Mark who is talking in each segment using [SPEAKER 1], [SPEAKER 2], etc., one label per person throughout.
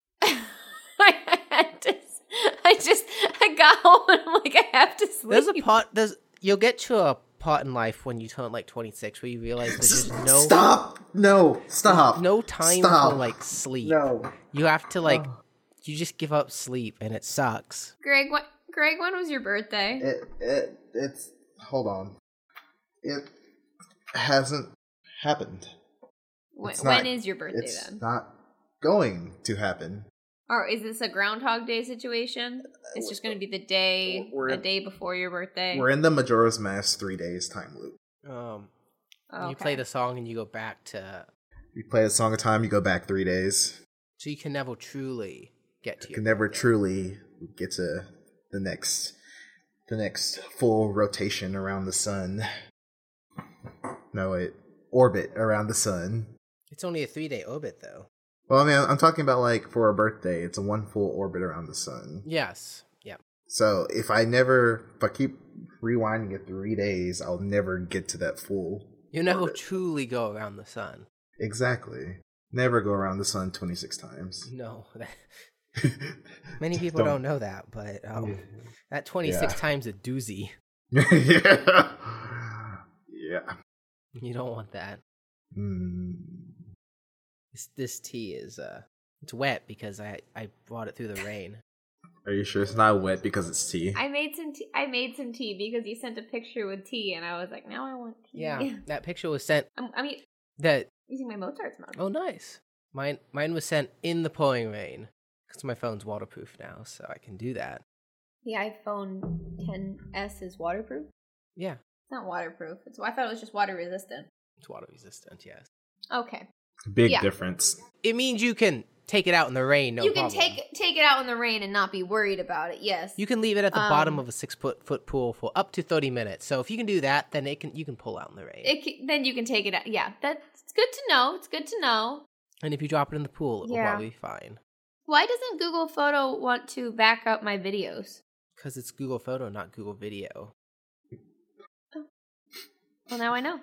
[SPEAKER 1] I just, I just, I got home and I'm like, I have to sleep.
[SPEAKER 2] There's a part. There's you'll get to a part in life when you turn like 26 where you realize there's just no
[SPEAKER 3] Stop! No, stop.
[SPEAKER 2] no time
[SPEAKER 3] Stop.
[SPEAKER 2] for like sleep.
[SPEAKER 3] No.
[SPEAKER 2] You have to like you just give up sleep and it sucks.
[SPEAKER 1] Greg, what, Greg, when was your birthday?
[SPEAKER 3] It, it, it's. Hold on. It hasn't happened.
[SPEAKER 1] When
[SPEAKER 3] it's
[SPEAKER 1] is
[SPEAKER 3] not-
[SPEAKER 1] when is your birthday
[SPEAKER 3] It's
[SPEAKER 1] then?
[SPEAKER 3] not going to happen.
[SPEAKER 1] Or is this a Groundhog Day situation? It's just going to be the day,
[SPEAKER 3] Uh, We're-
[SPEAKER 1] the day before your birthday.
[SPEAKER 3] We're in the Majora's Mask three days time loop.
[SPEAKER 2] Um,
[SPEAKER 1] Oh, Okay.
[SPEAKER 2] you play the song and you go back to
[SPEAKER 3] You play a song of time, you go back three days.
[SPEAKER 2] so you can never truly get to
[SPEAKER 3] You
[SPEAKER 2] your
[SPEAKER 3] can never
[SPEAKER 2] birthday.
[SPEAKER 3] truly get to the next, the next full rotation around the sun. No, it orbit around the sun.
[SPEAKER 2] It's only a three day orbit though.
[SPEAKER 3] Well, I mean, I'm talking about like for a birthday, it's a one full orbit around the sun.
[SPEAKER 2] Yes. Yep.
[SPEAKER 3] So if I never, if I keep rewinding it three days, I'll never get to that full.
[SPEAKER 2] You never
[SPEAKER 3] Orbit.
[SPEAKER 2] truly go around the sun.
[SPEAKER 3] Exactly. Never go around the sun 26 times.
[SPEAKER 2] No. Many people
[SPEAKER 3] Don't-
[SPEAKER 2] don't. know that, but um, that 26
[SPEAKER 3] Yeah.
[SPEAKER 2] times a doozy.
[SPEAKER 3] yeah. Yeah.
[SPEAKER 2] You don't want that.
[SPEAKER 3] Mm.
[SPEAKER 2] This, this tea is uh, it's wet because I I brought it through the rain.
[SPEAKER 3] Are you sure it's not wet because it's tea?
[SPEAKER 1] I made some. Tea, I made some tea because you sent a picture with tea, and I was like, now I want tea.
[SPEAKER 2] Yeah, that picture was sent.
[SPEAKER 1] I'm, I'm u-
[SPEAKER 2] That
[SPEAKER 1] using my Mozart's mug.
[SPEAKER 2] oh nice. Mine mine was sent in the pouring rain because my phone's waterproof now, so I can do that.
[SPEAKER 1] The iPhone 10s is waterproof.
[SPEAKER 2] Yeah,
[SPEAKER 1] It's not waterproof. It's. I thought it was just water resistant.
[SPEAKER 2] it's water resistant. Yes,
[SPEAKER 1] Okay.
[SPEAKER 3] Big
[SPEAKER 1] Yeah.
[SPEAKER 3] difference.
[SPEAKER 2] it means you can take it out in the rain. No
[SPEAKER 1] you can
[SPEAKER 2] problem.
[SPEAKER 1] take take it out in the rain and not be worried about it. Yes.
[SPEAKER 2] You can leave it at the bottom
[SPEAKER 1] Um,
[SPEAKER 2] of a six foot foot pool for up to thirty minutes. So if you can do that, then it can you can pull out in the rain.
[SPEAKER 1] It, ca- then you can take it out. Yeah. That's it's good to know. It's good to know.
[SPEAKER 2] and if you drop it in the pool, it
[SPEAKER 1] Yeah.
[SPEAKER 2] will probably be fine
[SPEAKER 1] Why doesn't Google Photo want to back up my videos?
[SPEAKER 2] because it's Google Photo, not Google Video.
[SPEAKER 1] Well, now I know.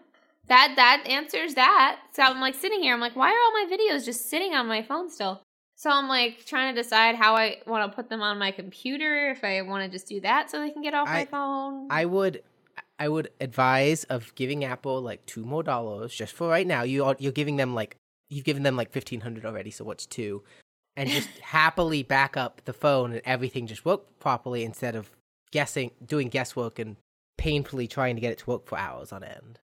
[SPEAKER 1] That that answers that. So I'm like sitting here. I'm like, why are all my videos just sitting on my phone still? So I'm like trying to decide how I want to put them on my computer. If I want to just do that, so they can get off
[SPEAKER 2] I-
[SPEAKER 1] my phone.
[SPEAKER 2] I would I would advise of giving Apple like two more dollars just for right now. You are, you're giving them like you've given them like fifteen hundred already, so what's two? And just happily back up the phone and everything just work properly instead of guessing doing guesswork and painfully trying to get it to work for hours on end.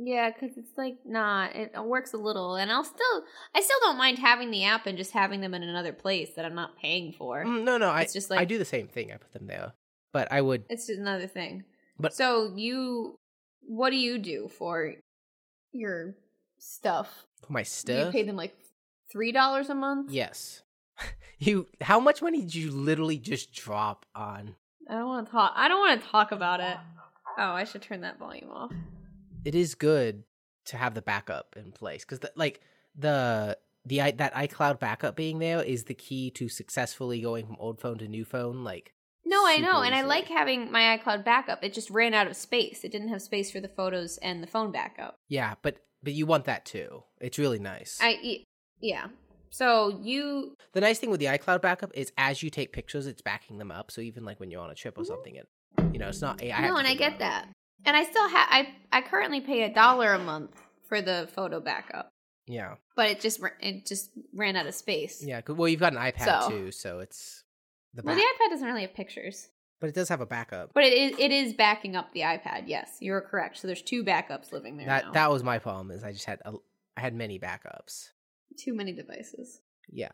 [SPEAKER 1] Yeah, because it's like not. It works a little, and I'll still. I still don't mind having the app and just having them in another place that I'm not paying for.
[SPEAKER 2] Mm, No, no, I
[SPEAKER 1] It's just like-
[SPEAKER 2] I do the same thing. I put them there, but I would
[SPEAKER 1] It's just another thing.
[SPEAKER 2] But-
[SPEAKER 1] so you, what do you do for your stuff?
[SPEAKER 2] for
[SPEAKER 1] Do
[SPEAKER 2] my
[SPEAKER 1] you
[SPEAKER 2] stuff.
[SPEAKER 1] pay them like three dollars a month?
[SPEAKER 2] Yes. You how much money did you literally just drop on?
[SPEAKER 1] I don't want to talk. I don't want to talk about it. Oh, I should turn that volume off.
[SPEAKER 2] it is good to have the backup in place because like the the i- that iCloud backup being there is the key to successfully going from old phone to new phone. Like
[SPEAKER 1] No, I know,
[SPEAKER 2] Super
[SPEAKER 1] and I
[SPEAKER 2] easily.
[SPEAKER 1] like having my iCloud backup. It just ran out of space. It didn't have space for the photos and the phone backup.
[SPEAKER 2] yeah, but but you want that too. It's really nice.
[SPEAKER 1] I y- yeah. So you
[SPEAKER 2] the nice thing with the iCloud backup is as you take pictures, it's backing them up. So even like when you're on a trip or something, it you know it's not. I have
[SPEAKER 1] Mm-hmm. no,
[SPEAKER 2] to
[SPEAKER 1] and I
[SPEAKER 2] think
[SPEAKER 1] get
[SPEAKER 2] about it.
[SPEAKER 1] that, and I still have I I currently pay a dollar a month for the photo backup,
[SPEAKER 2] Yeah,
[SPEAKER 1] but it just ra- it just ran out of space.
[SPEAKER 2] yeah. 'cause- Well, you've got an iPad
[SPEAKER 1] So-
[SPEAKER 2] too, so it's the
[SPEAKER 1] Well,
[SPEAKER 2] back,
[SPEAKER 1] the iPad doesn't really have pictures,
[SPEAKER 2] but it does have a backup.
[SPEAKER 1] but it is it is backing up the iPad. Yes, you're correct. So there's two backups living there
[SPEAKER 2] That
[SPEAKER 1] now.
[SPEAKER 2] that was my problem is I just had a, I had many backups.
[SPEAKER 1] Too many devices.
[SPEAKER 2] Yeah.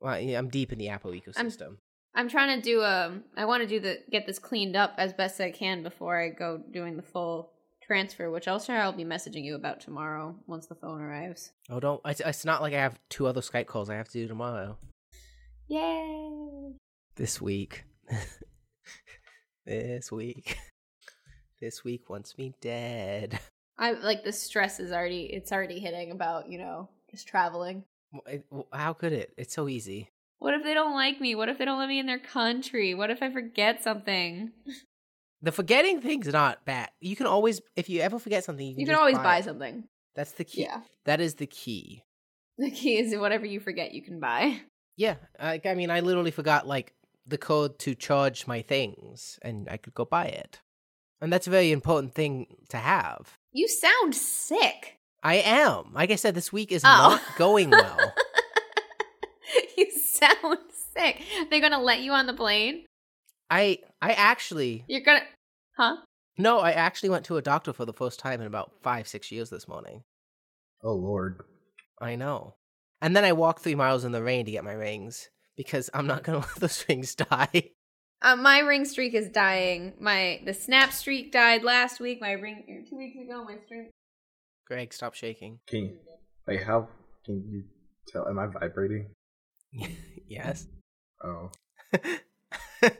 [SPEAKER 2] Well, yeah, I'm deep in the Apple ecosystem.
[SPEAKER 1] I'm trying to do um I want to do the get this cleaned up as best I can before I go doing the full transfer, which also I'll be messaging you about tomorrow once the phone arrives.
[SPEAKER 2] Oh, don't. It's, it's not like I have two other Skype calls I have to do tomorrow.
[SPEAKER 1] Yay!
[SPEAKER 2] This week. this week. This week wants me dead.
[SPEAKER 1] I like the stress is already it's already hitting about, you know, just traveling.
[SPEAKER 2] Well, it- well, How could it? It's so easy.
[SPEAKER 1] What if they don't like me? What if they don't let me in their country? What if I forget something?
[SPEAKER 2] The forgetting thing's not bad. You can always, if you ever forget something, you can,
[SPEAKER 1] You can
[SPEAKER 2] just
[SPEAKER 1] always buy
[SPEAKER 2] it.
[SPEAKER 1] something.
[SPEAKER 2] That's the key.
[SPEAKER 1] Yeah.
[SPEAKER 2] That is the key.
[SPEAKER 1] The key is whatever you forget you can buy.
[SPEAKER 2] Yeah, I, I mean, I literally forgot like the code to charge my things, and I could go buy it, and that's a very important thing to have.
[SPEAKER 1] You sound sick.
[SPEAKER 2] I am. Like I said, this week is
[SPEAKER 1] Oh.
[SPEAKER 2] not going well.
[SPEAKER 1] you sound sick. They're gonna let you on the plane.
[SPEAKER 2] I I actually
[SPEAKER 1] You're gonna, huh?
[SPEAKER 2] no, I actually went to a doctor for the first time in about five six years this morning.
[SPEAKER 3] Oh lord.
[SPEAKER 2] I know. And then I walked three miles in the rain to get my rings because I'm not gonna let those rings die.
[SPEAKER 1] Uh, my ring streak is dying. My the snap streak died last week. My ring two weeks ago. My streak.
[SPEAKER 2] Greg, stop shaking.
[SPEAKER 3] Can you wait? How can you tell? Am I vibrating?
[SPEAKER 2] Yes.
[SPEAKER 3] Oh.
[SPEAKER 1] Are you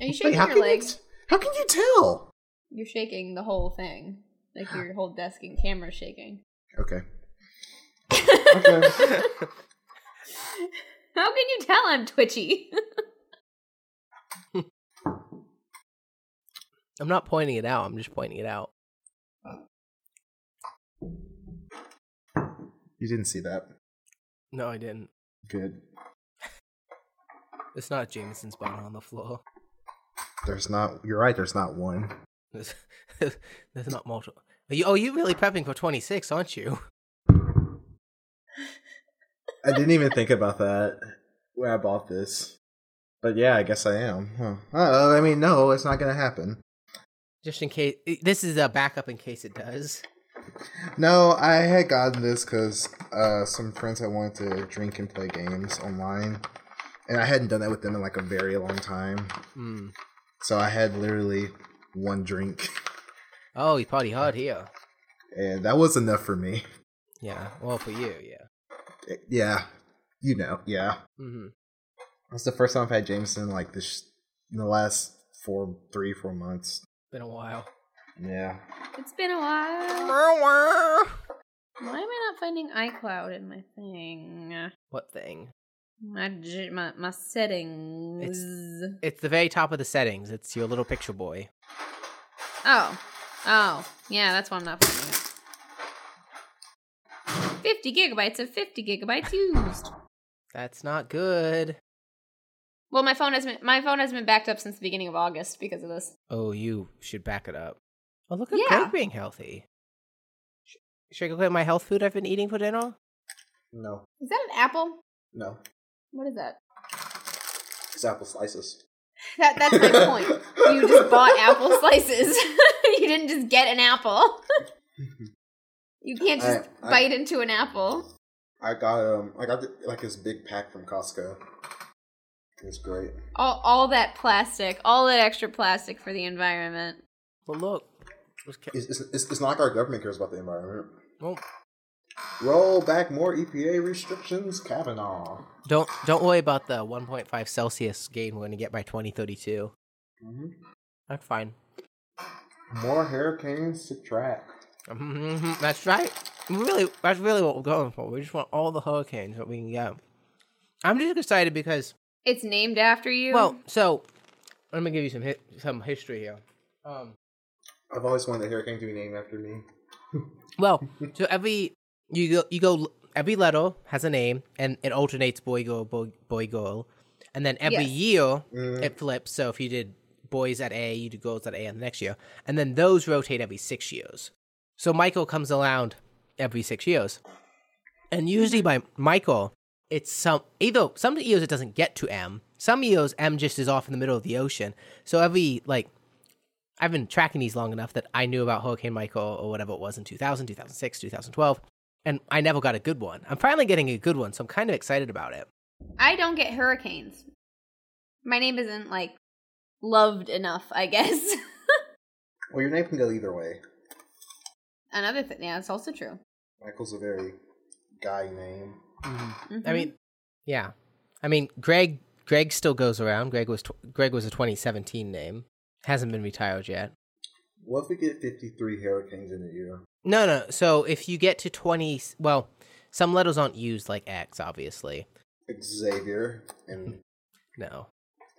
[SPEAKER 3] Wait,
[SPEAKER 1] shaking
[SPEAKER 3] how
[SPEAKER 1] your
[SPEAKER 3] can you,
[SPEAKER 1] legs?
[SPEAKER 3] t- how can you tell?
[SPEAKER 1] You're shaking the whole thing, like your whole desk and camera shaking.
[SPEAKER 3] Okay.
[SPEAKER 1] How
[SPEAKER 3] Okay.
[SPEAKER 1] can you tell I'm twitchy?
[SPEAKER 2] I'm not pointing it out, I'm just pointing it out.
[SPEAKER 3] you didn't see that.
[SPEAKER 2] No, I didn't.
[SPEAKER 3] Good.
[SPEAKER 2] It's not Jameson's bottle on the floor.
[SPEAKER 3] There's not. You're right. There's not one.
[SPEAKER 2] There's, there's not multiple. Are you, oh, you're really prepping for 26, aren't you?
[SPEAKER 3] I didn't even think about that when I bought this. But yeah, I guess I am. Huh. Uh, I mean, no, it's not gonna happen.
[SPEAKER 2] Just in case. This is a backup in case it does.
[SPEAKER 3] No, I had gotten this because uh, some friends had wanted to drink and play games online, and I hadn't done that with them in like a very long time.
[SPEAKER 2] Hmm.
[SPEAKER 3] So I had literally one drink,
[SPEAKER 2] Oh, you party hard here.
[SPEAKER 3] and that was enough for me.
[SPEAKER 2] Yeah. Well, for you, yeah.
[SPEAKER 3] Yeah, you know, yeah.
[SPEAKER 2] hmm
[SPEAKER 3] That's the first time I've had Jameson like this in the last four, three, four months.
[SPEAKER 2] Been a while.
[SPEAKER 3] Yeah.
[SPEAKER 1] It's been a while.
[SPEAKER 2] what
[SPEAKER 1] Why am I not finding iCloud in my thing?
[SPEAKER 2] thing?
[SPEAKER 1] My j- my, my settings.
[SPEAKER 2] It's the very top of the settings. It's your little picture boy.
[SPEAKER 1] Oh, oh, yeah, that's why I'm not finding it. 50 gigabytes of 50 gigabytes used.
[SPEAKER 2] That's not good.
[SPEAKER 1] Well, my phone has been my phone has been backed up since the beginning of August because of this.
[SPEAKER 2] Oh, you should back it up. Oh, look at
[SPEAKER 1] Yeah.
[SPEAKER 2] Greg being healthy. Sh- Should I go get my health food I've been eating for dinner?
[SPEAKER 3] No,
[SPEAKER 1] Is that an apple?
[SPEAKER 3] no.
[SPEAKER 1] What is that?
[SPEAKER 3] It's apple slices.
[SPEAKER 1] That that's my point. You just bought apple slices. you didn't just get an apple. You can't just
[SPEAKER 3] I- I-
[SPEAKER 1] bite into an apple.
[SPEAKER 3] I got um, I got the, like this big pack from Costco. It's great.
[SPEAKER 1] All all that plastic, all that extra plastic for the environment.
[SPEAKER 2] Well, look. Just ca-
[SPEAKER 3] It's, it's, it's, it's not like our government cares about the environment.
[SPEAKER 2] Well,
[SPEAKER 3] Roll back more EPA restrictions, Kavanaugh.
[SPEAKER 2] don't don't worry about the 1.5 Celsius gain we're gonna get by 2032.
[SPEAKER 3] Mhm.
[SPEAKER 2] That's fine.
[SPEAKER 3] More hurricanes to track.
[SPEAKER 2] Mhm, that's right. Really, that's really what we're going for. We just want all the hurricanes that we can get. I'm just excited because
[SPEAKER 1] It's named after you.
[SPEAKER 2] well, so let me give you some hi- some history here. Um,
[SPEAKER 3] I've always wanted a hurricane to be named after me.
[SPEAKER 2] well, so every you go you go every letter has a name and it alternates boy girl boy, boy girl, and then every
[SPEAKER 1] Yes.
[SPEAKER 2] year it flips. So if you did boys at A, you do girls at A on the next year, and then those rotate every six years. So Michael comes around every six years, and usually by Michael, it's some either some years it doesn't get to M. Some years M just is off in the middle of the ocean. So every like I've been tracking these long enough that I knew about Hurricane Michael or whatever it was in 2000, 2006, 2012, and I never got a good one. I'm finally getting a good one, so I'm kind of excited about it.
[SPEAKER 1] I don't get hurricanes. My name isn't like loved enough, I guess.
[SPEAKER 3] Well, your name can go either way.
[SPEAKER 1] Another thing, yeah, that's also true.
[SPEAKER 3] Michael's a very guy name.
[SPEAKER 2] I
[SPEAKER 1] Mhm.
[SPEAKER 2] mean, yeah. I mean, Greg Greg still goes around. Greg was tw- Greg was a 2017 name. Hasn't been retired yet.
[SPEAKER 3] What if we get 53 hurricanes in a year?
[SPEAKER 2] No, no. So if you get to 20, well, some letters aren't used like X, obviously.
[SPEAKER 3] Xavier and
[SPEAKER 2] No.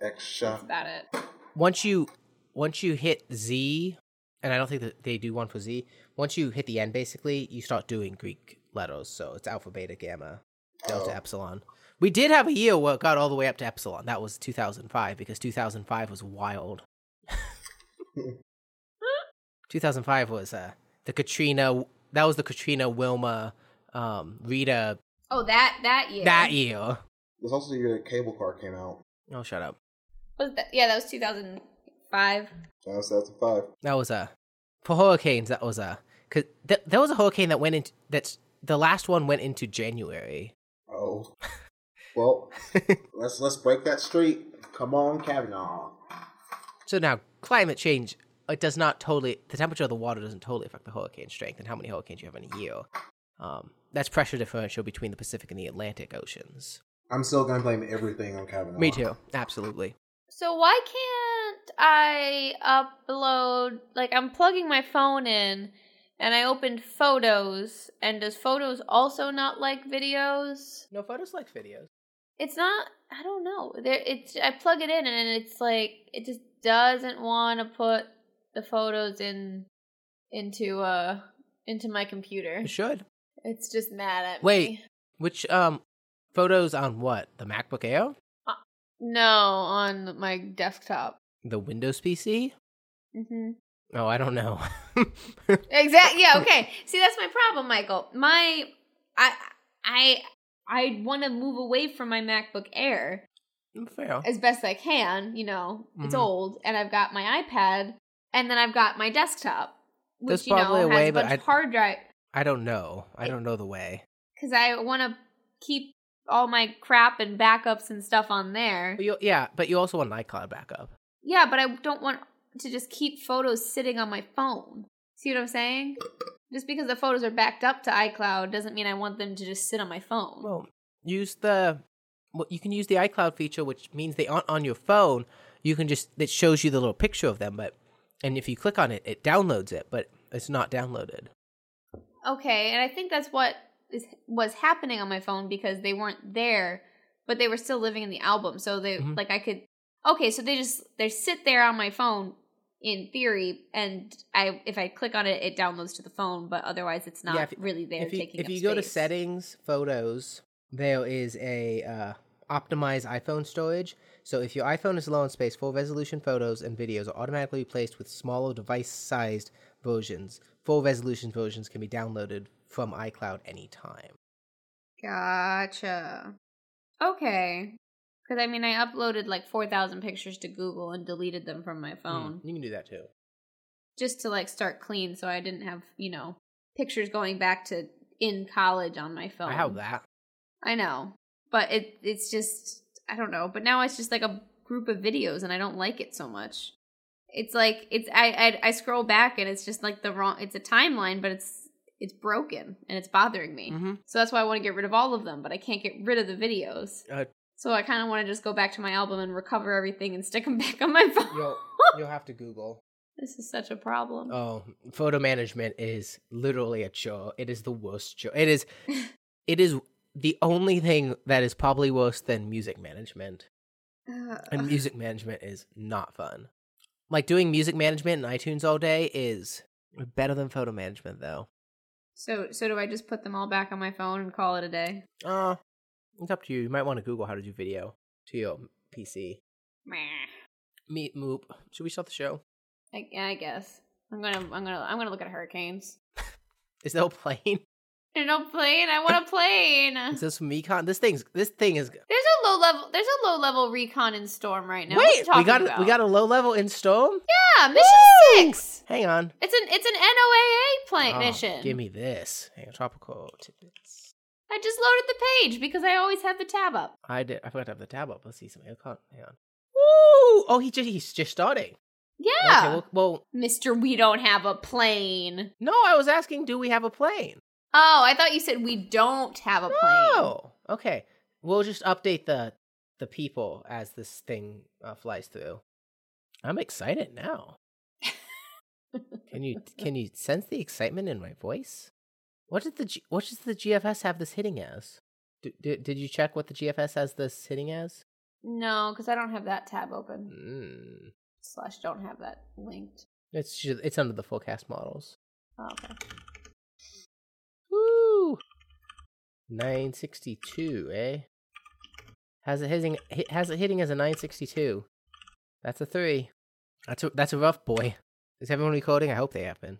[SPEAKER 3] X
[SPEAKER 1] Mm-hmm. that's
[SPEAKER 3] Shock.
[SPEAKER 1] about it.
[SPEAKER 2] Once you once you hit Z, and I don't think that they do one for Z. Once you hit the end, basically, you start doing Greek letters. So it's alpha, beta, gamma. Delta
[SPEAKER 3] Oh.
[SPEAKER 2] Epsilon. We did have a year where it got all the way up to Epsilon. That was 2005 because 2005 was wild. 2005 was uh, the Katrina. That was the Katrina, Wilma, um, Rita.
[SPEAKER 1] Oh, that that year.
[SPEAKER 2] That year.
[SPEAKER 3] There's also the year that Cable Car came out.
[SPEAKER 2] Oh, shut up.
[SPEAKER 1] Was that, yeah, that was 2005.
[SPEAKER 3] So that's, that's a five.
[SPEAKER 2] That was a for hurricanes. That was a because th- there was a hurricane that went into that's the last one went into January.
[SPEAKER 3] Oh. Well, let's let's break that streak. Come on, Kavanaugh.
[SPEAKER 2] So now climate change it does not totally the temperature of the water doesn't totally affect the hurricane strength and how many hurricanes you have in a year. Um, that's pressure differential between the Pacific and the Atlantic oceans.
[SPEAKER 3] I'm still gonna blame everything on Kavanaugh.
[SPEAKER 2] Me too, absolutely.
[SPEAKER 1] So why can't I upload? Like I'm plugging my phone in, and I opened photos. And does photos also not like videos?
[SPEAKER 2] No photos like videos.
[SPEAKER 1] It's not. I don't know. There, it's. I plug it in, and it's like it just doesn't want to put the photos in into uh into my computer.
[SPEAKER 2] It should.
[SPEAKER 1] It's just mad at me.
[SPEAKER 2] Wait. Which um, photos on what the MacBook Air,
[SPEAKER 1] No, on my desktop.
[SPEAKER 2] the Windows PC?
[SPEAKER 1] Mm-hmm.
[SPEAKER 2] Oh, I don't know.
[SPEAKER 1] Exactly. Yeah. Okay. See, that's my problem, Michael. My, I, I, I want to move away from my MacBook Air
[SPEAKER 2] Fair.
[SPEAKER 1] as best I can. You know, it's
[SPEAKER 2] Mhm.
[SPEAKER 1] old, and I've got my iPad, and then I've got my desktop, which
[SPEAKER 2] There's
[SPEAKER 1] you know
[SPEAKER 2] probably a
[SPEAKER 1] has
[SPEAKER 2] way,
[SPEAKER 1] a
[SPEAKER 2] but
[SPEAKER 1] bunch of
[SPEAKER 2] I-
[SPEAKER 1] hard drive.
[SPEAKER 2] I don't know. I
[SPEAKER 1] It-
[SPEAKER 2] don't know the way.
[SPEAKER 1] Because I want to keep all my crap and backups and stuff on there.
[SPEAKER 2] But you, yeah, but you also want an iCloud backup.
[SPEAKER 1] Yeah, but I don't want to just keep photos sitting on my phone. See what I'm saying? Just because the photos are backed up to iCloud doesn't mean I want them to just sit on my phone.
[SPEAKER 2] Well, use the well, you can use the iCloud feature, which means they aren't on your phone. You can just it shows you the little picture of them, but and if you click on it, it downloads it, but it's not downloaded.
[SPEAKER 1] okay, and I think that's what is, was happening on my phone because they weren't there, but they were still living in the album. So they
[SPEAKER 2] Mhm.
[SPEAKER 1] like I could Okay, so they just they sit there on my phone in theory and I if I click on it it downloads to the phone, but otherwise it's not
[SPEAKER 2] Yeah, if-
[SPEAKER 1] really there
[SPEAKER 2] if you
[SPEAKER 1] taking
[SPEAKER 2] if
[SPEAKER 1] up
[SPEAKER 2] you go to
[SPEAKER 1] space.
[SPEAKER 2] settings, photos, there is a uh, optimize iPhone storage. So if your iPhone is low on space, full resolution photos and videos are automatically replaced with smaller device sized versions. Full resolution versions can be downloaded from iCloud anytime.
[SPEAKER 1] Gotcha. Okay. Because I mean, I uploaded like 4,000 pictures to Google and deleted them from
[SPEAKER 2] Mm.
[SPEAKER 1] my phone
[SPEAKER 2] you can do that too.
[SPEAKER 1] just to like start clean so I didn't have, you know, pictures going back to in college on my phone.
[SPEAKER 2] I have that.
[SPEAKER 1] I know. But it it's just I don't know. But now it's just like a group of videos and I don't like it so much. It's like it's I I, I scroll back and it's just like the wrong it's a timeline but it's it's broken and it's bothering me.
[SPEAKER 2] Mm-hmm.
[SPEAKER 1] So that's why I want to get rid of all of them, but I can't get rid of the videos.
[SPEAKER 2] Uh,
[SPEAKER 1] so I kind of want to just go back to my album and recover everything and stick them back on my phone.
[SPEAKER 2] You'll you'll have to Google.
[SPEAKER 1] This is such a problem.
[SPEAKER 2] Oh, photo management is literally a chore. It is the worst chore. It is, it is the only thing that is probably worse than music management. And
[SPEAKER 1] Ugh.
[SPEAKER 2] music management is not fun. Like doing music management in iTunes all day is better than photo management, though.
[SPEAKER 1] so so do I just put them all back on my phone and call it a day?
[SPEAKER 2] Uh, it's up to you. You might want to Google how to do video to your PC.
[SPEAKER 1] Meh.
[SPEAKER 2] Meet Moop. Should we start the show?
[SPEAKER 1] I, I guess I'm gonna I'm gonna I'm gonna look at hurricanes.
[SPEAKER 2] Is there a plane?
[SPEAKER 1] There's no plane. I want a plane.
[SPEAKER 2] Is this from Mecon? This thing's this thing is
[SPEAKER 1] uh, There's a low level. There's a low level recon in storm right now. What are you
[SPEAKER 2] Wait, we
[SPEAKER 1] talking
[SPEAKER 2] got
[SPEAKER 1] about?
[SPEAKER 2] we got a low level in storm.
[SPEAKER 1] yeah mission
[SPEAKER 2] Woo!
[SPEAKER 1] six.
[SPEAKER 2] Hang on.
[SPEAKER 1] It's an it's an NOAA plane
[SPEAKER 2] Oh,
[SPEAKER 1] mission.
[SPEAKER 2] Give me this. Hang on, tropical tidbits.
[SPEAKER 1] I just loaded the page because I always have the tab up.
[SPEAKER 2] I did. I forgot to have the tab up. Let's see some aircon. Hang on. Woo! Oh, he just he's just starting.
[SPEAKER 1] Yeah.
[SPEAKER 2] Okay. Well, well,
[SPEAKER 1] Mr. We don't have a plane.
[SPEAKER 2] no. I was asking, do we have a plane?
[SPEAKER 1] Oh, I thought you said we don't have a plane.
[SPEAKER 2] Oh. Okay. We'll just update the the people as this thing uh, flies through. I'm excited now. can you can you sense the excitement in my voice? What did the G- what does the GFS have this hitting as? D- d- did you check what the GFS has this hitting as?
[SPEAKER 1] No, because I don't have that tab open.
[SPEAKER 2] Mm.
[SPEAKER 1] Slash, don't have that linked.
[SPEAKER 2] It's ju- it's under the forecast models.
[SPEAKER 1] Oh, okay.
[SPEAKER 2] Woo! 962, eh? Has it hitting hit- has it hitting as a 962. That's a 3. That's a, that's a rough boy. Is everyone recording? I hope they have been.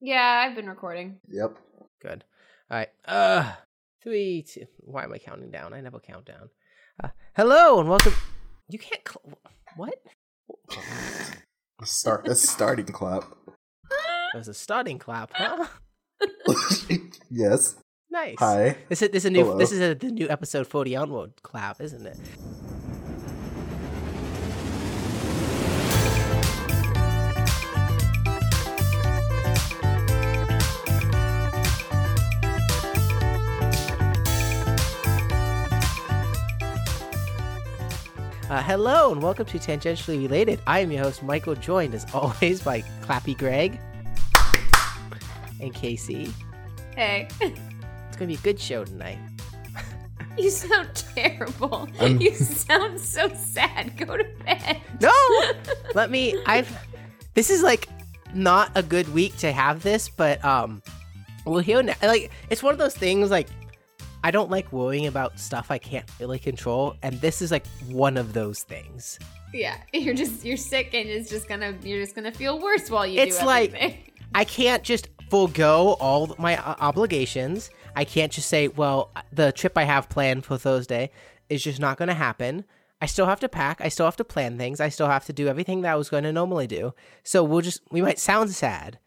[SPEAKER 1] Yeah, I've been recording.
[SPEAKER 3] Yep.
[SPEAKER 2] Good. All right. Uh, three, two. Why am I counting down? I never count down. Uh, hello and welcome. You can't. Cl- what?
[SPEAKER 3] Start. That's starting clap.
[SPEAKER 2] That was a starting clap, huh?
[SPEAKER 3] yes.
[SPEAKER 2] Nice.
[SPEAKER 3] Hi.
[SPEAKER 2] This is this is a new
[SPEAKER 3] Hello.
[SPEAKER 2] this is a, the new episode forty onward clap, isn't it? Uh, hello and welcome to Tangentially Related. I am your host Michael, joined as always by Clappy Greg and Casey.
[SPEAKER 1] Hey,
[SPEAKER 2] It's gonna be a good show tonight.
[SPEAKER 1] you sound terrible.
[SPEAKER 3] I'm-
[SPEAKER 1] You sound so sad. Go to bed.
[SPEAKER 2] No, let me. I've. This is like not a good week to have this, but um, we'll hear. Now. Like it's one of those things. Like I don't like worrying about stuff I can't really control, and this is like one of those things.
[SPEAKER 1] Yeah, you're just you're sick, and it's just gonna you're just gonna feel worse while you.
[SPEAKER 2] It's
[SPEAKER 1] do
[SPEAKER 2] like-
[SPEAKER 1] everything.
[SPEAKER 2] I can't just forego all my uh, obligations. I can't just say, well, the trip I have planned for Thursday is just not going to happen. I still have to pack. I still have to plan things. I still have to do everything that I was going to normally do. So we'll just, we might sound sad,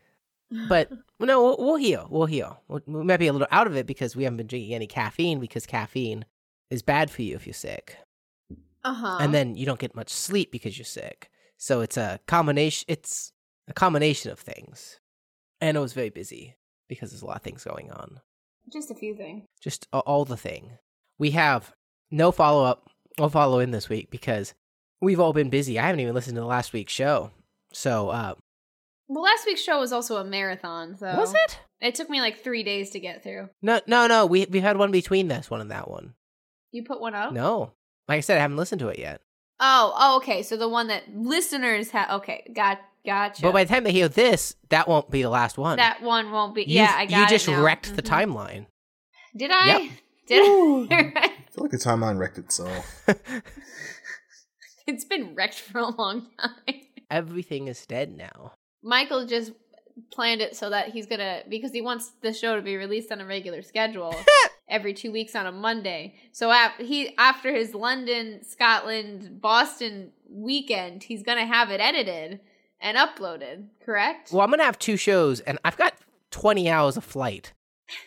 [SPEAKER 2] but no, we'll, we'll heal. We'll heal. We'll, we might be a little out of it because we haven't been drinking any caffeine because caffeine is bad for you if you're sick
[SPEAKER 1] uh huh.
[SPEAKER 2] and then you don't get much sleep because you're sick. So it's a combination. It's a combination of things. And I was very busy because there's a lot of things going on.
[SPEAKER 1] just a few things.
[SPEAKER 2] Just a- all the thing. We have no follow up or follow in this week because we've all been busy. I haven't even listened to last week's show. So uh,
[SPEAKER 1] Well, last week's show was also a marathon, so
[SPEAKER 2] was it?
[SPEAKER 1] It took me like three days to get through.
[SPEAKER 2] No, no, no. We we had one between this one and that one.
[SPEAKER 1] You put one up?
[SPEAKER 2] No, like I said, I haven't listened to it yet.
[SPEAKER 1] Oh, oh, okay. So the one that listeners have. Okay, got gotcha.
[SPEAKER 2] But by the time they hear this, that won't be the last one.
[SPEAKER 1] that one won't be.
[SPEAKER 2] You-
[SPEAKER 1] yeah, I got
[SPEAKER 2] You just
[SPEAKER 1] it now.
[SPEAKER 2] wrecked the
[SPEAKER 1] Mhm.
[SPEAKER 2] timeline.
[SPEAKER 1] Did I?
[SPEAKER 2] Yep.
[SPEAKER 1] Did I?
[SPEAKER 3] I feel like the timeline wrecked itself.
[SPEAKER 1] it's been wrecked for a long time.
[SPEAKER 2] Everything is dead now.
[SPEAKER 1] Michael just planned it so that he's gonna because he wants the show to be released on a regular schedule every two weeks on a Monday. So af- he after his London, Scotland, Boston weekend, he's gonna have it edited and uploaded. Correct?
[SPEAKER 2] Well, I'm gonna have two shows, and I've got 20 hours of flight,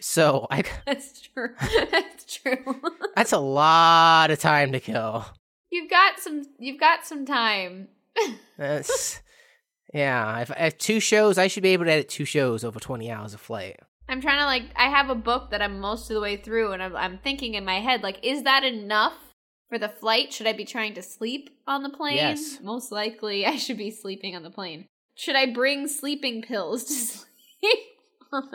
[SPEAKER 2] so I,
[SPEAKER 1] That's true. That's true.
[SPEAKER 2] that's a lot of time to kill.
[SPEAKER 1] you've got some. You've got some time.
[SPEAKER 2] That's yeah. If I have two shows, I should be able to edit two shows over 20 hours of flight.
[SPEAKER 1] I'm trying to like. I have a book that I'm most of the way through, and I'm, I'm thinking in my head like, is that enough for the flight? Should I be trying to sleep on the plane?
[SPEAKER 2] Yes.
[SPEAKER 1] Most likely, I should be sleeping on the plane. Should I bring sleeping pills to sleep?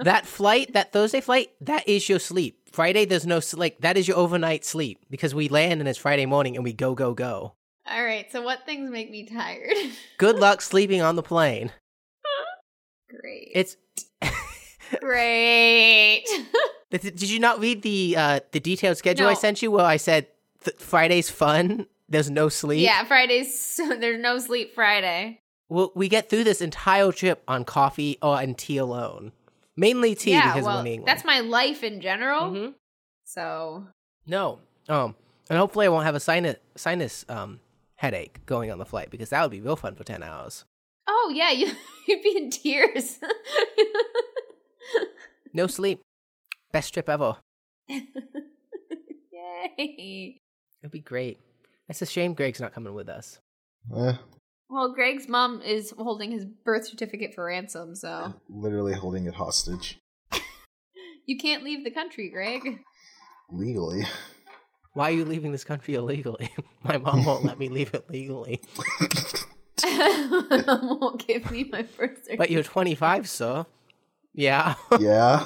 [SPEAKER 2] That flight, that Thursday flight, that is your sleep. Friday, there's no s- like that is your overnight sleep because we land and it's Friday morning and we go go go.
[SPEAKER 1] All right. So what things make me tired?
[SPEAKER 2] Good luck sleeping on the plane.
[SPEAKER 1] Great.
[SPEAKER 2] It's
[SPEAKER 1] great.
[SPEAKER 2] Did- Did you not read the uh, the detailed schedule I
[SPEAKER 1] No.
[SPEAKER 2] sent you? Where I said th- Friday's fun, there's no sleep.
[SPEAKER 1] yeah. Fridays. So there's no sleep Friday.
[SPEAKER 2] Well, we get through this entire trip on coffee or and tea alone, mainly tea
[SPEAKER 1] yeah.
[SPEAKER 2] because
[SPEAKER 1] well,
[SPEAKER 2] we're in England.
[SPEAKER 1] that's my life in general.
[SPEAKER 2] Mhm.
[SPEAKER 1] So
[SPEAKER 2] No, um, and hopefully I won't have a sinus sinus um headache going on the flight because that would be real fun for ten hours.
[SPEAKER 1] Oh yeah, you, you'd be in tears.
[SPEAKER 2] No sleep, best trip ever.
[SPEAKER 1] Yay!
[SPEAKER 2] It'd be great. It's a shame Greg's not coming with us.
[SPEAKER 3] Eh,
[SPEAKER 1] Well, Greg's mom is holding his birth certificate for ransom,
[SPEAKER 2] Oh.
[SPEAKER 1] so
[SPEAKER 3] literally holding it hostage
[SPEAKER 1] you can't leave the country, Greg.
[SPEAKER 3] legally.
[SPEAKER 2] Why are you leaving this country illegally? My mom won't let me leave it legally.
[SPEAKER 1] Mom won't give me my birth certificate.
[SPEAKER 2] But you're 25, sir. Yeah.
[SPEAKER 3] yeah.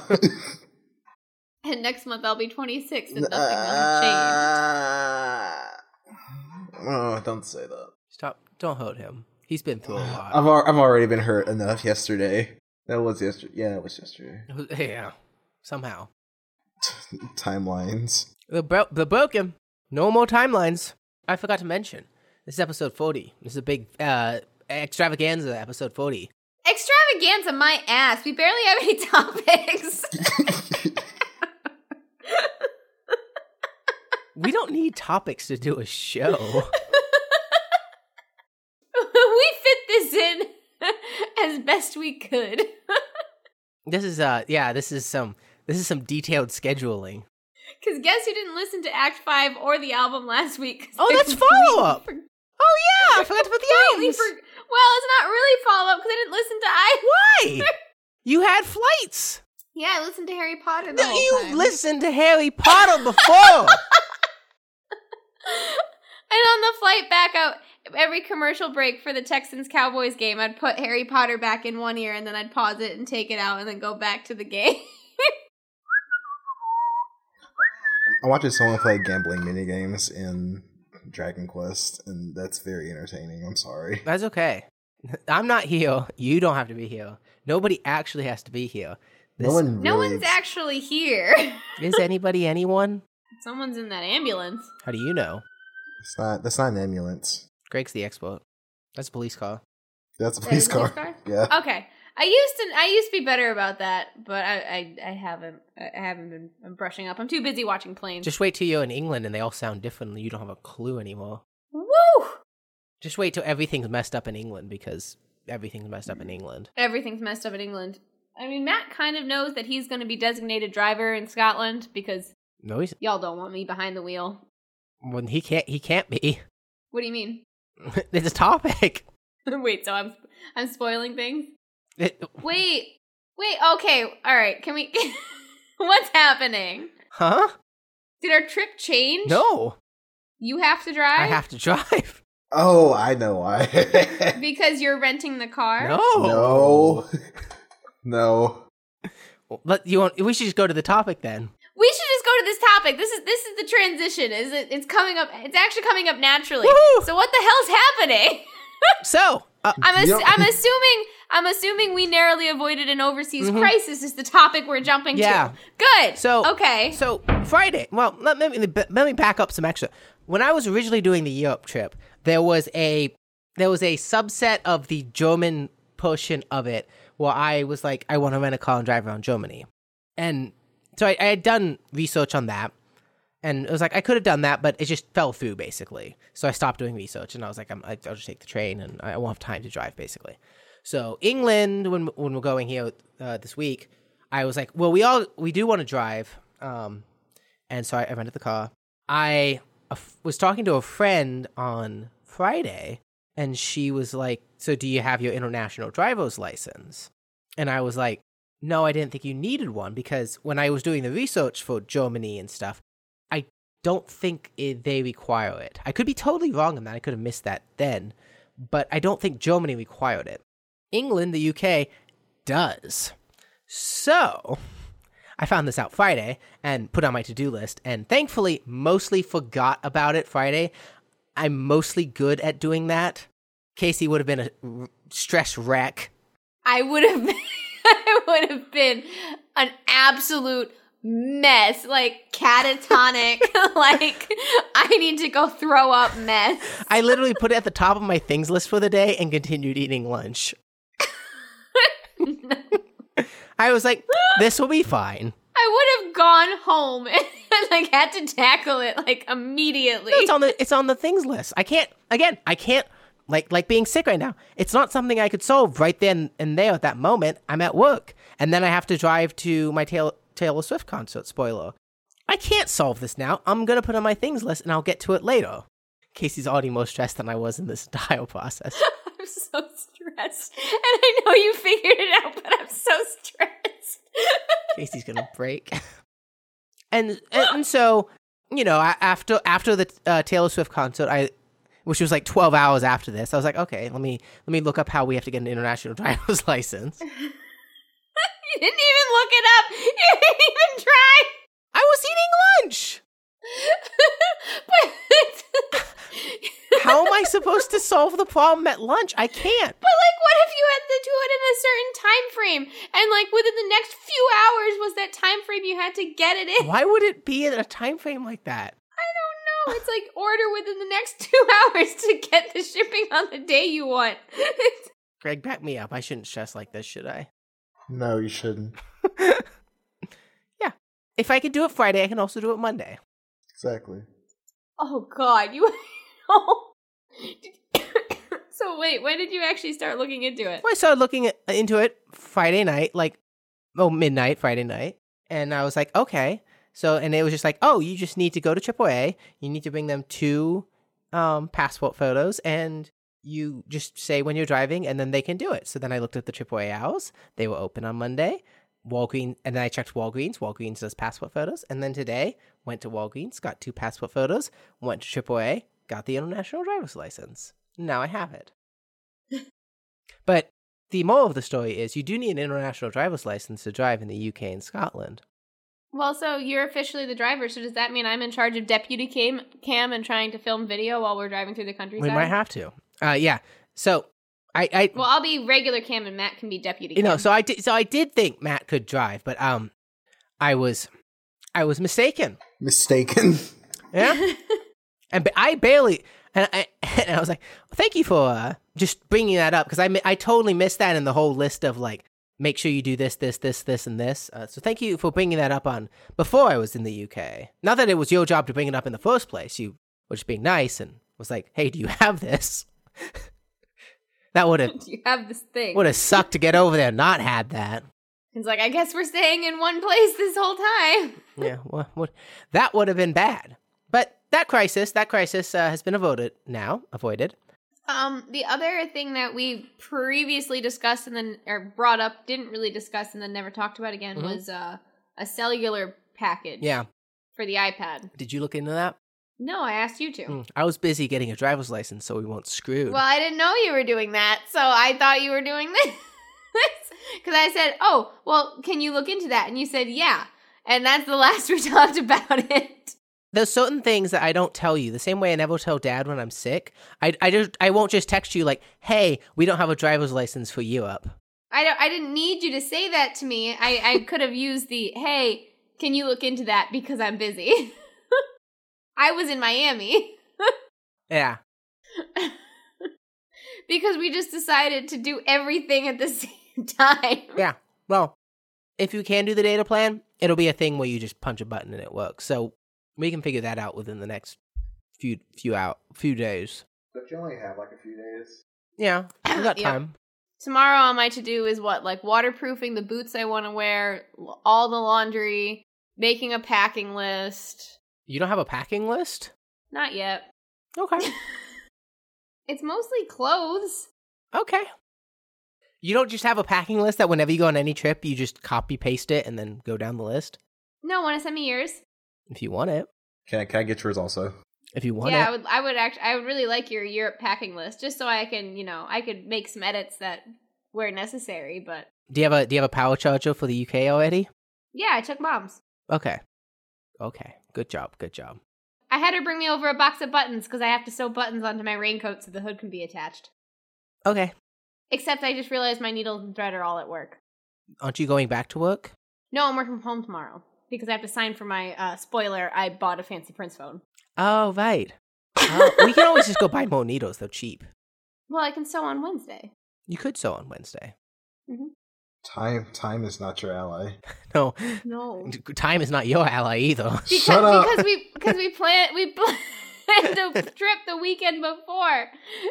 [SPEAKER 1] and next month I'll be 26, and nothing will have
[SPEAKER 2] Uh,
[SPEAKER 1] changed.
[SPEAKER 3] Ah. oh, don't say that.
[SPEAKER 2] Stop. Don't hurt him. He's been through a
[SPEAKER 3] I've
[SPEAKER 2] lot.
[SPEAKER 3] al- I've already been hurt enough yesterday. That was yesterday. Yeah, that was yesterday.
[SPEAKER 2] yeah. Somehow.
[SPEAKER 3] timelines.
[SPEAKER 2] The, bro- the broken. No more timelines. I forgot to mention. This is episode 40. This is a big uh, extravaganza, episode 40.
[SPEAKER 1] Extravaganza, my ass. We barely have any topics.
[SPEAKER 2] We don't need topics to do a show.
[SPEAKER 1] we fit this in as best we could.
[SPEAKER 2] this is, uh, yeah, this is some. This is some detailed scheduling.
[SPEAKER 1] Because guess who didn't listen to Act 5 or the album last week? 'Cause
[SPEAKER 2] Oh,
[SPEAKER 1] they
[SPEAKER 2] that's
[SPEAKER 1] completely
[SPEAKER 2] follow-up.
[SPEAKER 1] for-
[SPEAKER 2] Oh yeah, I forgot to put the
[SPEAKER 1] completely
[SPEAKER 2] albums.
[SPEAKER 1] for- well, it's not really follow up because I didn't listen to I.
[SPEAKER 2] Why? You had flights.
[SPEAKER 1] Yeah, I listened to Harry Potter. The
[SPEAKER 2] No,
[SPEAKER 1] whole
[SPEAKER 2] you
[SPEAKER 1] time.
[SPEAKER 2] listened to Harry Potter before.
[SPEAKER 1] And on the flight back out, every commercial break for the Texans Cowboys game, I'd put Harry Potter back in one ear and then I'd pause it and take it out and then go back to the game.
[SPEAKER 3] I watched someone play gambling minigames in Dragon Quest, and that's very entertaining. I'm sorry.
[SPEAKER 2] That's okay. I'm not here. You don't have to be here. Nobody actually has to be here. This,
[SPEAKER 3] No one.
[SPEAKER 1] No
[SPEAKER 3] really-
[SPEAKER 1] one's actually here.
[SPEAKER 2] is anybody anyone?
[SPEAKER 1] Someone's in that ambulance.
[SPEAKER 2] How do you know?
[SPEAKER 3] It's not. That's not an ambulance.
[SPEAKER 2] Greg's the expert. That's a police car.
[SPEAKER 3] That's a
[SPEAKER 1] That
[SPEAKER 3] police
[SPEAKER 1] is a police
[SPEAKER 3] car.
[SPEAKER 1] car?
[SPEAKER 3] Yeah.
[SPEAKER 1] Okay. I used to I used to be better about that, but I I, I haven't I haven't been I'm brushing up. I'm too busy watching planes.
[SPEAKER 2] Just wait till you're in England and they all sound different and you don't have a clue anymore.
[SPEAKER 1] Woo!
[SPEAKER 2] Just wait till everything's messed up in England because everything's messed up in England.
[SPEAKER 1] Everything's messed up in England. I mean, Matt kind of knows that he's going to be designated driver in Scotland because
[SPEAKER 2] No, he's,
[SPEAKER 1] y'all don't want me behind the wheel.
[SPEAKER 2] when he can't. He can't be.
[SPEAKER 1] What do you mean?
[SPEAKER 2] it's a topic.
[SPEAKER 1] wait, so I'm I'm spoiling things.
[SPEAKER 2] It-
[SPEAKER 1] Wait, wait. Okay, all right. Can we? What's happening?
[SPEAKER 2] huh?
[SPEAKER 1] Did our trip change?
[SPEAKER 2] No,
[SPEAKER 1] You have to drive
[SPEAKER 2] I have to drive.
[SPEAKER 3] Oh, I know why.
[SPEAKER 1] because you're renting the car.
[SPEAKER 2] No,
[SPEAKER 3] no. No.
[SPEAKER 2] But you want, we should just go to the topic then.
[SPEAKER 1] We should just go to this topic. This is this is the transition. Is it? It's coming up. It's actually coming up naturally.
[SPEAKER 2] Woohoo!
[SPEAKER 1] So what the hell's happening?
[SPEAKER 2] So, uh,
[SPEAKER 1] I'm ass-
[SPEAKER 3] Yep.
[SPEAKER 1] I'm assuming I'm assuming we narrowly avoided an overseas
[SPEAKER 2] Mhm.
[SPEAKER 1] crisis. Is the topic we're jumping
[SPEAKER 2] Yeah.
[SPEAKER 1] to? Good.
[SPEAKER 2] So-
[SPEAKER 1] okay.
[SPEAKER 2] so Friday. Well, let, let me let me back up some extra. When I was originally doing the Europe trip, there was a there was a subset of the German portion of it where I was like, I want to rent a car and drive around Germany, and so I, I had done research on that, and it was like I could have done that, but it just fell through basically. So I stopped doing research, and I was like, I'm, I'll just take the train, and I won't have time to drive basically. So England, when when we're going here uh, this week, I was like, well, we all we do want to drive, um, and so I, I rented the car. I uh, was talking to a friend on Friday, and she was like, "So do you have your international driver's license?" And I was like, "No, I didn't think you needed one because when I was doing the research for Germany and stuff, I don't think it, they require it. I could be totally wrong on that. I could have missed that then, but I don't think Germany required it. England, the UK, does. So." I found this out Friday and put it on my to do list, and thankfully, mostly forgot about it Friday. I'm mostly good at doing that. Casey would have been a r- stress wreck.
[SPEAKER 1] I would have been, I would have been an absolute mess, like catatonic, like I need to go throw up mess.
[SPEAKER 2] I literally put it at the top of my things list for the day and continued eating lunch. I was like, this will be fine.
[SPEAKER 1] I would have gone home and like had to tackle it like immediately.
[SPEAKER 2] It's on the it's on the things list. I can't again, I can't like like being sick right now. It's not something I could solve right then and there at that moment. I'm at work. And then I have to drive to my Taylor, Taylor Swift concert, spoiler. I can't solve this now. I'm gonna put it on my things list and I'll get to it later. Casey's already more stressed than I was in this entire process.
[SPEAKER 1] I'm so stressed, and I know you figured it out, but I'm so stressed.
[SPEAKER 2] Casey's gonna break. And and, and so you know, a- after after the uh, Taylor Swift concert, I which was like twelve hours after this, I was like, okay, let me let me look up how we have to get an international driver's license.
[SPEAKER 1] You didn't even look it up. You didn't even try.
[SPEAKER 2] I was eating lunch.
[SPEAKER 1] but
[SPEAKER 2] How am I supposed to solve the problem at lunch? I can't.
[SPEAKER 1] But like, what if you had to do it in a certain time frame, and like within the next few hours was that time frame you had to get it in.
[SPEAKER 2] Why would it be in a time frame like that?
[SPEAKER 1] I don't know. It's like order within the next two hours to get the shipping on the day you want.
[SPEAKER 2] Greg, back me up. I shouldn't stress like this, should I?
[SPEAKER 3] No, you shouldn't.
[SPEAKER 2] yeah. If I could do it Friday, I can also do it Monday.
[SPEAKER 3] Exactly.
[SPEAKER 1] oh God, you. Oh. so wait, when did you actually start looking into it?
[SPEAKER 2] Well, I started looking at, uh, into it Friday night, like, oh, midnight, Friday night. And I was like, okay. So, and it was just like, oh, you just need to go to AAA. You need to bring them two um, passport photos and you just say when you're driving and then they can do it. So then I looked at the AAA hours. They were open on Monday. Walgreens, and then I checked Walgreens. Walgreens does passport photos. And then today, went to Walgreens, got two passport photos, went to AAA, got the international driver's license. Now I have it. But the moral of the story is you do need an international driver's license to drive in the UK and Scotland.
[SPEAKER 1] Well, so you're officially the driver, so does that mean I'm in charge of deputy cam, cam and trying to film video while we're driving through the countryside?
[SPEAKER 2] We might have to. Uh, yeah. So I, I
[SPEAKER 1] well, I'll be regular cam and Matt can be deputy
[SPEAKER 2] you
[SPEAKER 1] cam.
[SPEAKER 2] know, so I did, so I did think Matt could drive, but um, I was, I was mistaken.
[SPEAKER 3] Mistaken.
[SPEAKER 2] Yeah. and ba- I barely, and I, and I was like, thank you for uh, just bringing that up because I, mi- I totally missed that in the whole list of like, make sure you do this, this, this, this, and this. Uh, so thank you for bringing that up on before I was in the UK. Not that it was your job to bring it up in the first place. You were just being nice and was like, hey, do you have this? that would have
[SPEAKER 1] you have this thing.
[SPEAKER 2] would have sucked to get over there and not had that.
[SPEAKER 1] It's like I guess we're staying in one place this whole time.
[SPEAKER 2] yeah, well, what, that would have been bad. But that crisis, that crisis uh, has been avoided now, avoided.
[SPEAKER 1] Um, the other thing that we previously discussed and then or brought up, didn't really discuss and then never talked about again
[SPEAKER 2] Mhm.
[SPEAKER 1] was uh, a cellular package
[SPEAKER 2] Yeah.
[SPEAKER 1] for the iPad.
[SPEAKER 2] Did you look into that?
[SPEAKER 1] No, I asked you to.
[SPEAKER 2] Mm, I was busy getting a driver's license, so we weren't screwed.
[SPEAKER 1] Well, I didn't know you were doing that, so I thought you were doing this. Because I said, oh, well, can you look into that? And you said, yeah. And that's the last we talked about it.
[SPEAKER 2] There's certain things that I don't tell you. The same way I never tell dad when I'm sick. I, I just I won't just text you like, "Hey, we don't have a driver's license for Europe."
[SPEAKER 1] I, don't, I didn't need you to say that to me. I, I could have used the, hey, can you look into that because I'm busy. I was in Miami
[SPEAKER 2] Yeah.
[SPEAKER 1] because we just decided to do everything at the same time.
[SPEAKER 2] Well, if you can do the data plan, it'll be a thing where you just punch a button and it works. So we can figure that out within the next few few out few days.
[SPEAKER 3] But you only have like a few days.
[SPEAKER 2] Yeah, we got
[SPEAKER 1] Yeah.
[SPEAKER 2] time.
[SPEAKER 1] tomorrow on my to do is what like waterproofing the boots I want to wear, l- all the laundry, making a packing list.
[SPEAKER 2] You don't have a packing list?
[SPEAKER 1] Not yet.
[SPEAKER 2] Okay.
[SPEAKER 1] It's mostly clothes.
[SPEAKER 2] okay. You don't just have a packing list that whenever you go on any trip, you just copy paste it and then go down the list
[SPEAKER 1] No, want to send me yours?
[SPEAKER 2] if you want it.
[SPEAKER 3] Can I, can I get yours also?
[SPEAKER 2] If you want
[SPEAKER 1] yeah, I
[SPEAKER 2] it.
[SPEAKER 1] would. I would actually. I would really like your Europe packing list, just so I can, you know, I could make some edits that were necessary. But
[SPEAKER 2] Do you have a do you have a power charger for the UK already?
[SPEAKER 1] yeah, I took mom's.
[SPEAKER 2] Okay. Okay. Good job. Good job.
[SPEAKER 1] I had her bring me over a box of buttons because I have to sew buttons onto my raincoat so the hood can be attached.
[SPEAKER 2] Okay.
[SPEAKER 1] Except I just realized my needles and thread are all at work.
[SPEAKER 2] Aren't you going back to work?
[SPEAKER 1] No, I'm working from home tomorrow because I have to sign for my uh, spoiler. I bought a fancy Prince phone.
[SPEAKER 2] Oh, right. Oh, we can always just go buy more needles. They're cheap.
[SPEAKER 1] Well, I can sew on Wednesday.
[SPEAKER 2] You could sew on Wednesday.
[SPEAKER 3] Time time is not your ally.
[SPEAKER 2] No,
[SPEAKER 1] No,
[SPEAKER 2] time is not your ally either.
[SPEAKER 1] because
[SPEAKER 3] Shut up.
[SPEAKER 1] because we because we planned we planned a trip the weekend before,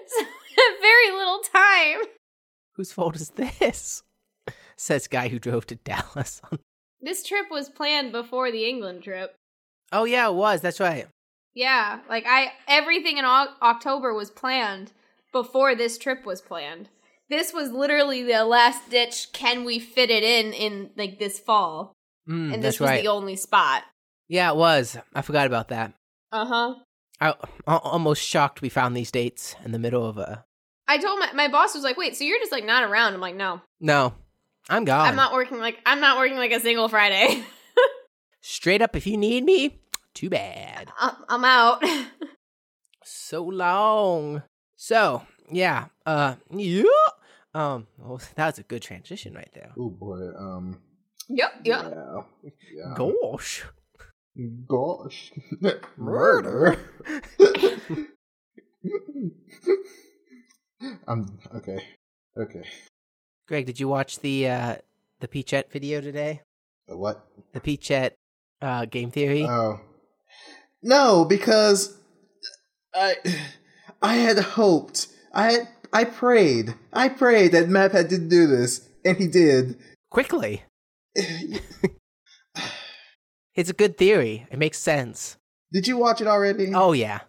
[SPEAKER 1] so we have very little time.
[SPEAKER 2] Whose fault is this? Says guy who drove to Dallas. On-
[SPEAKER 1] This trip was planned before the England trip.
[SPEAKER 2] oh yeah, it was. That's right.
[SPEAKER 1] Yeah, like I everything in Oc October was planned before this trip was planned. This was literally the last ditch. Can we fit it in in like this fall? and
[SPEAKER 2] Mm, that's
[SPEAKER 1] this was
[SPEAKER 2] right.
[SPEAKER 1] the only spot.
[SPEAKER 2] yeah, it was. I forgot about that.
[SPEAKER 1] Uh huh.
[SPEAKER 2] I, I almost shocked we found these dates in the middle of a.
[SPEAKER 1] I told my my boss was like, "Wait, so you're just like not around?" I'm like, "No,
[SPEAKER 2] No, I'm gone.
[SPEAKER 1] I'm not working. Like I'm not working like a single Friday.
[SPEAKER 2] Straight up, if you need me, too bad.
[SPEAKER 1] I'm I'm out."
[SPEAKER 2] So long. So yeah, uh, yeah. Um, well, that was a good transition right there.
[SPEAKER 3] Oh boy. Um.
[SPEAKER 1] Yep, yep.
[SPEAKER 3] Yeah. yeah.
[SPEAKER 2] Uh-huh. Gosh.
[SPEAKER 3] Gosh.
[SPEAKER 2] Murder?
[SPEAKER 3] I'm okay. Okay.
[SPEAKER 2] Greg, did you watch the uh the Peachette video today?
[SPEAKER 3] The what?
[SPEAKER 2] The Peachette uh game theory?
[SPEAKER 3] Oh. No, because I I had hoped. I had I prayed. I prayed that Map had didn't do this, and he did.
[SPEAKER 2] Quickly. It's a good theory. It makes sense.
[SPEAKER 3] Did you watch it already?
[SPEAKER 2] Oh yeah.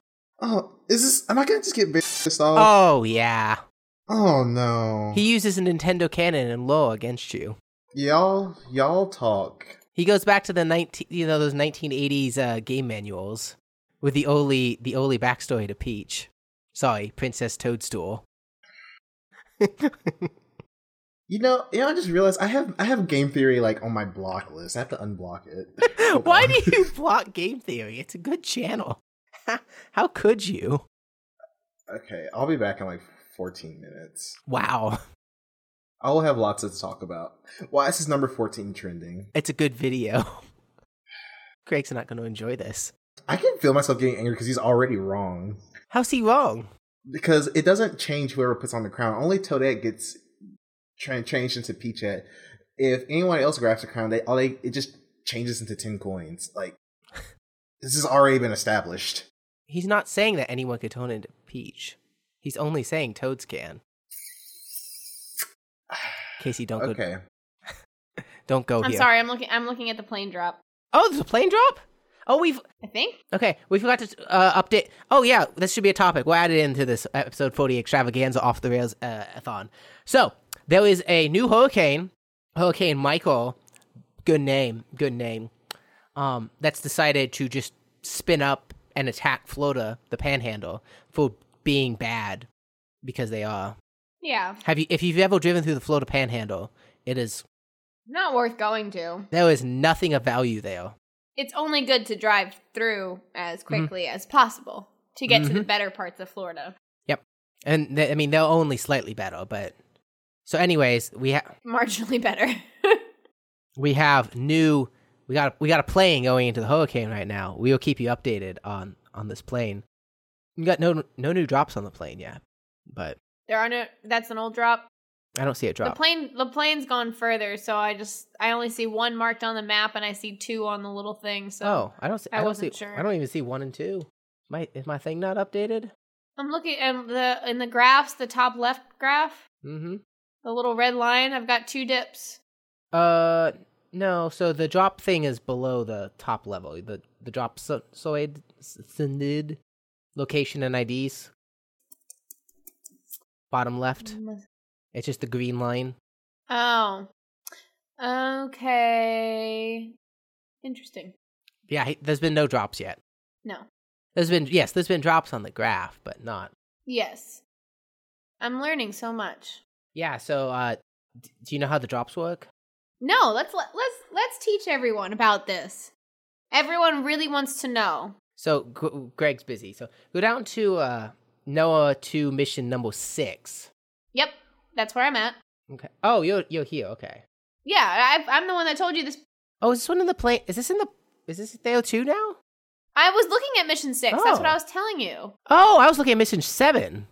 [SPEAKER 3] Oh, is this? Am I gonna just get pissed off?
[SPEAKER 2] Oh yeah.
[SPEAKER 3] Oh, no.
[SPEAKER 2] He uses a Nintendo cannon and law against you.
[SPEAKER 3] y'all, y'all talk.
[SPEAKER 2] He goes back to the nineteen, you know, those nineteen eighties uh, game manuals with the only the only backstory to Peach. Sorry, Princess Toadstool.
[SPEAKER 3] You know, you know. I just realized I have I have game theory like on my block list. I have to unblock it. Hold
[SPEAKER 2] Why
[SPEAKER 3] on.
[SPEAKER 2] do you block Game Theory? It's a good channel. How could you?
[SPEAKER 3] Okay, I'll be back in like 14 minutes.
[SPEAKER 2] Wow,
[SPEAKER 3] I will have lots to talk about. Why is this number 14 trending?
[SPEAKER 2] it's a good video. Greg's not going to enjoy this.
[SPEAKER 3] I can feel myself getting angry because he's already wrong.
[SPEAKER 2] How's he wrong?
[SPEAKER 3] Because it doesn't change whoever puts on the crown. Only Toadette gets tra- changed into Peachette. If anyone else grabs the crown, they all they it just changes into 10 coins. Like this has already been established.
[SPEAKER 2] He's not saying that anyone could turn into Peach. He's only saying Toads can. Casey, don't go.
[SPEAKER 3] Okay.
[SPEAKER 2] Don't go
[SPEAKER 1] I'm
[SPEAKER 2] here.
[SPEAKER 1] sorry. I'm looking. I'm looking at the plane drop.
[SPEAKER 2] Oh, there's a plane drop. Oh, we've
[SPEAKER 1] I think.
[SPEAKER 2] Okay, we forgot to uh, update. Oh yeah, this should be a topic. We'll add it into this episode forty extravaganza off the rails uh, athon. So there is a new hurricane, Hurricane Michael. Good name, good name. Um, that's decided to just spin up and attack Florida, the Panhandle, for being bad because they are.
[SPEAKER 1] Yeah.
[SPEAKER 2] Have you if you've ever driven through the Florida Panhandle? It is
[SPEAKER 1] Not worth going to.
[SPEAKER 2] there is nothing of value there.
[SPEAKER 1] It's only good to drive through as quickly as possible to get to the better parts of Florida.
[SPEAKER 2] And th- I mean, they're only slightly better, but so, anyways, we have
[SPEAKER 1] Marginally better.
[SPEAKER 2] we have new. We got we got a plane going into the hurricane right now. We will keep you updated on on this plane. We got no no new drops on the plane yet, but
[SPEAKER 1] there are no. That's an old drop.
[SPEAKER 2] I don't see it
[SPEAKER 1] The
[SPEAKER 2] drop.
[SPEAKER 1] plane. The plane's gone further, so I just. I only see one marked on the map, and I see two on the little thing. So
[SPEAKER 2] oh, I don't. See,
[SPEAKER 1] I
[SPEAKER 2] I, don't
[SPEAKER 1] wasn't
[SPEAKER 2] see,
[SPEAKER 1] sure.
[SPEAKER 2] I don't even see one and two. My is my thing not updated?
[SPEAKER 1] I'm looking at the in the graphs, the top left graph,
[SPEAKER 2] Mm-hmm.
[SPEAKER 1] the little red line. I've got two dips.
[SPEAKER 2] Uh, no. So the drop thing is below the top level. The the drop so- soid synid location and IDs. Bottom left.
[SPEAKER 1] Mm-hmm.
[SPEAKER 2] It's just the green line.
[SPEAKER 1] Oh. Okay. Interesting.
[SPEAKER 2] Yeah, he- there's been no drops yet.
[SPEAKER 1] No.
[SPEAKER 2] There's been yes, there's been drops on the graph, but not.
[SPEAKER 1] Yes. I'm learning so much.
[SPEAKER 2] Yeah. So, uh, d- do you know how the drops work?
[SPEAKER 1] No, let's let, let's let's teach everyone about this. Everyone really wants to know.
[SPEAKER 2] So Gr- Greg's busy. So go down to uh, Noah two mission number six.
[SPEAKER 1] Yep, that's where I'm at.
[SPEAKER 2] Okay. Oh, you're you're here. Okay.
[SPEAKER 1] Yeah, I, I'm the one that told you this.
[SPEAKER 2] Oh, is this one in the plane? Is this in the? Is this Theo two now?
[SPEAKER 1] I was looking at mission six. That's what
[SPEAKER 2] Oh.
[SPEAKER 1] I was telling you.
[SPEAKER 2] Oh, I was looking at mission seven.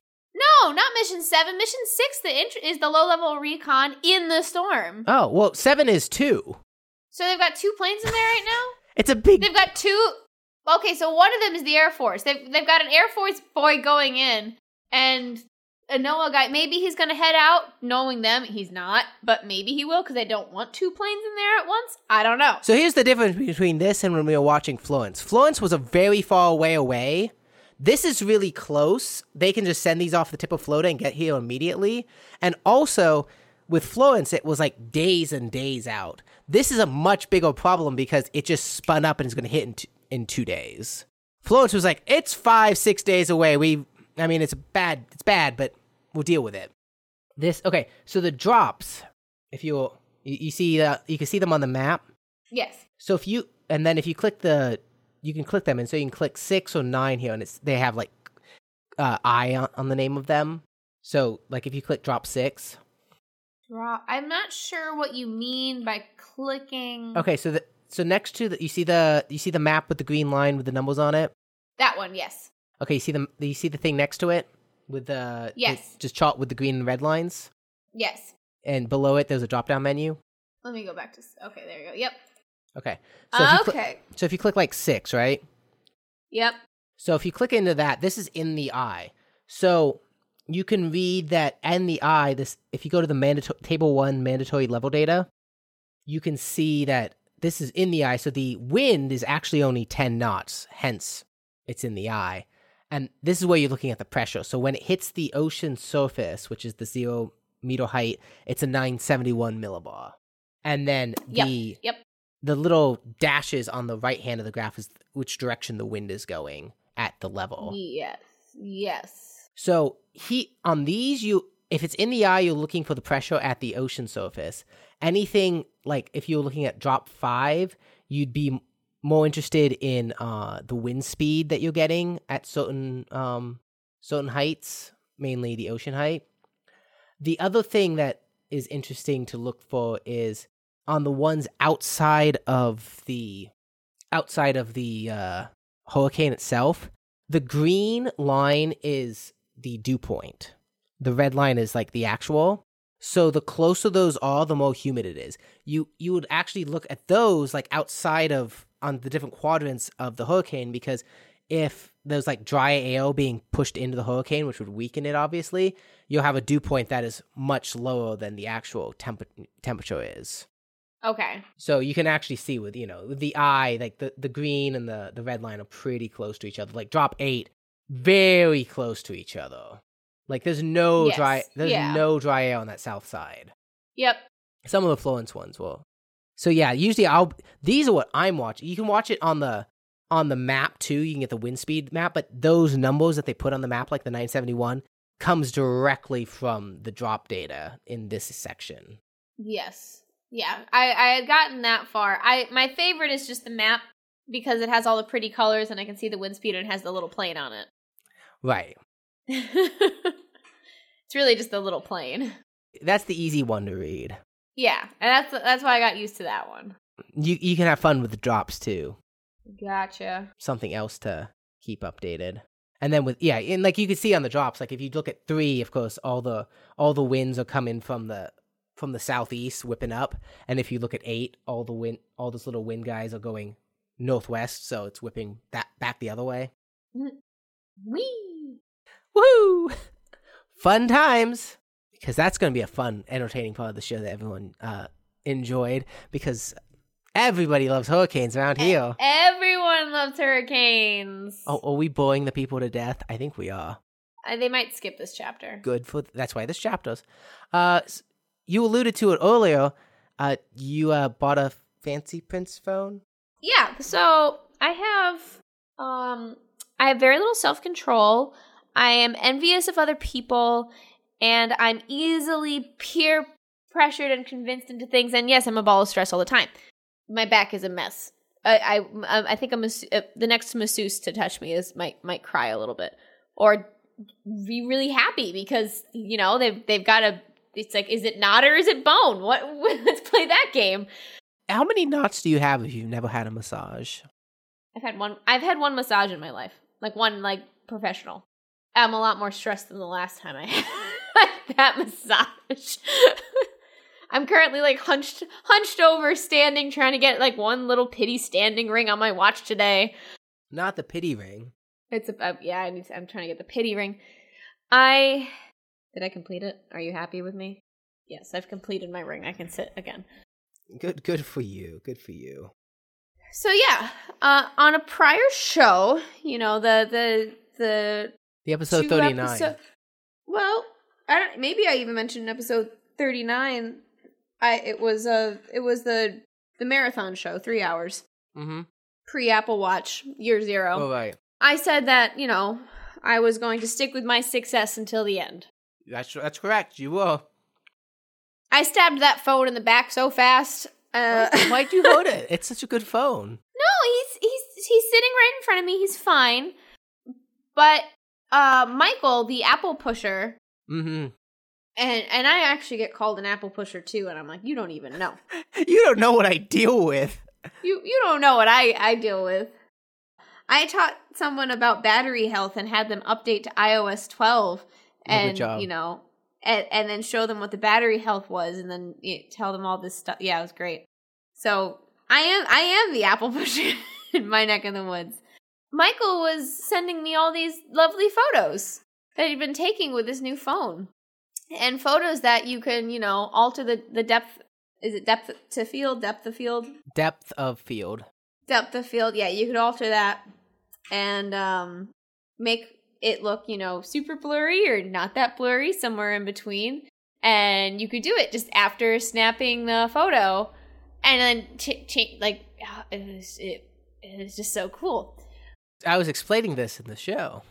[SPEAKER 1] No, not mission seven. Mission six, the int- is the low level recon in the storm.
[SPEAKER 2] Oh, well, seven is two.
[SPEAKER 1] So they've got two planes in there right now.
[SPEAKER 2] It's a big.
[SPEAKER 1] They've got two. Okay, so one of them is the Air Force. They've they've got an Air Force boy going in, and a Noah guy. Maybe he's gonna head out, knowing them. He's not, but maybe he will because they don't want two planes in there at once. I don't know.
[SPEAKER 2] So here's the difference between this and when we were watching Florence. Florence was a very far way away. This is really close. They can just send these off the tip of Florida and get here immediately. And also, with Florence, it was like days and days out. This is a much bigger problem because it just spun up and is going to hit in, t- in two days. Florence was like, it's five, six days away. We, I mean, it's bad. It's bad, but we'll deal with it. This okay. So the drops, if you you, you see, uh, you can see them on the map.
[SPEAKER 1] Yes.
[SPEAKER 2] So if you and then if you click the you can click them and so you can click six or nine here and it's they have like uh I on, on the name of them. So like if you click drop six,
[SPEAKER 1] Draw. I'm not sure what you mean by clicking.
[SPEAKER 2] Okay, so the so next to the you see the you see the map with the green line with the numbers on it.
[SPEAKER 1] That one, yes.
[SPEAKER 2] Okay, you see the you see the thing next to it with the
[SPEAKER 1] Yes.
[SPEAKER 2] the- just chart with the green and red lines,
[SPEAKER 1] Yes.
[SPEAKER 2] and below it there's a drop down menu.
[SPEAKER 1] Let me go back to. s- Okay, there you go. Yep.
[SPEAKER 2] Okay, so if you cli-
[SPEAKER 1] okay.
[SPEAKER 2] so if you click like six, right?
[SPEAKER 1] Yep.
[SPEAKER 2] So if you click into that, this is in the eye. So you can read that in the eye. This if you go to the mandatory table one mandatory level data, you can see that this is in the eye. So the wind is actually only ten knots, hence it's in the eye. And this is where you're looking at the pressure. So when it hits the ocean surface, which is the zero meter height, it's a 971 millibar. And then
[SPEAKER 1] Yep,
[SPEAKER 2] the
[SPEAKER 1] yep.
[SPEAKER 2] the little dashes on the right hand of the graph is which direction the wind is going at the level.
[SPEAKER 1] Yes. Yes.
[SPEAKER 2] So he on these you if it's in the eye you're looking for the pressure at the ocean surface. Anything like if you're looking at drop 5, you'd be m- more interested in uh the wind speed that you're getting at certain um certain heights, mainly the ocean height. The other thing that is interesting to look for is on the ones outside of the outside of the uh hurricane itself the green line is the dew point. The red line is like the actual. So the closer those are, the more humid it is. You you would actually look at those like outside of on the different quadrants of the hurricane because if there's like dry air being pushed into the hurricane, which would weaken it obviously, you'll have a dew point that is much lower than the actual temp- temperature is.
[SPEAKER 1] Okay.
[SPEAKER 2] So you can actually see with you know with the eye, like the, the green and the the red line are pretty close to each other. Like drop eight, very close to each other. Like there's no
[SPEAKER 1] Yes,
[SPEAKER 2] dry there's
[SPEAKER 1] yeah.
[SPEAKER 2] no dry air on that south side.
[SPEAKER 1] Yep.
[SPEAKER 2] Some of the Florence ones will. So yeah, usually I'll these are what I'm watching. You can watch it on the on the map too. You can get the wind speed map, but those numbers that they put on the map, like the 971, comes directly from the drop data in this section.
[SPEAKER 1] Yes. Yeah. I I had gotten that far. I my favorite is just the map because it has all the pretty colors and I can see the wind speed and it has the little plane on it.
[SPEAKER 2] Right.
[SPEAKER 1] it's really just the little plane.
[SPEAKER 2] That's the easy one to read.
[SPEAKER 1] Yeah, and that's that's why I got used to that one.
[SPEAKER 2] you you can have fun with the drops too.
[SPEAKER 1] Gotcha.
[SPEAKER 2] Something else to keep updated. And then with yeah, and like you can see on the drops, like if you look at three, of course, all the all the winds are coming from the from the southeast, whipping up. And if you look at eight, all the wind all those little wind guys are going northwest, so it's whipping that back the other way.
[SPEAKER 1] Wee.
[SPEAKER 2] Woo! Fun times because that's going to be a fun, entertaining part of the show that everyone uh, enjoyed because everybody loves hurricanes around here.
[SPEAKER 1] Everyone loves hurricanes.
[SPEAKER 2] Oh, are we boring the people to death? I think we are.
[SPEAKER 1] Uh, they might skip this chapter.
[SPEAKER 2] Good for that's why this chapter's. Uh, s- you alluded to it earlier. Uh, you uh bought a fancy Prince phone.
[SPEAKER 1] Yeah, so I have um I have very little self-control. I am envious of other people and I'm easily peer pressured and convinced into things and yes, I'm a ball of stress all the time. My back is a mess. I um, I I think a mas- uh, the next masseuse to touch me is might might cry a little bit or be really happy because you know they've they've got a it's like is it knot or is it bone? What let's play that game.
[SPEAKER 2] How many knots do you have if you've never had a massage?
[SPEAKER 1] I've had one. I've had one massage in my life, like one like professional. I'm a lot more stressed than the last time I had that massage. I'm currently like hunched hunched over, standing, trying to get like one little pity standing ring on my watch today.
[SPEAKER 2] Not the pity ring.
[SPEAKER 1] It's a uh, yeah. I need to, I'm trying to get the pity ring. I did I complete it? Are you happy with me? Yes, I've completed my ring. I can sit again.
[SPEAKER 2] Good, good for you. Good for you.
[SPEAKER 1] So yeah, uh, on a prior show, you know the the the
[SPEAKER 2] The episode
[SPEAKER 1] two
[SPEAKER 2] thirty nine.
[SPEAKER 1] episo- well, I don't. Maybe I even mentioned in episode thirty nine. I it was a it was the the marathon show, three hours
[SPEAKER 2] mm-hmm.
[SPEAKER 1] pre Apple Watch, year zero.
[SPEAKER 2] Oh right,
[SPEAKER 1] I said that you know I was going to stick with my 6S until the end.
[SPEAKER 2] that's that's correct. You were.
[SPEAKER 1] I stabbed that phone in the back so fast. Uh,
[SPEAKER 2] Why'd you hold it? It's such a good phone.
[SPEAKER 1] No, he's he's he's sitting right in front of me. He's fine. But uh, Michael, the apple pusher,
[SPEAKER 2] Mm-hmm.
[SPEAKER 1] And and I actually get called an apple pusher too, and I'm like, you don't even know.
[SPEAKER 2] You don't know what I deal with.
[SPEAKER 1] You you don't know what I I deal with. I taught someone about battery health and had them update to iOS 12 and
[SPEAKER 2] job.
[SPEAKER 1] you know and, and then show them what the battery health was and then you know, tell them all this stuff. Yeah, it was great. So, I am I am the apple pusher in my neck of the woods. Michael was sending me all these lovely photos that he'd been taking with his new phone. And photos that you can, you know, alter the the depth is it depth to field, depth of field?
[SPEAKER 2] Depth of field.
[SPEAKER 1] depth of field. Yeah, you could alter that and um, make it look, you know, super blurry or not that blurry, somewhere in between. And you could do it just after snapping the photo, and then ch- ch- like ah, it was, it, it was just so cool.
[SPEAKER 2] I was explaining this in the show.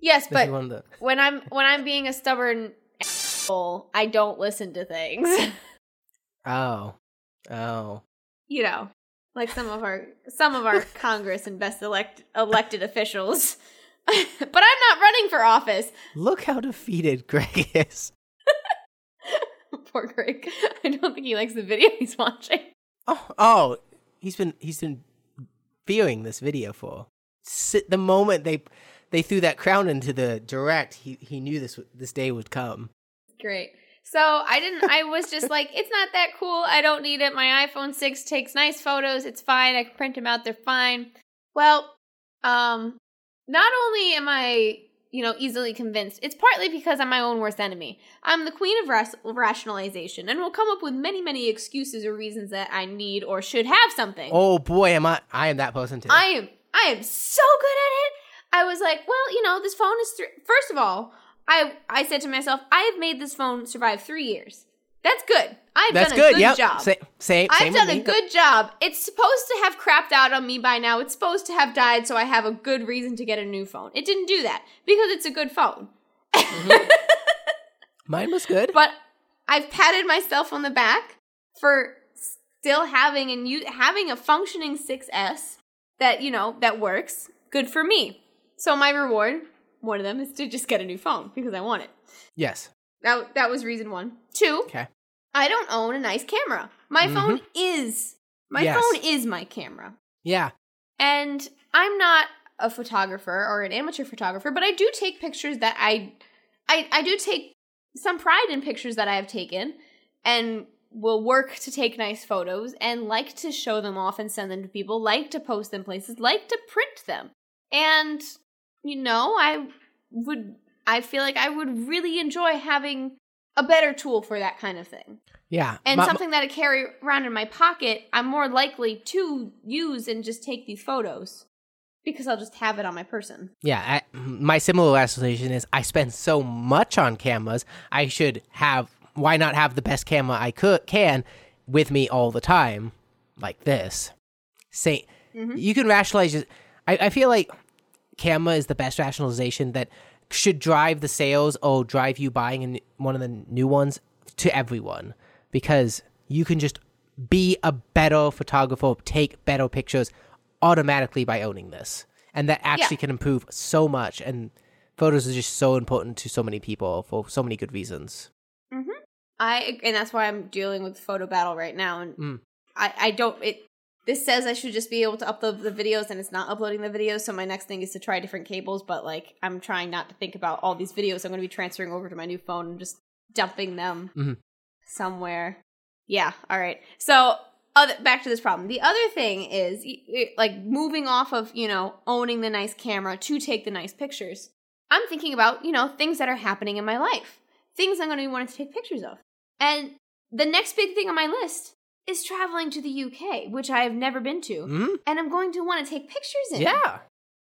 [SPEAKER 1] Yes,
[SPEAKER 2] This is
[SPEAKER 1] but
[SPEAKER 2] one of the-
[SPEAKER 1] when I'm when I'm being a stubborn asshole, I don't listen to things.
[SPEAKER 2] oh, oh,
[SPEAKER 1] you know, like some of our some of our Congress and best elect elected officials. but I'm not running for office.
[SPEAKER 2] look how defeated Greg is.
[SPEAKER 1] Poor Greg. I don't think he likes the video he's watching.
[SPEAKER 2] Oh, oh, he's been he's been viewing this video for si- the moment they they threw that crown into the direct. He he knew this w- this day would come.
[SPEAKER 1] Great. So I didn't. I was just like, it's not that cool. I don't need it. My iPhone six takes nice photos. It's fine. I can print them out. They're fine. Well, um, not only am I, you know, easily convinced. It's partly because I'm my own worst enemy. I'm the queen of ras- rationalization, and will come up with many, many excuses or reasons that I need or should have something.
[SPEAKER 2] Oh boy, am I I am that person too.
[SPEAKER 1] I am I am so good at it. I was like, well, you know, this phone is three. First of all, I I said to myself, I have made this phone survive three years. That's good. I've
[SPEAKER 2] That's
[SPEAKER 1] done a
[SPEAKER 2] good.
[SPEAKER 1] good
[SPEAKER 2] yep.
[SPEAKER 1] job.
[SPEAKER 2] Same same. same
[SPEAKER 1] I've
[SPEAKER 2] with
[SPEAKER 1] done a
[SPEAKER 2] me.
[SPEAKER 1] good job. It's supposed to have crapped out on me by now. It's supposed to have died, so I have a good reason to get a new phone. It didn't do that because it's a good phone.
[SPEAKER 2] Mine was good.
[SPEAKER 1] But I've patted myself on the back for still having and you having a functioning 6S that, you know, that works. Good for me. So my reward, one of them is to just get a new phone because I want it.
[SPEAKER 2] yes.
[SPEAKER 1] That that was reason 1. 2.
[SPEAKER 2] Okay.
[SPEAKER 1] I don't own a nice camera. My
[SPEAKER 2] Mhm.
[SPEAKER 1] phone is my
[SPEAKER 2] Yes.
[SPEAKER 1] phone is my camera.
[SPEAKER 2] Yeah.
[SPEAKER 1] And I'm not a photographer or an amateur photographer, but I do take pictures that I I I do take some pride in pictures that I have taken and will work to take nice photos and like to show them off and send them to people, like to post them places, like to print them. And you know, I would I feel like I would really enjoy having a better tool for that kind of thing
[SPEAKER 2] Yeah.
[SPEAKER 1] and
[SPEAKER 2] My- my-
[SPEAKER 1] something that I carry around in my pocket, I'm more likely to use and just take these photos because I'll just have it on my person.
[SPEAKER 2] Yeah, I, my similar association is I spend so much on cameras. I should have why not have the best camera I could can with me all the time, like this. Say you can rationalize. your- I, I feel like camera is the best rationalization that should drive the sales or drive you buying a n- one of the new ones to everyone because you can just be a better photographer, take better pictures automatically by owning this. And that actually can improve so much. And photos are just so important to so many people for so many good reasons.
[SPEAKER 1] I and that's why I'm dealing with photo battle right now, and
[SPEAKER 2] Mm.
[SPEAKER 1] I I don't it. This says I should just be able to upload the videos, and it's not uploading the videos. So my next thing is to try different cables, but like I'm trying not to think about all these videos I'm going to be transferring over to my new phone and just dumping them
[SPEAKER 2] Mhm.
[SPEAKER 1] somewhere. Yeah. All right. So other, back to this problem. The other thing is y- y- like moving off of you know owning the nice camera to take the nice pictures. I'm thinking about you know things that are happening in my life things I'm going to be wanting to take pictures of. And the next big thing on my list is traveling to the UK, which I have never been to,
[SPEAKER 2] Mm?
[SPEAKER 1] and I'm going to want to take pictures in.
[SPEAKER 2] Yeah.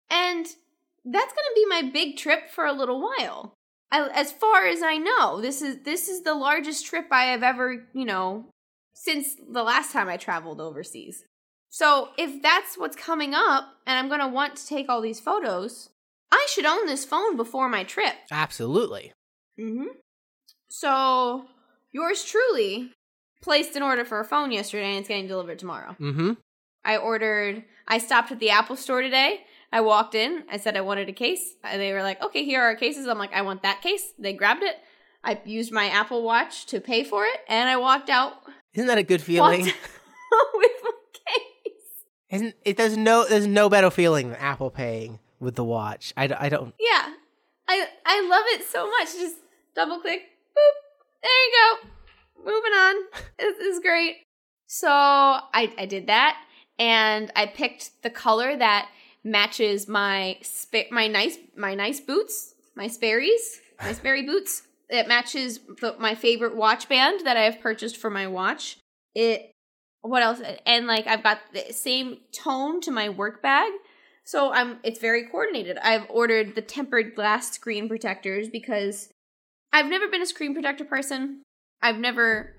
[SPEAKER 1] And that's going to be my big trip for a little while. I, as far as I know, this is this is the largest trip I have ever, you know, since the last time I traveled overseas. So, if that's what's coming up and I'm going to want to take all these photos, I should own this phone before my trip.
[SPEAKER 2] Absolutely.
[SPEAKER 1] Mm-hmm. So yours truly placed an order for a phone yesterday and it's getting delivered tomorrow.
[SPEAKER 2] Mm-hmm.
[SPEAKER 1] I ordered I stopped at the Apple store today. I Uh, walked in, I said I wanted a case. and They were like, okay, here are our cases. I'm like, I want that case. They grabbed it. I used my Apple Watch to pay for it, and I walked out
[SPEAKER 2] Isn't that a good feeling?
[SPEAKER 1] walked out with my case.
[SPEAKER 2] Isn't it? There's no there's no better feeling than Apple paying with the watch. I, d- I don't.
[SPEAKER 1] Yeah, I I love it so much. Just double click, boop. There you go. Moving on. This is great. So I I did that, and I picked the color that matches my spa- my nice my nice boots, my Sperry's, my Sperry boots. It matches the, my favorite watch band that I have purchased for my watch. It what else? And like I've got the same tone to my work bag. So I'm it's very coordinated. I've ordered the tempered glass screen protectors because I've never been a screen protector person. I've never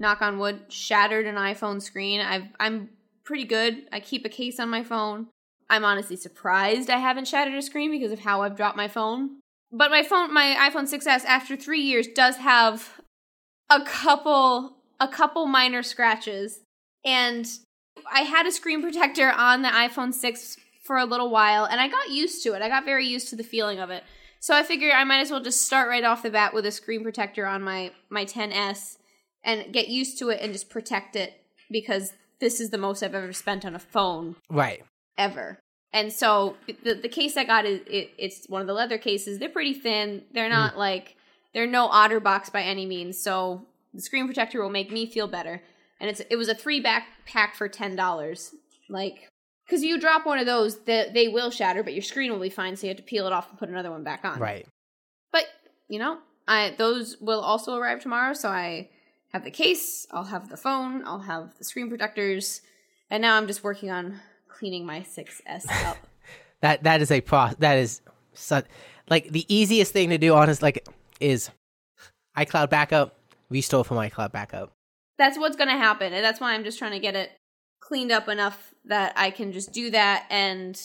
[SPEAKER 1] knock on wood shattered an iPhone screen. I've I'm pretty good. I keep a case on my phone. I'm honestly surprised I haven't shattered a screen because of how I've dropped my phone. But my phone my iPhone 6s after 3 years does have a couple a couple minor scratches and I had a screen protector on the iPhone 6 for a little while and I got used to it. I got very used to the feeling of it. So I figured I might as well just start right off the bat with a screen protector on my my 10s and get used to it and just protect it because this is the most I've ever spent on a phone
[SPEAKER 2] Right.
[SPEAKER 1] ever. And so the the case I got is it, it's one of the leather cases. They're pretty thin. They're not like they're no OtterBox by any means. So the screen protector will make me feel better. And it's it was a three back pack for ten dollars. Like because you drop one of those, the, they will shatter, but your screen will be fine. So you have to peel it off and put another one back on.
[SPEAKER 2] Right.
[SPEAKER 1] But you know, I those will also arrive tomorrow. So I have the case, I'll have the phone, I'll have the screen protectors, and now I'm just working on cleaning my 6S up.
[SPEAKER 2] That that is a pro. That is su like the easiest thing to do. Honest, like is iCloud backup. We stole from iCloud backup.
[SPEAKER 1] that's what's going to happen, and that's why I'm just trying to get it cleaned up enough that I can just do that and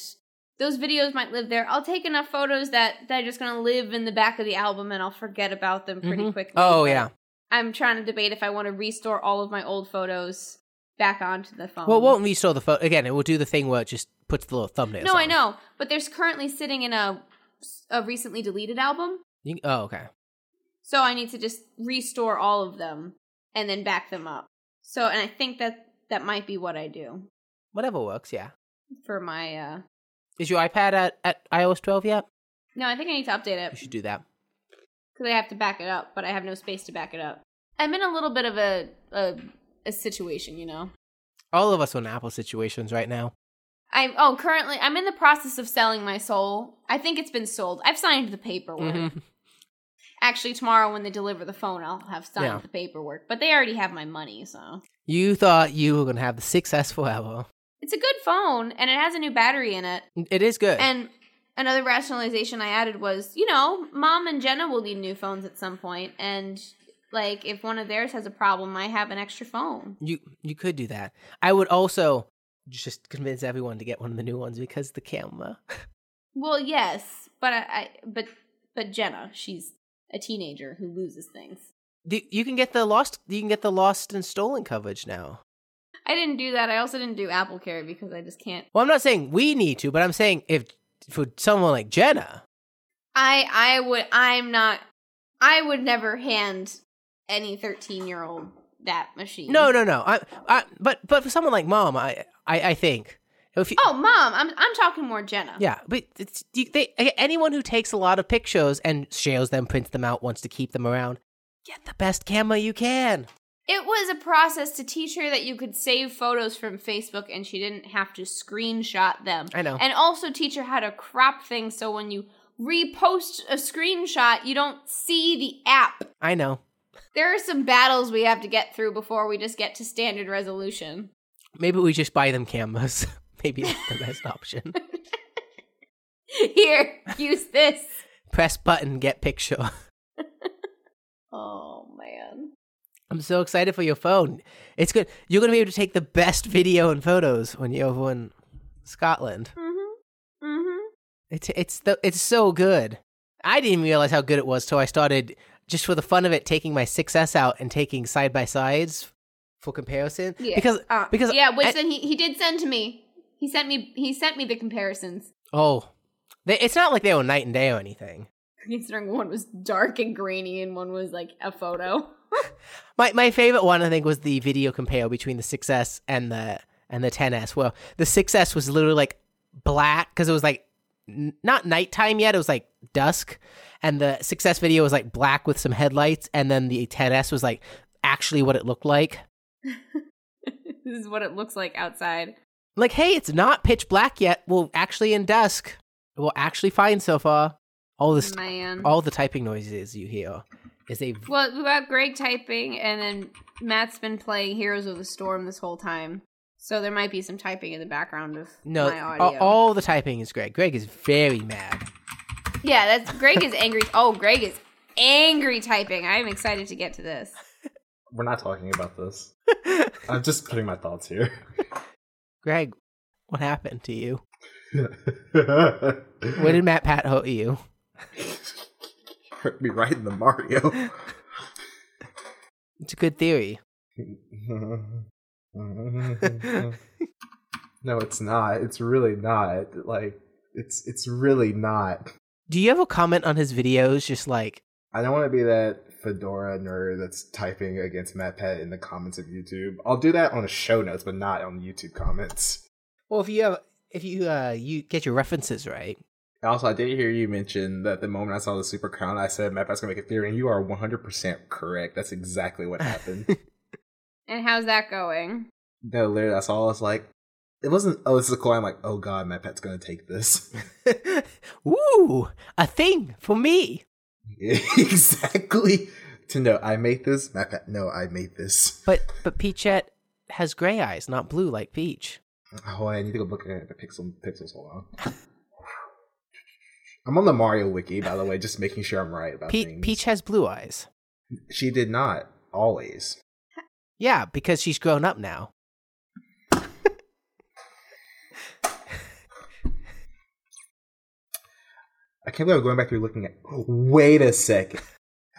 [SPEAKER 1] those videos might live there. I'll take enough photos that they're just going to live in the back of the album and I'll forget about them pretty
[SPEAKER 2] Mhm.
[SPEAKER 1] quickly.
[SPEAKER 2] Oh
[SPEAKER 1] but
[SPEAKER 2] yeah.
[SPEAKER 1] I'm trying to debate if I want to restore all of my old photos back onto the phone.
[SPEAKER 2] Well, it won't restore the photo again. It will do the thing where it just puts the little thumbnail.
[SPEAKER 1] No, I know, but there's currently sitting in a a recently deleted album,
[SPEAKER 2] You, oh okay.
[SPEAKER 1] so I need to just restore all of them and then back them up. So, and I think that that might be what I do
[SPEAKER 2] Whatever works. Yeah.
[SPEAKER 1] for my. uh
[SPEAKER 2] Is your iPad at, at iOS 12 yet?
[SPEAKER 1] No, I think I need to update
[SPEAKER 2] You
[SPEAKER 1] it
[SPEAKER 2] should do that.
[SPEAKER 1] because I have to back it up, but I have no space to back it up. I'm in a little bit of a a, a situation, you know.
[SPEAKER 2] All of us are in Apple situations right now.
[SPEAKER 1] I oh currently I'm in the process of selling my soul. I think it's been sold. I've signed the paperwork.
[SPEAKER 2] Mhm.
[SPEAKER 1] Actually, tomorrow when they deliver the phone, I'll have signed
[SPEAKER 2] Yeah.
[SPEAKER 1] the paperwork. But they already have my money, so.
[SPEAKER 2] You thought you were going to have the 6S forever.
[SPEAKER 1] It's a good phone and it has a new battery in it.
[SPEAKER 2] It is good.
[SPEAKER 1] And another rationalization I added was, you know, mom and Jenna will need new phones at some point and like if one of theirs has a problem, I have an extra phone.
[SPEAKER 2] you you could do that. I would also just convince everyone to get one of the new ones because the camera.
[SPEAKER 1] Well, yes, but I, I but but Jenna, she's a teenager who loses things.
[SPEAKER 2] The, you can get the lost you can get the lost and stolen coverage now.
[SPEAKER 1] I didn't do that. I also didn't do Apple Care because I just can't.
[SPEAKER 2] Well, I'm not saying we need to, but I'm saying if for someone like Jenna,
[SPEAKER 1] I I would I'm not I would never hand any 13-year-old that machine.
[SPEAKER 2] no, no, no. I, I, but but for someone like Mom, I, I, I think if you,
[SPEAKER 1] Oh, mom, I'm I'm talking more Jenna.
[SPEAKER 2] Yeah, but it's, you- they, anyone who takes a lot of pictures and shares them, prints them out, wants to keep them around, get the best camera you can.
[SPEAKER 1] It was a process to teach her that you could save photos from Facebook and she didn't have to screenshot them.
[SPEAKER 2] I know.
[SPEAKER 1] And also teach her how to crop things so when you repost a screenshot, you don't see the app.
[SPEAKER 2] I know.
[SPEAKER 1] There are some battles we have to get through before we just get to standard resolution.
[SPEAKER 2] Maybe we just buy them cameras. Maybe that's the best option.
[SPEAKER 1] Here, use this.
[SPEAKER 2] Press button, get picture.
[SPEAKER 1] Oh man.
[SPEAKER 2] I'm so excited for your phone. It's good. You're going to be able to take the best video and photos when you're over in Scotland.
[SPEAKER 1] Mhm. Mhm.
[SPEAKER 2] It's it's the, it's so good. I didn't realize how good it was till I started just for the fun of it taking my 6S out and taking side by sides for comparison
[SPEAKER 1] Yeah.
[SPEAKER 2] because
[SPEAKER 1] Uh,
[SPEAKER 2] because
[SPEAKER 1] yeah, which
[SPEAKER 2] I-
[SPEAKER 1] then he, he did send to me. He sent me he sent me the comparisons.
[SPEAKER 2] oh they, it's not like they were night and day or anything.
[SPEAKER 1] Considering one was dark and grainy and one was like a photo.
[SPEAKER 2] My my favorite one I think was the video compare between the 6S and the and the 10S. Well, the 6S was literally like black cuz it was like n- not nighttime yet, it was like dusk and the 6S video was like black with some headlights and then the 10S was like actually what it looked like.
[SPEAKER 1] this is what it looks like outside.
[SPEAKER 2] Like, hey, it's not pitch black yet. Well, actually in dusk. Well, actually fine so far. All this
[SPEAKER 1] Man.
[SPEAKER 3] Oh.
[SPEAKER 2] all the typing noises you hear is a
[SPEAKER 1] Well, we got Greg typing, and then Matt's been playing Heroes of the Storm this whole time. So there might be some typing in the background of
[SPEAKER 2] No,
[SPEAKER 3] uh,
[SPEAKER 1] my
[SPEAKER 2] a-
[SPEAKER 1] audio.
[SPEAKER 2] all, the typing is Greg. Greg is very mad.
[SPEAKER 1] yeah, that's Greg is angry. Oh, Greg is angry typing. I am excited to get to this.
[SPEAKER 3] We're not talking about this. I'm just putting my thoughts here.
[SPEAKER 2] Greg, what happened to you? Where
[SPEAKER 3] Hurt
[SPEAKER 2] did Matt Pat hurt you?
[SPEAKER 3] me right in the Mario.
[SPEAKER 2] It's a good theory.
[SPEAKER 3] no, it's not. It's really not. Like it's it's really not.
[SPEAKER 2] Do you ever comment on his videos just like,
[SPEAKER 3] I don't want to be that fedora nerd that's typing against Matt Pat in the comments of YouTube. I'll do that on the show notes, but not on YouTube comments.
[SPEAKER 2] well, if you have, if you uh, you get your references right,
[SPEAKER 3] Also, I did hear you mention that the moment I saw the Super Crown, I said Matt Pat's gonna make a theory, and you are 100% correct. That's exactly what happened.
[SPEAKER 1] And how's that going?
[SPEAKER 3] No, literally, that's all. I was like, it wasn't. Oh, this is cool. I'm like, oh god, my pet's gonna take this.
[SPEAKER 2] ooh, a thing for me.
[SPEAKER 3] exactly. To know I made this. My pet. No, I made this.
[SPEAKER 2] But but Peachette has gray eyes, not blue like Peach.
[SPEAKER 3] Oh, I need to go look at the pixel pixels. Hold on. I'm on the Mario wiki, by the way, just making sure I'm right about
[SPEAKER 2] Pe-
[SPEAKER 3] things.
[SPEAKER 2] Peach has blue eyes.
[SPEAKER 3] She did not always.
[SPEAKER 2] Yeah, because she's grown up now.
[SPEAKER 3] I can't believe I'm going back through looking at. Wait a second.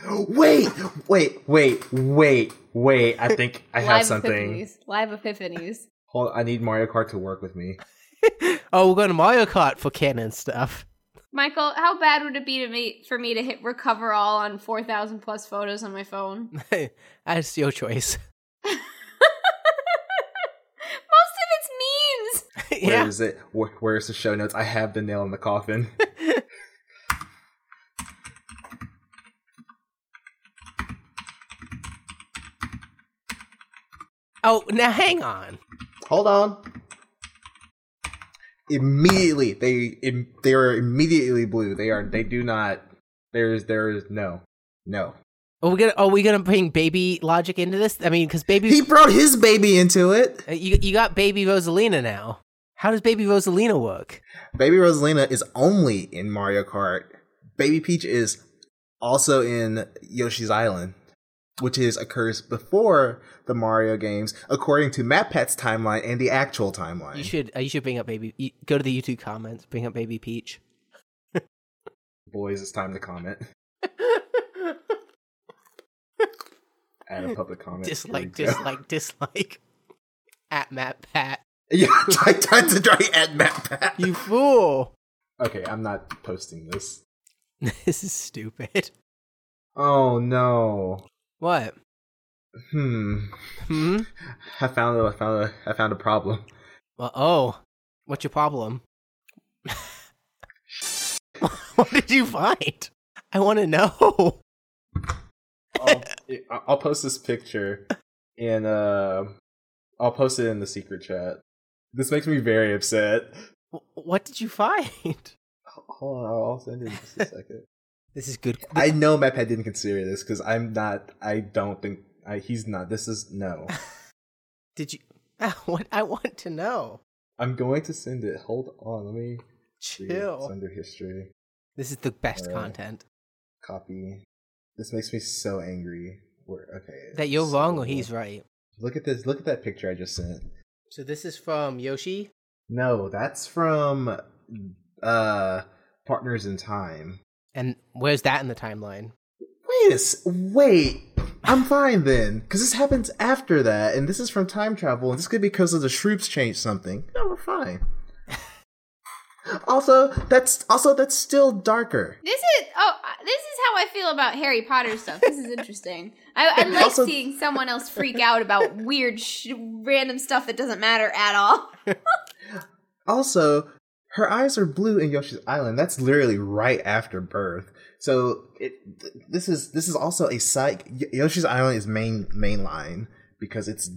[SPEAKER 3] Wait, wait, wait, wait, wait. I think I have something.
[SPEAKER 1] epiphanies. Live epiphanies.
[SPEAKER 3] Hold. I need Mario Kart to work with me.
[SPEAKER 2] Oh, we're going to Mario Kart for canon stuff.
[SPEAKER 1] Michael, how bad would it be to me for me to hit recover all on four thousand plus photos on my phone?
[SPEAKER 2] That's your choice.
[SPEAKER 1] Most of it's memes.
[SPEAKER 3] Where is it? Where, where's the show notes? I have the nail in the coffin.
[SPEAKER 2] Oh, now hang on.
[SPEAKER 3] Hold on. Immediately, they im- they are immediately blue. They are. They do not. There is. There is no. No.
[SPEAKER 2] Are we gonna are we gonna bring baby logic into this? I mean, because baby,
[SPEAKER 3] brought his baby into it.
[SPEAKER 2] uh, you you got baby Rosalina now. How does baby Rosalina work?
[SPEAKER 3] Baby Rosalina is only in Mario Kart. Baby Peach is also in Yoshi's Island, which is occurs before the Mario games, according to MatPat's timeline and the actual timeline.
[SPEAKER 2] You should uh, you should bring up baby. You, go to the YouTube comments. Bring up baby Peach.
[SPEAKER 3] Boys, it's time to comment. Add a public comment.
[SPEAKER 2] dislike,
[SPEAKER 3] Here we go.
[SPEAKER 2] dislike, dislike. At Matt Pat,
[SPEAKER 3] Yeah, try, try to try at MatPat.
[SPEAKER 2] you fool.
[SPEAKER 3] Okay, I'm not posting this.
[SPEAKER 2] this is stupid.
[SPEAKER 3] Oh no.
[SPEAKER 2] What?
[SPEAKER 3] Hmm.
[SPEAKER 2] Hmm.
[SPEAKER 3] I found a, I found a, I found a problem.
[SPEAKER 2] Well, oh, what's your problem? what did you find? I want to know.
[SPEAKER 3] I'll, I'll post this picture and uh I'll post it in the secret chat. This makes me very upset.
[SPEAKER 2] Wh- What did you find?
[SPEAKER 3] Hold on, I'll send it in just a second.
[SPEAKER 2] This is good.
[SPEAKER 3] I know MatPat didn't consider this because I'm not. I don't think I, he's not. This is no.
[SPEAKER 2] Did you? What I want to know.
[SPEAKER 3] I'm going to send it. Hold on. Let me see.
[SPEAKER 2] Chill.
[SPEAKER 3] Sender history.
[SPEAKER 2] This is the best
[SPEAKER 3] Alright.
[SPEAKER 2] content.
[SPEAKER 3] copy. This makes me so angry. We're okay.
[SPEAKER 2] That you're
[SPEAKER 3] so-
[SPEAKER 2] wrong or he's right.
[SPEAKER 3] Look at this. Look at that picture I just sent.
[SPEAKER 2] So this is from Yoshi.
[SPEAKER 3] No, that's from uh Partners in Time.
[SPEAKER 2] And where's that in the timeline?
[SPEAKER 3] Wait a s- wait. I'm fine then, because this happens after that, and this is from time travel, and this could be because of the Shroops changed something. No, we're fine. Also, that's also that's still darker.
[SPEAKER 1] This is oh, uh, this is how I feel about Harry Potter stuff. This is interesting. I, I like
[SPEAKER 3] Also-
[SPEAKER 1] seeing someone else freak out about weird, sh- random stuff that doesn't matter at all.
[SPEAKER 3] Also, her eyes are blue in Yoshi's Island. That's literally right after birth. So it, th- this is this is also a psych. Y- Yoshi's Island is main mainline because it's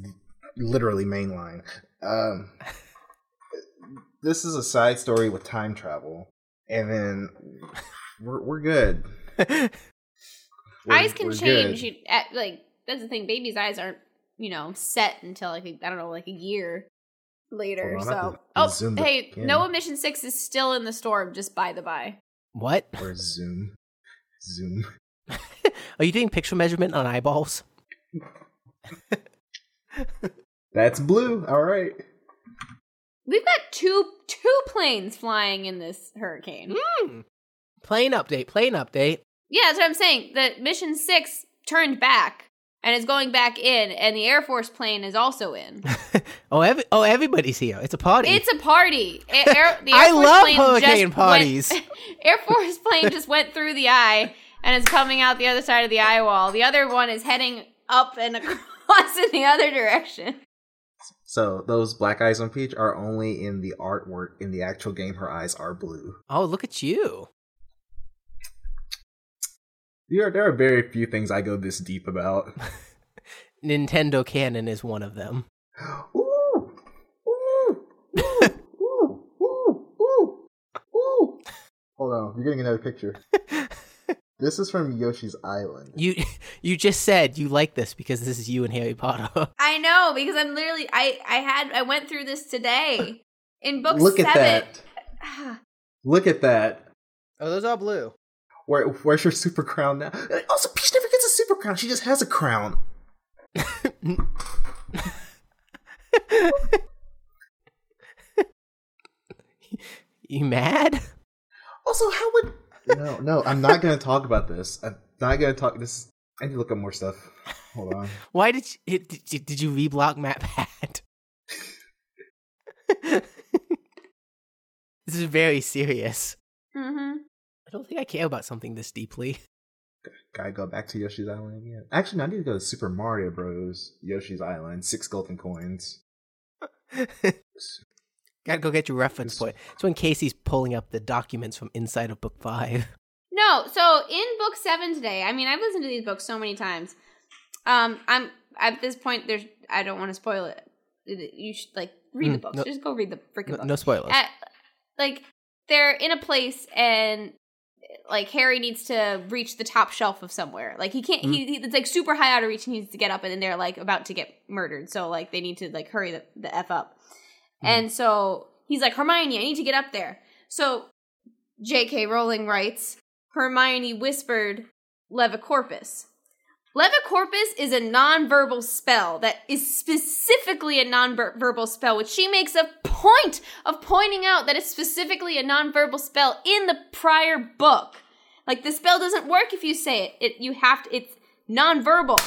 [SPEAKER 3] literally mainline. Um, this is a side story with time travel, and then we're we're good. We're-
[SPEAKER 1] eyes can
[SPEAKER 3] we're
[SPEAKER 1] change.
[SPEAKER 3] good.
[SPEAKER 1] You, at, like that's the thing. Babies' eyes aren't you know set until like I I don't know like a year later.
[SPEAKER 3] Hold on, I have
[SPEAKER 1] so
[SPEAKER 3] to
[SPEAKER 1] oh
[SPEAKER 3] zoom the-
[SPEAKER 1] hey,
[SPEAKER 3] yeah.
[SPEAKER 1] Noah Mission Six is still in the storm. Just by the by,
[SPEAKER 2] What?
[SPEAKER 3] Or Zoom, Zoom.
[SPEAKER 2] Are you doing picture measurement on eyeballs?
[SPEAKER 3] That's blue. All right.
[SPEAKER 1] we've got two two planes flying in this hurricane.
[SPEAKER 2] Plane update, plane update.
[SPEAKER 1] Yeah, that's what I'm saying. The Mission Six turned back and is going back in, and the Air Force plane is also in.
[SPEAKER 2] Oh, every, oh, everybody's here. It's a party.
[SPEAKER 1] It's a party. A- Air, the Air
[SPEAKER 2] I
[SPEAKER 1] Force
[SPEAKER 2] love
[SPEAKER 1] plane
[SPEAKER 2] hurricane
[SPEAKER 1] just went-
[SPEAKER 2] parties.
[SPEAKER 1] Air Force plane just went through the eye and is coming out the other side of the eye wall. The other one is heading up and across in the other direction.
[SPEAKER 3] So those black eyes on Peach are only in the artwork. In the actual game, her eyes are blue.
[SPEAKER 2] oh, look at you.
[SPEAKER 3] There are, there are very few things I go this deep about.
[SPEAKER 2] Nintendo Canon is one of them.
[SPEAKER 3] Ooh, ooh, ooh, ooh, ooh, ooh. Hold on, you're getting another picture. this is from Yoshi's Island.
[SPEAKER 2] You you just said you like this because this is you and Harry Potter.
[SPEAKER 1] I know because I'm literally I I had I went through this today in book
[SPEAKER 3] Look
[SPEAKER 1] seven.
[SPEAKER 3] at that. Look at that.
[SPEAKER 2] Oh, those are blue.
[SPEAKER 3] Where, where's your super crown now? Also, Peach never gets a super crown. She just has a crown.
[SPEAKER 2] You mad?
[SPEAKER 3] Also, how would? No, no, I'm not gonna talk about this. I'm not gonna talk this. I need to look up more stuff. Hold on.
[SPEAKER 2] Why did you it- did you, did you reblock MatPat? this is very serious.
[SPEAKER 1] Mm-hmm.
[SPEAKER 2] I don't think I care about something this deeply.
[SPEAKER 3] Gotta go back to Yoshi's Island again. Actually, no, I need to go to Super Mario Bros. Yoshi's Island. Six golden coins.
[SPEAKER 2] Gotta go get your reference
[SPEAKER 3] This-
[SPEAKER 2] point. It's when Casey's pulling up the documents from inside of book five.
[SPEAKER 1] No, so in book seven today, I mean, I've listened to these books so many times. Um, I'm at this point. There's, I don't want to spoil it. You should like read the
[SPEAKER 2] Mm,
[SPEAKER 1] books.
[SPEAKER 2] no-
[SPEAKER 1] Just go read the freaking
[SPEAKER 2] No,
[SPEAKER 1] book.
[SPEAKER 2] no spoilers.
[SPEAKER 1] At, like they're in a place, and like Harry needs to reach the top shelf of somewhere. Like he can't. He, he it's like super high out of reach. and He needs to get up, and they're like about to get murdered. So like they need to like hurry the, the f up.
[SPEAKER 2] Mm.
[SPEAKER 1] And so he's like Hermione, I need to get up there. So J.K. Rowling writes, Hermione whispered Levicorpus. Levicorpus is a nonverbal spell that is specifically a nonverbal spell, which she makes a point of pointing out that it's specifically a nonverbal spell in the prior book. Like the spell doesn't work if you say it. It you have to. It's nonverbal.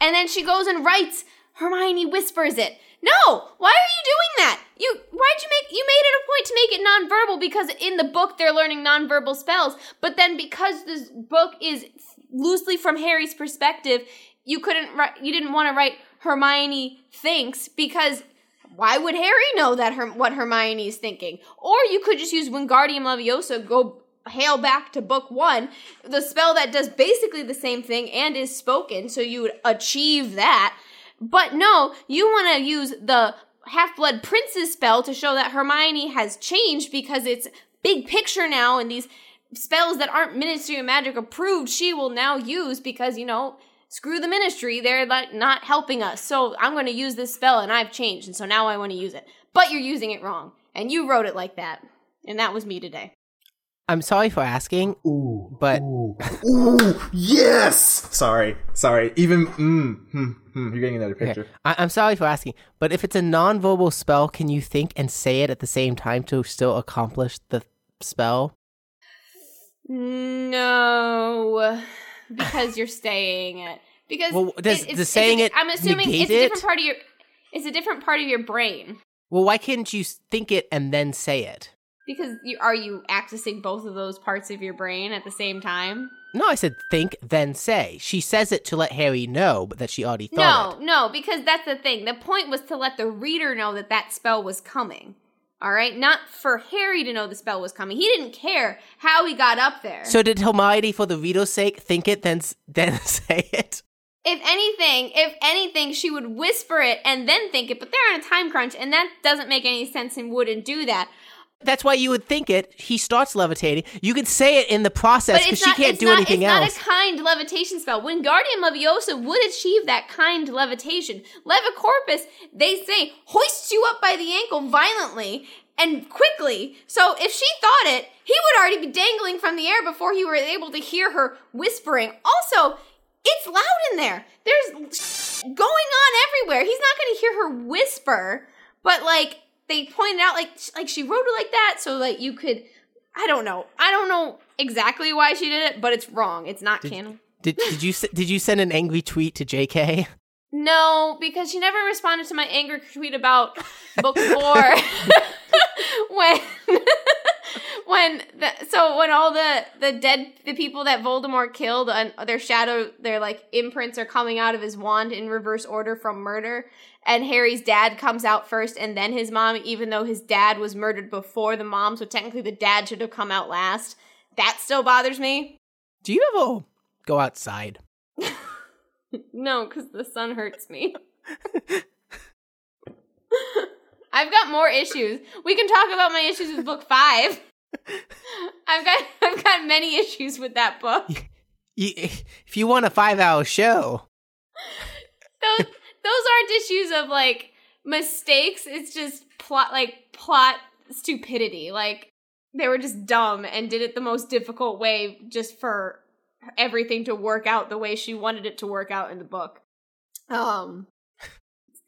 [SPEAKER 1] And then she goes and writes. Hermione whispers it. No, why are you doing that? You why'd you make you made it a point to make it nonverbal because in the book they're learning nonverbal spells, but then because this book is loosely from Harry's perspective, you couldn't write you didn't want to write Hermione thinks because why would Harry know that her, what Hermione is thinking? Or you could just use Wingardium Leviosa, go hail back to book one, the spell that does basically the same thing and is spoken, so you would achieve that. But no, you want to use the Half Blood Prince's spell to show that Hermione has changed because it's big picture now, and these spells that aren't Ministry of Magic approved, she will now use because, you know, screw the ministry they're like not helping us so i'm going to use this spell and i've changed and so now i want to use it but you're using it wrong and you wrote it like that and that was me today
[SPEAKER 2] I'm sorry for asking.
[SPEAKER 3] Ooh,
[SPEAKER 2] But-
[SPEAKER 3] ooh, ooh, yes. Sorry, sorry. Even mm, hmm, hmm, you're getting another picture.
[SPEAKER 2] Okay. I- I'm sorry for asking, but if it's a non-verbal spell, can you think and say it at the same time to still accomplish the spell?
[SPEAKER 1] no because you're saying it because
[SPEAKER 2] Well, does-
[SPEAKER 1] it's-
[SPEAKER 2] does saying
[SPEAKER 1] it's,
[SPEAKER 2] it
[SPEAKER 1] a- i'm assuming
[SPEAKER 2] negate
[SPEAKER 1] it's a different
[SPEAKER 2] it?
[SPEAKER 1] part of your it's a different part of your brain
[SPEAKER 2] Well, why couldn't you s- think it and then say it?
[SPEAKER 1] Because you, are you accessing both of those parts of your brain at the same time?
[SPEAKER 2] No, I said think, then say. She says it to let Harry know that she already
[SPEAKER 1] No,
[SPEAKER 2] thought
[SPEAKER 1] no, because that's the thing. The point was to let the reader know that that spell was coming. All right, not for Harry to know the spell was coming. He didn't care how he got up there.
[SPEAKER 2] it. So did Hermione, for the reader's sake, think it, then s- then say it?
[SPEAKER 1] if anything, if anything, she would whisper it and then think it. But they're on a time crunch, and that doesn't make any sense and wouldn't do that.
[SPEAKER 2] That's why you would think it. He starts levitating. You could say it in the process because she can't do anything
[SPEAKER 1] it's
[SPEAKER 2] else.
[SPEAKER 1] not a kind levitation spell. When Guardian Leviosa would achieve that kind levitation, Levicorpus, they say, hoists you up by the ankle violently and quickly. So if she thought it, he would already be dangling from the air before he were able to hear her whispering. Also, it's loud in there. There's going on everywhere. He's not going to hear her whisper, but like they pointed out, like like she wrote it like that so that you could. I don't know. I don't know exactly why she did it, but it's wrong. It's not canon.
[SPEAKER 2] Did, did you s- did you send an angry tweet to J.K.?
[SPEAKER 1] No, because she never responded to my angry tweet about book four when when the, so when all the the dead the people that Voldemort killed and their shadow their like imprints are coming out of his wand in reverse order from murder and Harry's dad comes out first and then his mom even though his dad was murdered before the mom so technically the dad should have come out last that still bothers me
[SPEAKER 2] Do you ever go outside?
[SPEAKER 1] No, because the sun hurts me. I've got more issues. We can talk about my issues with book five. I've got I've got many issues with that book.
[SPEAKER 2] You, if you want a five hour show,
[SPEAKER 1] Those those aren't issues of like mistakes. It's just plot like plot stupidity. Like they were just dumb and did it the most difficult way just for everything to work out the way she wanted it to work out in the book. Um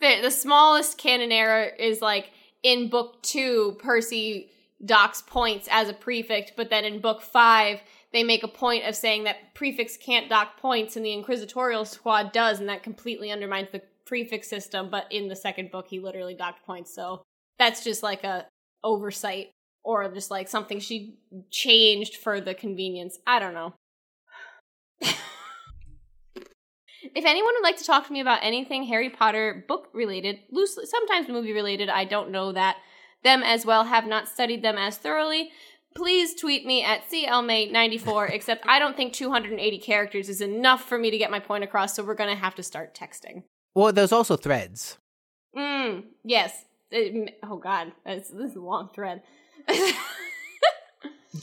[SPEAKER 1] the, the smallest canon error is like in book 2 Percy docks points as a prefect, but then in book 5 they make a point of saying that prefix can't dock points and the inquisitorial squad does and that completely undermines the prefix system, but in the second book he literally docked points. So that's just like a oversight or just like something she changed for the convenience. I don't know. if anyone would like to talk to me about anything Harry Potter book related, loosely sometimes movie related, I don't know that them as well have not studied them as thoroughly. Please tweet me at CLMay94, except I don't think 280 characters is enough for me to get my point across, so we're going to have to start texting.
[SPEAKER 2] well, there's also threads.
[SPEAKER 1] Mm, yes. It- oh, God. That's, this is a long thread.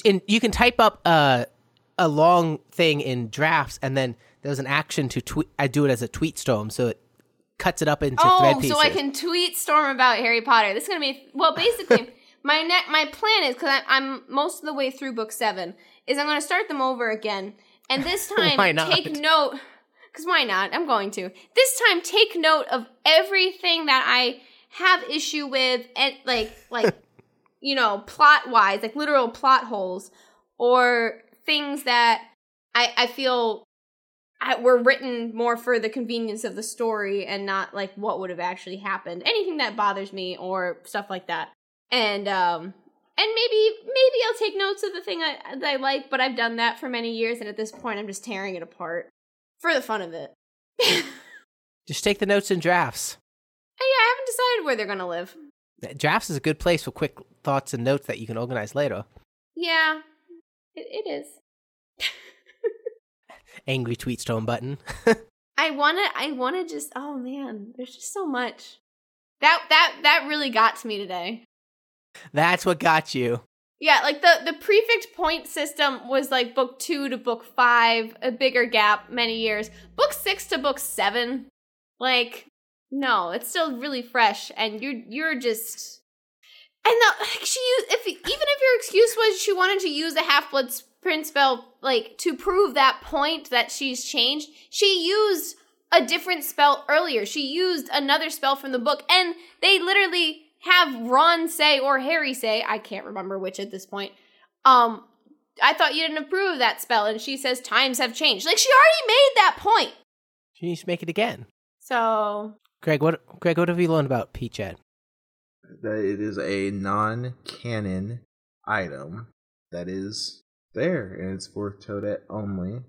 [SPEAKER 2] and you can type up a a long thing in drafts, and then there's an action to tweet. I do it as a tweet storm, so it cuts it up into thread
[SPEAKER 1] Oh,
[SPEAKER 2] pieces.
[SPEAKER 1] so I can tweet Storm about Harry Potter. This is gonna be well. Basically, my ne- my plan is because I'm most of the way through book seven is I'm gonna start them over again, and this time
[SPEAKER 2] Why not?
[SPEAKER 1] take note. Because why not? I'm going to this time take note of everything that I have issue with, and like like you know plot wise, like literal plot holes or things that I I feel I, were written more for the convenience of the story and not like what would have actually happened. Anything that bothers me or stuff like that. And um and maybe maybe I'll take notes of the thing I, that I like, but I've done that for many years, and at this point, I'm just tearing it apart for the fun of it. yeah,
[SPEAKER 2] Just take the notes in drafts.
[SPEAKER 1] I haven't decided where they're gonna live.
[SPEAKER 2] Drafts is a good place for quick thoughts and notes that you can organize later.
[SPEAKER 1] Yeah, it, it is.
[SPEAKER 2] Angry tweet storm button.
[SPEAKER 1] I wanna I wanna just oh man, there's just so much. That that that really got to me today.
[SPEAKER 2] That's what got you.
[SPEAKER 1] Yeah, like the the prefect point system was like book 2 to book 5, a bigger gap, many years. Book 6 to book 7. Like no, it's still really fresh and you're you're just and the, like she used, if even if your excuse was she wanted to use a half blood print spell like to prove that point that she's changed, she used a different spell earlier. She used another spell from the book, and they literally have Ron say or Harry say, I can't remember which at this point. Um, I thought you didn't approve of that spell, and she says times have changed. Like she already made that point.
[SPEAKER 2] You need to make it again.
[SPEAKER 1] So
[SPEAKER 2] Greg, what Greg, what have you learned about Peach Ed?
[SPEAKER 3] that it is a non-canon item that is there, and it's for Toadette only.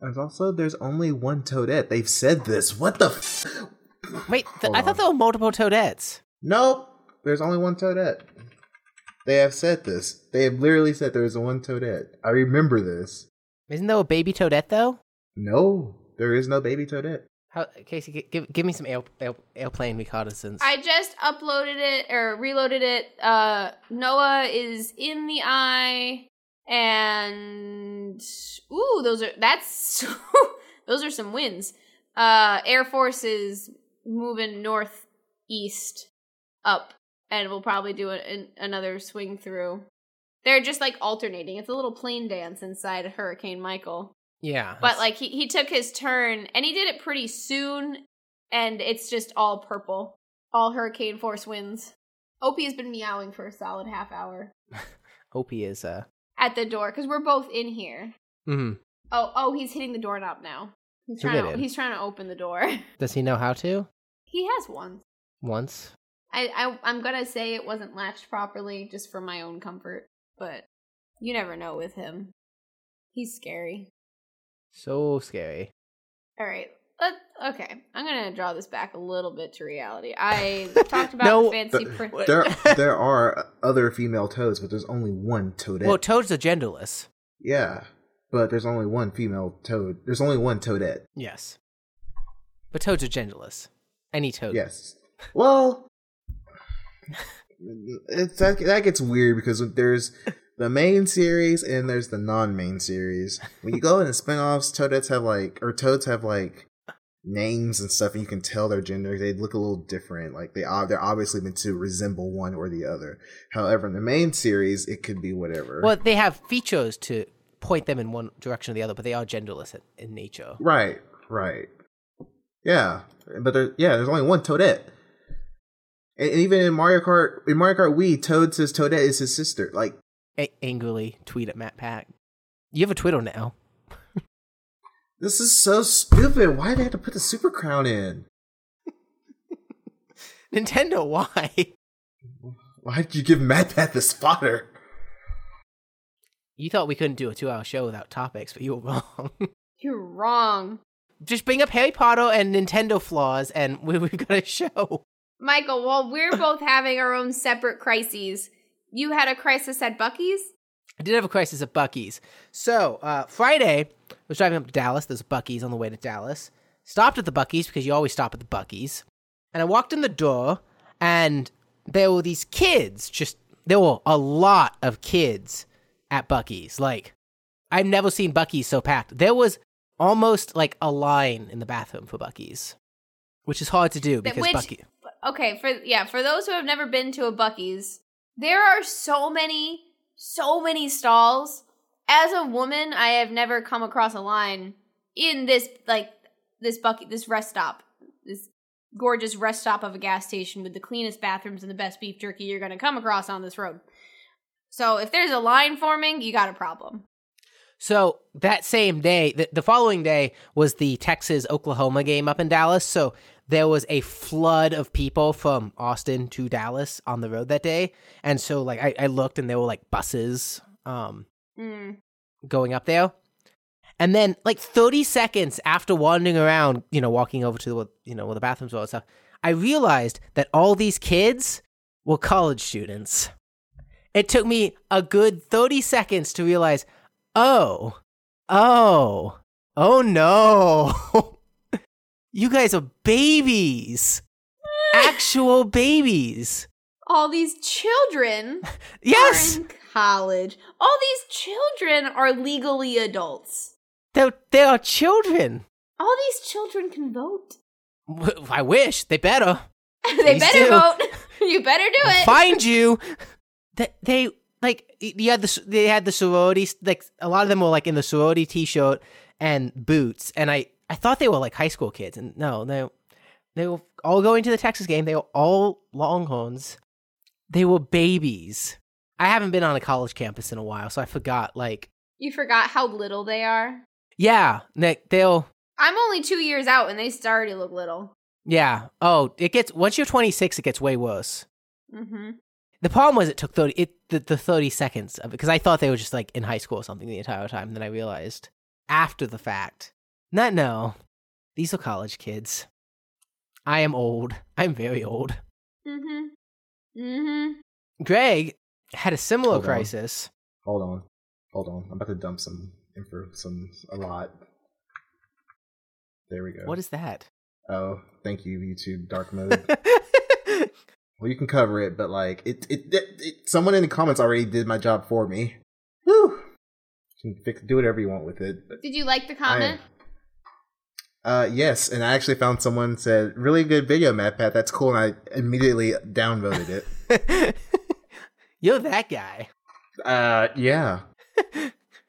[SPEAKER 3] And also, there's only one Toadette. They've said this. What the? F-
[SPEAKER 2] Wait, th-
[SPEAKER 3] Hold
[SPEAKER 2] I thought
[SPEAKER 3] on.
[SPEAKER 2] there were multiple Toadettes.
[SPEAKER 3] Nope. There's only one Toadette. They have said this. They have literally said there's one Toadette. I remember this.
[SPEAKER 2] Isn't there a baby Toadette though?
[SPEAKER 3] No, there is no baby Toadette.
[SPEAKER 2] How, Casey, gi- give give me some air, air, airplane reconnaissance.
[SPEAKER 1] I just uploaded it or reloaded it. Uh, Noah is in the eye, and ooh, those are that's those are some wins. Uh, Air Force is moving northeast up, and we'll probably do an, an, another swing through. They're just like alternating. It's a little plane dance inside Hurricane Michael
[SPEAKER 2] yeah,
[SPEAKER 1] but like he, he took his turn and he did it pretty soon and it's just all purple all hurricane force winds opie has been meowing for a solid half hour
[SPEAKER 2] Opie is uh.
[SPEAKER 1] at the door because we're both in here
[SPEAKER 2] mhm.
[SPEAKER 1] oh oh he's hitting the doorknob now he's
[SPEAKER 2] He'll
[SPEAKER 1] trying
[SPEAKER 2] get
[SPEAKER 1] to,
[SPEAKER 2] in.
[SPEAKER 1] he's trying to open the door
[SPEAKER 2] Does he know how to?
[SPEAKER 1] he has one
[SPEAKER 2] Once.
[SPEAKER 1] I, I i'm gonna say it wasn't latched properly just for my own comfort but you never know with him he's scary
[SPEAKER 2] So scary.
[SPEAKER 1] All right. Let, okay, I'm gonna draw this back a little bit to reality. I talked about
[SPEAKER 2] No,
[SPEAKER 1] the fancy print.
[SPEAKER 2] What?
[SPEAKER 3] There, there are other female toads, but there's only one toadette.
[SPEAKER 2] Well, Toads are genderless.
[SPEAKER 3] yeah, but there's only one female toad. There's only one toadette.
[SPEAKER 2] Yes. But Toads are genderless. Any Toad.
[SPEAKER 3] Yes. Well, it's that, that gets weird because there's the main series and there's the non-main series. When you go into spin-offs, Toadettes have like or Toads have like names and stuff, and you can tell their gender. They look a little different. Like they ob- they're obviously meant to resemble one or the other. However, in the main series, it could be whatever.
[SPEAKER 2] Well, they have features to point them in one direction or the other, but they are genderless in, in nature.
[SPEAKER 3] Right. Right. Yeah, but there, yeah, there's only one Toadette. And and even in Mario Kart, in Mario Kart Wii, Toad says Toadette is his sister. Like,
[SPEAKER 2] A- angrily tweet at Matt Pack. You have a Twitter now.
[SPEAKER 3] This is so stupid. Why they had to put the super crown in?
[SPEAKER 2] Nintendo, why?
[SPEAKER 3] Why did you give Madbat the spotter?
[SPEAKER 2] You thought we couldn't do a two hour show without topics, but you were wrong.
[SPEAKER 1] You're wrong,
[SPEAKER 2] Just bring up Harry Potter and Nintendo flaws, and we, we've got a show.
[SPEAKER 1] Michael. While we're both having our own separate crises, you had a crisis at Bucky's.
[SPEAKER 2] I did have a crisis at Bucky's. So uh, Friday, I was driving up to Dallas. There's a Bucky's on the way to Dallas. Stopped at the Bucky's because you always stop at the Bucky's. And I walked in the door, and there were these kids. Just there were a lot of kids at Bucky's. Like I've never seen Bucky's so packed. There was almost like a line in the bathroom for Bucky's, which is hard to do
[SPEAKER 1] That-
[SPEAKER 2] because
[SPEAKER 1] which-
[SPEAKER 2] Bucky.
[SPEAKER 1] Okay, for yeah, for those who have never been to a Bucky's, there are so many, so many stalls. As a woman, I have never come across a line in this like this Bucky, this rest stop, this gorgeous rest stop of a gas station with the cleanest bathrooms and the best beef jerky you're going to come across on this road. So if there's a line forming, you got a problem.
[SPEAKER 2] So that same day, the, the following day was the Texas Oklahoma game up in Dallas. So there was a flood of people from Austin to Dallas on the road that day. And so, like, I, I looked and there were like buses um,
[SPEAKER 1] Mm.
[SPEAKER 2] going up there. And then, like, 30 seconds after wandering around, you know, walking over to the, you know, where the bathrooms were and stuff, I realized that all these kids were college students. It took me a good 30 seconds to realize, oh, oh, oh no. you guys are babies. Actual babies.
[SPEAKER 1] All these children
[SPEAKER 2] Yes.
[SPEAKER 1] are in college. All these children are legally adults.
[SPEAKER 2] They're, they are children.
[SPEAKER 1] All these children can vote.
[SPEAKER 2] W- I wish. They better.
[SPEAKER 1] they
[SPEAKER 2] Please
[SPEAKER 1] better
[SPEAKER 2] do.
[SPEAKER 1] vote. you better do it.
[SPEAKER 2] find you. That they like y- you had the s- they had the sorority like a lot of them were like in the sorority t-shirt and boots and I I thought they were like high school kids and no they they were all going to the Texas game they were all Longhorns they were babies I haven't been on a college campus in a while so I forgot like
[SPEAKER 1] You forgot how little they are.
[SPEAKER 2] yeah they, they'll
[SPEAKER 1] I'm only two years out and they still already look little.
[SPEAKER 2] yeah oh it gets once you're 26 it gets way worse
[SPEAKER 1] Mm-hmm.
[SPEAKER 2] The problem was it took thirty it the, the thirty seconds of it because I thought they were just like in high school or something the entire time. Then I realized after the fact, not no, these are college kids. I am old. I'm very old.
[SPEAKER 1] Mm-hmm. Mm-hmm.
[SPEAKER 2] Greg had a similar
[SPEAKER 3] Hold on.
[SPEAKER 2] crisis.
[SPEAKER 3] Hold on, hold on. I'm about to dump some info, some a lot. There we go.
[SPEAKER 2] What is that?
[SPEAKER 3] Oh, thank you, YouTube Dark Mode. well, you can cover it, but like it, it, it, it- someone in the comments already did my job for me. Whew. You can fix, do whatever you want with it. But,
[SPEAKER 1] Did you like the comment?
[SPEAKER 3] uh, yes, and I actually found someone said really good video, Matt Pat. That's cool, and I immediately downvoted it.
[SPEAKER 2] You're that guy.
[SPEAKER 3] uh, yeah.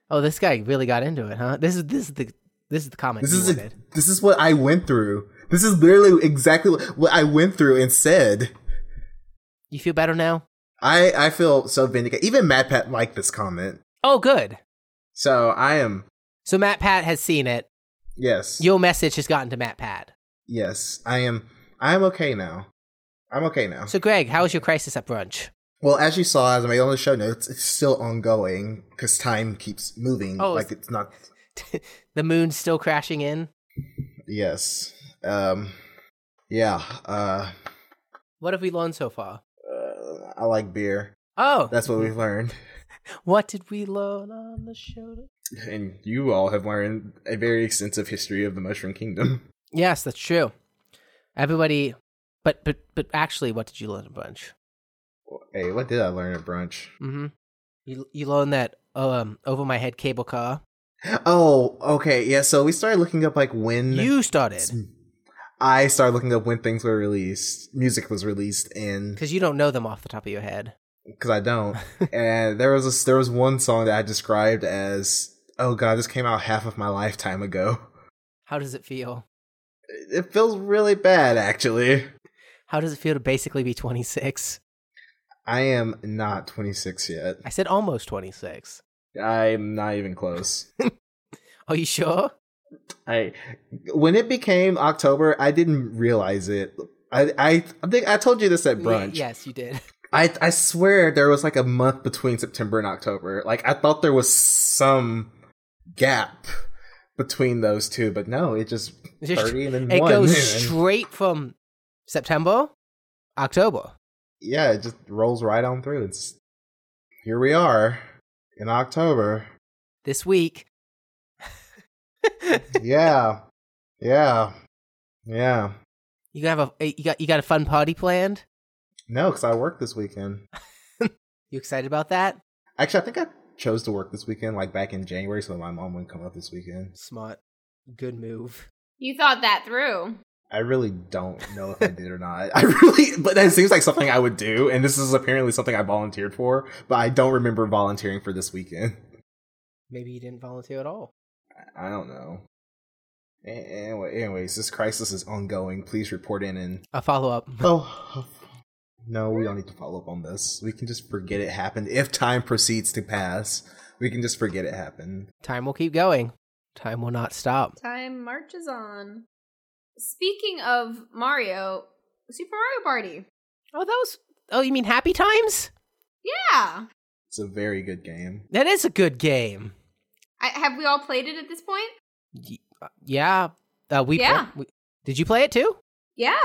[SPEAKER 2] Oh, this guy really got into it, huh? This is this is the this is the comment
[SPEAKER 3] This
[SPEAKER 2] you
[SPEAKER 3] is
[SPEAKER 2] wanted.
[SPEAKER 3] this is what I went through. This is literally exactly what I went through and said.
[SPEAKER 2] You feel better now?
[SPEAKER 3] I I feel so vindicated. Even Matt Pat liked this comment,
[SPEAKER 2] Oh, good.
[SPEAKER 3] so I am
[SPEAKER 2] So Matt Pat has seen it.
[SPEAKER 3] yes.
[SPEAKER 2] Your message has gotten to Matt Pat.
[SPEAKER 3] Yes, I am. I am okay now. I'm okay now.
[SPEAKER 2] So Greg, how was your crisis at brunch?
[SPEAKER 3] well, as you saw, as I made on the show notes, it's still ongoing because time keeps moving.
[SPEAKER 2] Oh,
[SPEAKER 3] like it's not.
[SPEAKER 2] the moon's still crashing in.
[SPEAKER 3] Yes. Um. Yeah. Uh,
[SPEAKER 2] What have we learned so far?
[SPEAKER 3] uh. I like beer.
[SPEAKER 2] Oh,
[SPEAKER 3] That's what we've learned,
[SPEAKER 2] what did we learn on the show?
[SPEAKER 3] and you all have learned a very extensive history of the Mushroom Kingdom.
[SPEAKER 2] Yes, that's true. Everybody, but but but actually, what did you learn at brunch?
[SPEAKER 3] Hey, what did I learn at brunch?
[SPEAKER 2] Mm-hmm. You you learned that um over my head cable car.
[SPEAKER 3] Oh, okay. Yeah. So we started looking up like when
[SPEAKER 2] You started
[SPEAKER 3] I started looking up when things were released, music was released, and
[SPEAKER 2] because you don't know them off the top of your head.
[SPEAKER 3] because I don't. and there was a, there was one song that I described as, "Oh God, this came out half of my lifetime ago."
[SPEAKER 2] How does it feel?
[SPEAKER 3] It feels really bad, actually.
[SPEAKER 2] How does it feel to basically be 26?
[SPEAKER 3] I am not 26 yet.
[SPEAKER 2] I said almost 26.
[SPEAKER 3] I'm not even close.
[SPEAKER 2] Are you sure?
[SPEAKER 3] I when it became October, I didn't realize it. I I I think I told you this at brunch.
[SPEAKER 2] Yeah, yes, you did.
[SPEAKER 3] I I swear there was like a month between September and October. Like I thought there was some gap between those two, but no, it just
[SPEAKER 2] It just-
[SPEAKER 3] thirty and then
[SPEAKER 2] It
[SPEAKER 3] one.
[SPEAKER 2] goes
[SPEAKER 3] and-
[SPEAKER 2] straight from September, October.
[SPEAKER 3] yeah, it just rolls right on through. It's here we are in October.
[SPEAKER 2] This week.
[SPEAKER 3] yeah, yeah, yeah.
[SPEAKER 2] You gonna have a you got you got a fun party planned?
[SPEAKER 3] No, because I work this weekend.
[SPEAKER 2] You excited about that?
[SPEAKER 3] Actually, I think I chose to work this weekend, like back in January, so my mom wouldn't come up this weekend.
[SPEAKER 2] Smart. Good move.
[SPEAKER 1] You thought that through.
[SPEAKER 3] I really don't know if I did or not. I really, but that seems like something I would do, and this is apparently something I volunteered for, but I don't remember volunteering for this weekend.
[SPEAKER 2] Maybe you didn't volunteer at all.
[SPEAKER 3] I don't know. A- Anyway, anyways, this crisis is ongoing. Please report in and
[SPEAKER 2] A follow up.
[SPEAKER 3] Oh, no, we don't need to follow up on this. We can just forget it happened. If time proceeds to pass, we can just forget it happened.
[SPEAKER 2] Time will keep going. Time will not stop.
[SPEAKER 1] Time marches on. Speaking of Mario, Super Mario Party.
[SPEAKER 2] Oh, that was. Oh, you mean Happy Times?
[SPEAKER 1] Yeah.
[SPEAKER 3] It's a very good game.
[SPEAKER 2] That is a good game.
[SPEAKER 1] I, have we all played it at this point?
[SPEAKER 2] Y- uh, yeah. Uh, we,
[SPEAKER 1] Yeah.
[SPEAKER 2] we- Did you play it too?
[SPEAKER 1] Yeah.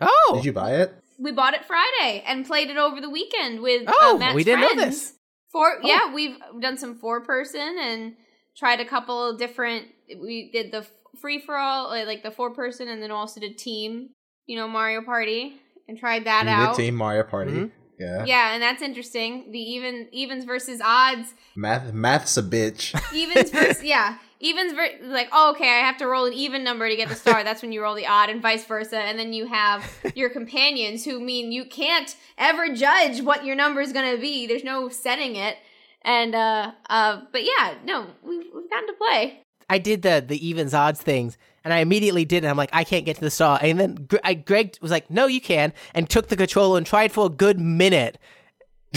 [SPEAKER 2] Oh.
[SPEAKER 3] Did you buy it?
[SPEAKER 1] We bought it Friday and played it over the weekend with
[SPEAKER 2] Oh,
[SPEAKER 1] uh, Matt's
[SPEAKER 2] we didn't know
[SPEAKER 1] friends.
[SPEAKER 2] this.
[SPEAKER 1] Four,
[SPEAKER 2] Oh.
[SPEAKER 1] yeah, we've done some four person and tried a couple different. We did the free for all, uh, like the four person, and then also did team. You know, Mario Party, and tried that
[SPEAKER 3] you
[SPEAKER 1] out.
[SPEAKER 3] did Team Mario Party.
[SPEAKER 2] Mhm.
[SPEAKER 3] Yeah.
[SPEAKER 1] Yeah, and that's interesting. The even evens versus odds.
[SPEAKER 3] Math, math's a bitch.
[SPEAKER 1] Evens versus yeah. Evens ver- like oh okay, I have to roll an even number to get the star. That's when you roll the odd, and vice versa. And then you have your companions who mean you can't ever judge what your number is going to be. There's no setting it. And uh uh, but yeah, no, we've, we've gotten to play.
[SPEAKER 2] I did the the evens odds things, and I immediately did. it. I'm like, I can't get to the star. And then Gre- I, Greg was like, No, you can, and took the controller and tried for a good minute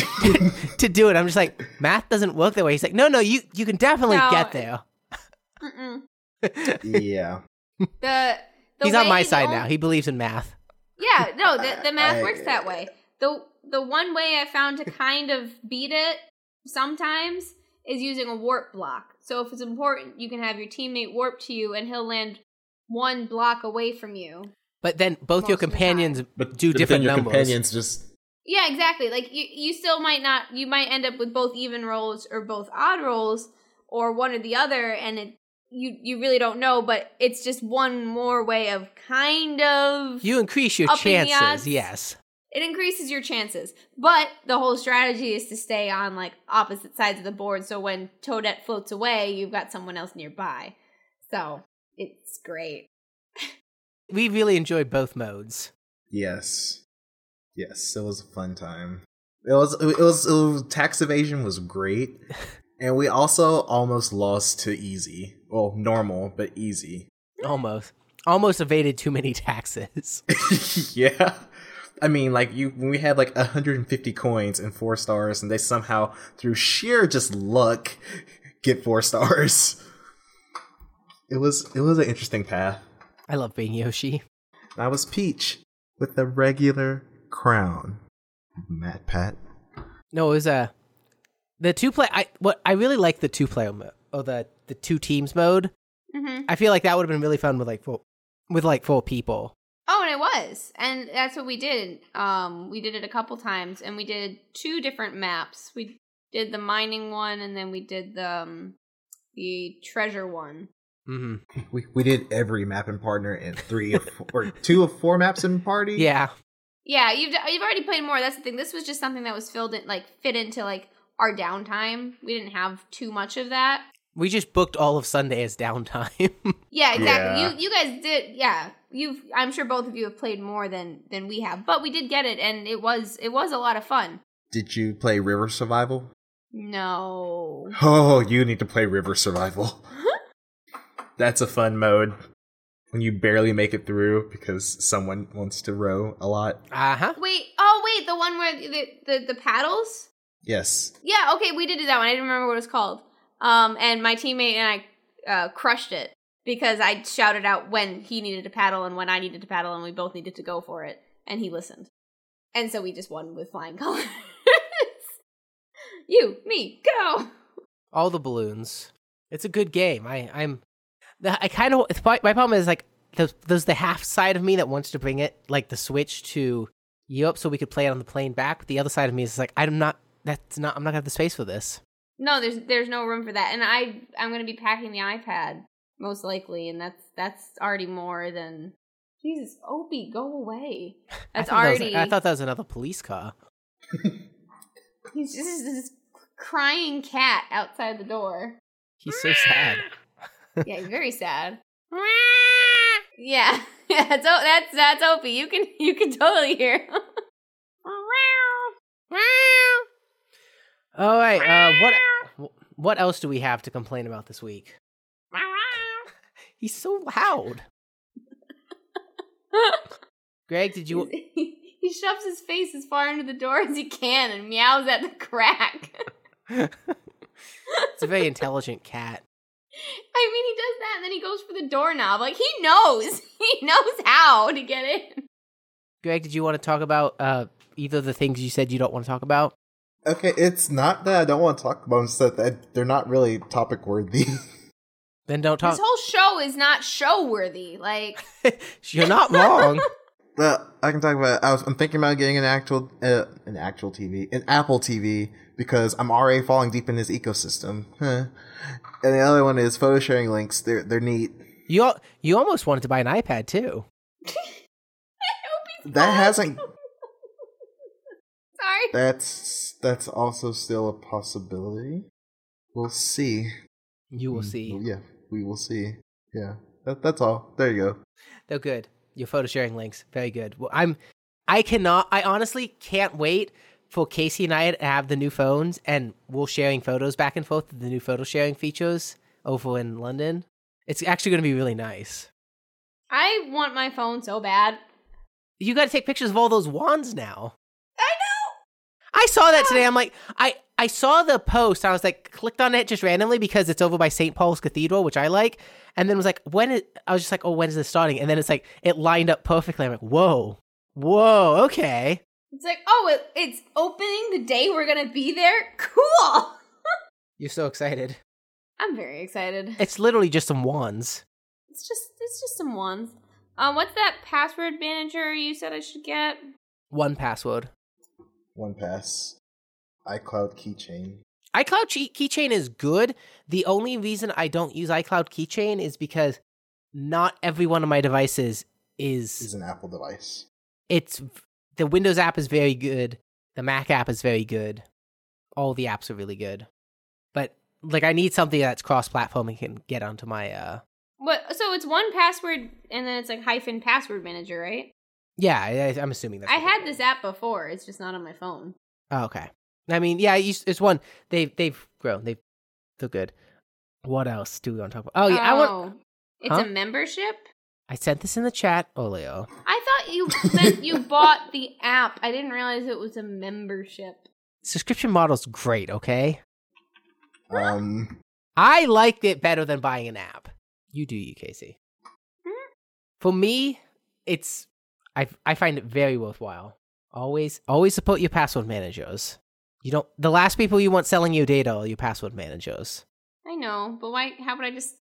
[SPEAKER 2] to do it. I'm just like, math doesn't work that way. He's like, No, no, you you can definitely
[SPEAKER 1] No.
[SPEAKER 2] get there.
[SPEAKER 1] Mm-mm.
[SPEAKER 3] yeah.
[SPEAKER 1] The, the
[SPEAKER 2] He's on
[SPEAKER 1] way
[SPEAKER 2] my
[SPEAKER 1] the
[SPEAKER 2] side
[SPEAKER 1] only-
[SPEAKER 2] now. He believes in math.
[SPEAKER 1] Yeah, no, the, the math
[SPEAKER 3] I-
[SPEAKER 1] works that way. The the one way I found to kind of beat it sometimes is using a warp block. So if it's important, you can have your teammate warp to you and he'll land one block away from you.
[SPEAKER 2] But then
[SPEAKER 1] Most
[SPEAKER 2] both your
[SPEAKER 1] of the time.
[SPEAKER 2] companions
[SPEAKER 3] But
[SPEAKER 2] do
[SPEAKER 3] but
[SPEAKER 2] different
[SPEAKER 3] then your
[SPEAKER 2] numbers.
[SPEAKER 3] companions just
[SPEAKER 1] Yeah, exactly. Like you, you still might not. You might end up with both even rolls or both odd rolls, or one or the other, and it you you really don't know. But it's just one more way of kind of
[SPEAKER 2] You increase your
[SPEAKER 1] upping the
[SPEAKER 2] chances,
[SPEAKER 1] odds.
[SPEAKER 2] yes.
[SPEAKER 1] it increases your chances. But the whole strategy is to stay on like opposite sides of the board, so when Toadette floats away, you've got someone else nearby. So it's great.
[SPEAKER 2] We really enjoyed both modes.
[SPEAKER 3] Yes. Yes, it was a fun time. It was it was, it was tax evasion was great. And we also almost lost to easy. Well, normal, but easy.
[SPEAKER 2] Almost. Almost evaded too many taxes.
[SPEAKER 3] yeah. I mean, like you when we had like 150 coins and four stars and they somehow through sheer just luck get four stars. It was it was an interesting path.
[SPEAKER 2] I love being Yoshi.
[SPEAKER 3] I was Peach with the regular crown. Matt Pat.
[SPEAKER 2] No, it was uh, the two play. I what I really like the two player mode or the the two teams mode.
[SPEAKER 1] Mm-hmm.
[SPEAKER 2] I feel like that would have been really fun with like four with like four people.
[SPEAKER 1] Oh, and it was, and that's what we did. Um, we did it a couple times, and we did two different maps. We did the mining one, and then we did the um, the treasure one.
[SPEAKER 2] Mm-hmm.
[SPEAKER 3] We we did every map and partner in three of four, or two of four maps in party.
[SPEAKER 2] Yeah,
[SPEAKER 1] Yeah, you've you've already played more. That's the thing. This was just something that was filled in, like fit into like our downtime. We didn't have too much of that.
[SPEAKER 2] we just booked all of Sunday as downtime.
[SPEAKER 1] Yeah, exactly.
[SPEAKER 3] Yeah.
[SPEAKER 1] You you guys did. Yeah, you've. I'm sure both of you have played more than than we have, but we did get it, and it was it was a lot of fun.
[SPEAKER 3] Did you play River Survival?
[SPEAKER 1] No.
[SPEAKER 3] Oh, you need to play River Survival. That's a fun mode when you barely make it through because someone wants to row a lot.
[SPEAKER 2] uh huh.
[SPEAKER 1] Wait. Oh, wait. The one where the the, the paddles.
[SPEAKER 3] Yes.
[SPEAKER 1] Yeah. Okay. We did do that one. I didn't remember what it was called. Um, and my teammate and I uh, crushed it because I shouted out when he needed to paddle and when I needed to paddle, and we both needed to go for it, and he listened, and so we just won with flying colors. you, me, go.
[SPEAKER 2] All the balloons. It's a good game. I I'm. the- I kind of my problem is like there's, there's the half side of me that wants to bring it like the Switch to Europe so we could play it on the plane back. But the other side of me is like I'm not. That's not. I'm not gonna have the space for this.
[SPEAKER 1] No, there's there's no room for that, and I I'm gonna be packing the iPad most likely, and that's that's already more than Jesus. Opie, go away. That's
[SPEAKER 2] I thought that was-
[SPEAKER 1] already.
[SPEAKER 2] I thought that was another police car.
[SPEAKER 1] he's just this this crying cat outside the door.
[SPEAKER 2] He's so sad.
[SPEAKER 1] Yeah, he's very sad. yeah, yeah, that's O- that's that's Opie. You can you can totally hear. him.
[SPEAKER 2] All right. Uh, what what else do we have to complain about this week? He's so loud. Greg, did you?
[SPEAKER 1] he he shoves his face as far into the door as he can and meows at the crack.
[SPEAKER 2] It's a very intelligent cat.
[SPEAKER 1] I mean, he does that and then he goes for the doorknob. Like, he knows. He knows how to get in.
[SPEAKER 2] Greg, did you want to talk about uh, either of the things you said you don't want to talk about?
[SPEAKER 3] Okay, it's not that I don't want to talk about them, it's that- that they're not really topic worthy.
[SPEAKER 2] Then don't talk.
[SPEAKER 1] This whole show is not show worthy. Like,
[SPEAKER 2] You're not wrong.
[SPEAKER 3] Well, I can talk about. I was, I'm thinking about getting an actual, uh, an actual TV, an Apple TV, because I'm already falling deep in this ecosystem. Huh. And the other one is photo sharing links. They're they're neat.
[SPEAKER 2] you al- you almost wanted to buy an iPad too.
[SPEAKER 1] Oh,
[SPEAKER 3] That hasn't.
[SPEAKER 1] sorry.
[SPEAKER 3] That's that's also still a possibility. We'll see. Mm,
[SPEAKER 2] You will see.
[SPEAKER 3] Yeah, we will see. Yeah, that, that's all. There you go.
[SPEAKER 2] They're good. Your photo sharing links, very good. Well, I'm, I cannot. I honestly can't wait for Casey and I to have the new phones, and we'll sharing photos back and forth. with The new photo sharing features over in London. It's actually going to be really nice.
[SPEAKER 1] I want my phone so bad.
[SPEAKER 2] You got to take pictures of all those wands now.
[SPEAKER 1] I know.
[SPEAKER 2] I saw that today. I'm like, I I saw the post. I was like, clicked on it just randomly because it's over by St. Paul's Cathedral, which I like. And then was like, when it, I was just like, oh, when is this starting? And then it's like, it lined up perfectly. I'm like, whoa, whoa, okay.
[SPEAKER 1] It's like, oh, it, it's opening the day we're gonna be there. Cool.
[SPEAKER 2] You're so excited.
[SPEAKER 1] I'm very excited.
[SPEAKER 2] It's literally just some wands.
[SPEAKER 1] It's just it's just some ones. Um, what's that password manager you said I should get?
[SPEAKER 2] One password.
[SPEAKER 3] One pass. iCloud keychain.
[SPEAKER 2] iCloud key- keychain is good. The only reason I don't use iCloud keychain is because not every one of my devices
[SPEAKER 3] This is
[SPEAKER 2] is
[SPEAKER 3] an Apple device.
[SPEAKER 2] it's v- the Windows app is very good. The Mac app is very good. All the apps are really good. But like I need something that's cross-platform and can get onto my uh
[SPEAKER 1] What? So it's one password, and then it's like hyphen password manager, right?
[SPEAKER 2] yeah, I, I- I'm assuming that's
[SPEAKER 1] I
[SPEAKER 2] what
[SPEAKER 1] had
[SPEAKER 2] it is.
[SPEAKER 1] this app before. It's just not on my phone.
[SPEAKER 2] Oh, okay. I mean, yeah, it's it's one they've they've grown. They've they're good. What else do we want to talk about? Oh yeah, I want.
[SPEAKER 1] It's
[SPEAKER 2] Huh?
[SPEAKER 1] a membership.
[SPEAKER 2] I sent this in the chat, Oleo.
[SPEAKER 1] I thought you meant you bought the app. I didn't realize it was a membership.
[SPEAKER 2] Subscription model's great. Okay,
[SPEAKER 3] Um,
[SPEAKER 2] I liked it better than buying an app. You do you, Casey. For me, it's I I find it very worthwhile. Always always support your password managers. You don't the last people you want selling you data are your password managers.
[SPEAKER 1] I know, but why? How would I just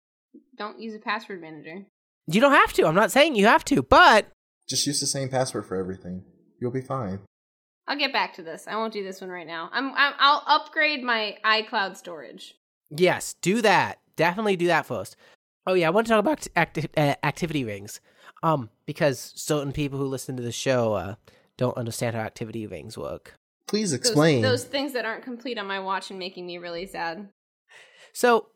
[SPEAKER 1] don't use a password manager?
[SPEAKER 2] You don't have to. I'm not saying you have to, but
[SPEAKER 3] just use the same password for everything. You'll be fine.
[SPEAKER 1] I'll get back to this. I won't do this one right now. I'm, I'm I'll upgrade my iCloud storage.
[SPEAKER 2] Yes, do that. Definitely do that first. Oh yeah, I want to talk about acti- uh, activity rings, um, because certain people who listen to the show uh, don't understand how activity rings work.
[SPEAKER 3] Please
[SPEAKER 1] Those-
[SPEAKER 3] explain.
[SPEAKER 1] those, things that aren't complete on my watch and making me really sad.
[SPEAKER 2] So,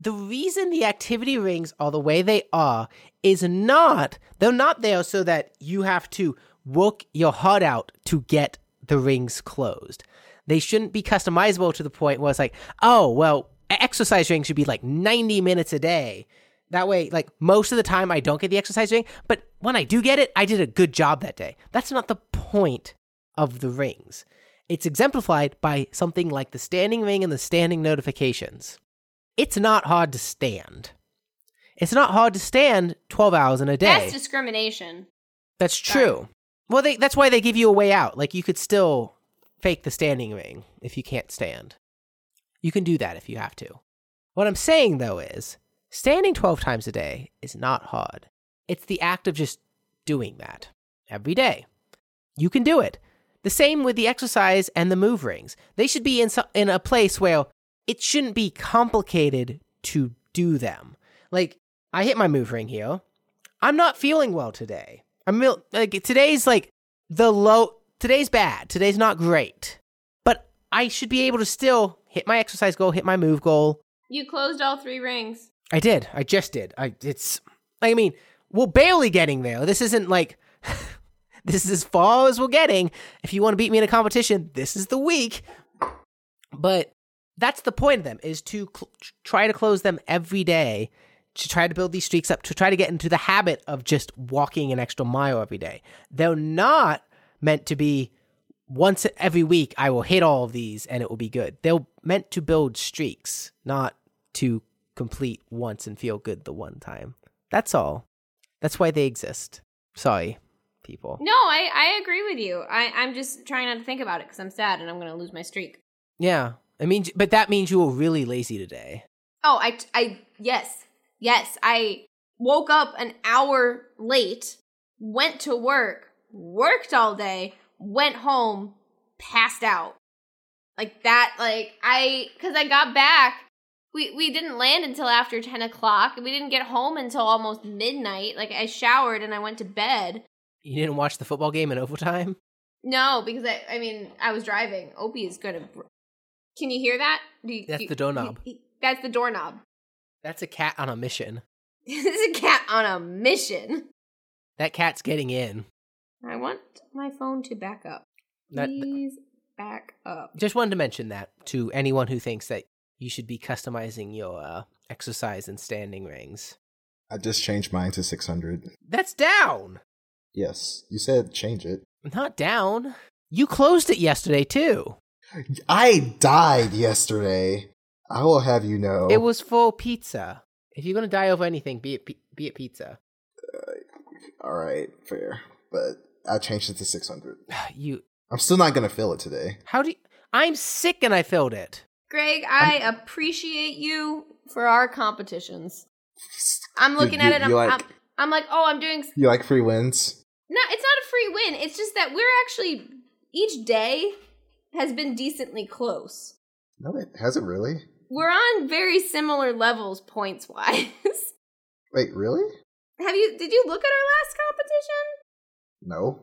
[SPEAKER 2] the reason the activity rings are the way they are is not they're not there so that you have to work your heart out to get the rings closed. They shouldn't be customizable to the point where it's like, oh well, e- exercise ring should be like ninety minutes a day. That way, like most of the time, I don't get the exercise ring, but when I do get it, I did a good job that day. That's not the point of the rings. It's exemplified by something like the standing ring and the standing notifications. It's not hard to stand. It's not hard to stand 12 hours in a day.
[SPEAKER 1] That's discrimination.
[SPEAKER 2] That's true. Well, they, that's why they give you a way out. Like you could still fake the standing ring if you can't stand. You can do that if you have to. What I'm saying though is standing 12 times a day is not hard. It's the act of just doing that every day. You can do it. The same with the exercise and the move rings. They should be in so- in a place where it shouldn't be complicated to do them. Like I hit my move ring here. I'm not feeling well today. I'm real- like today's like the low. Today's bad. Today's not great. But I should be able to still hit my exercise goal, hit my move goal.
[SPEAKER 1] You closed all three rings.
[SPEAKER 2] I did. I just did. I it's. I mean, we're barely getting there. This isn't like this is as far as we're getting. If you want to beat me in a competition, this is the week. But that's the point of them is to cl- try to close them every day, to try to build these streaks up, to try to get into the habit of just walking an extra mile every day. They're not meant to be once every week I will hit all of these and it will be good. They're meant to build streaks, not to complete once and feel good the one time. That's all. That's why they exist. Sorry, people.
[SPEAKER 1] No, I, I agree with you. I, I'm just trying not to think about it because I'm sad and I'm going to lose my streak.
[SPEAKER 2] Yeah. I mean, but that means you were really lazy today.
[SPEAKER 1] Oh, I, I, yes, yes. I woke up an hour late, went to work, worked all day, went home, passed out. Like that, like I, cause I got back. We, we didn't land until after 10 o'clock. We didn't get home until almost midnight. Like I showered and I went to bed.
[SPEAKER 2] You didn't watch the football game in overtime?
[SPEAKER 1] No, because I, I mean, I was driving. Opie is gonna. br- Can you hear that? Do you,
[SPEAKER 2] That's
[SPEAKER 1] you-
[SPEAKER 2] the doorknob.
[SPEAKER 1] he- he- that's the doorknob.
[SPEAKER 2] That's a cat on a mission.
[SPEAKER 1] this is a cat on a mission.
[SPEAKER 2] That cat's getting in.
[SPEAKER 1] I want my phone to back up.
[SPEAKER 2] That-
[SPEAKER 1] Please back up.
[SPEAKER 2] Just wanted to mention that to anyone who thinks that you should be customizing your uh, exercise and standing rings.
[SPEAKER 3] I just changed mine to 600.
[SPEAKER 2] That's down.
[SPEAKER 3] Yes, you said change it.
[SPEAKER 2] Not down. You closed it yesterday too.
[SPEAKER 3] I died yesterday. I will have you know.
[SPEAKER 2] It was full pizza. If you're gonna die over anything, be it pi- be it pizza.
[SPEAKER 3] All right, fair. But I changed it to 600.
[SPEAKER 2] You
[SPEAKER 3] I'm still not gonna fill it today.
[SPEAKER 2] how do you, I'm sick and I filled it.
[SPEAKER 1] Greg, I appreciate you for our competitions. I'm
[SPEAKER 3] You-
[SPEAKER 1] looking
[SPEAKER 3] you-
[SPEAKER 1] at it. I'm,
[SPEAKER 3] you
[SPEAKER 1] I'm,
[SPEAKER 3] like-
[SPEAKER 1] I'm like, oh, I'm doing. s-
[SPEAKER 3] You like free wins?
[SPEAKER 1] No, it's not a free win. It's just that we're actually each day has been decently close.
[SPEAKER 3] No, it hasn't really.
[SPEAKER 1] We're on very similar levels points wise.
[SPEAKER 3] Wait, really?
[SPEAKER 1] Have you? Did you look at our last competition?
[SPEAKER 3] No.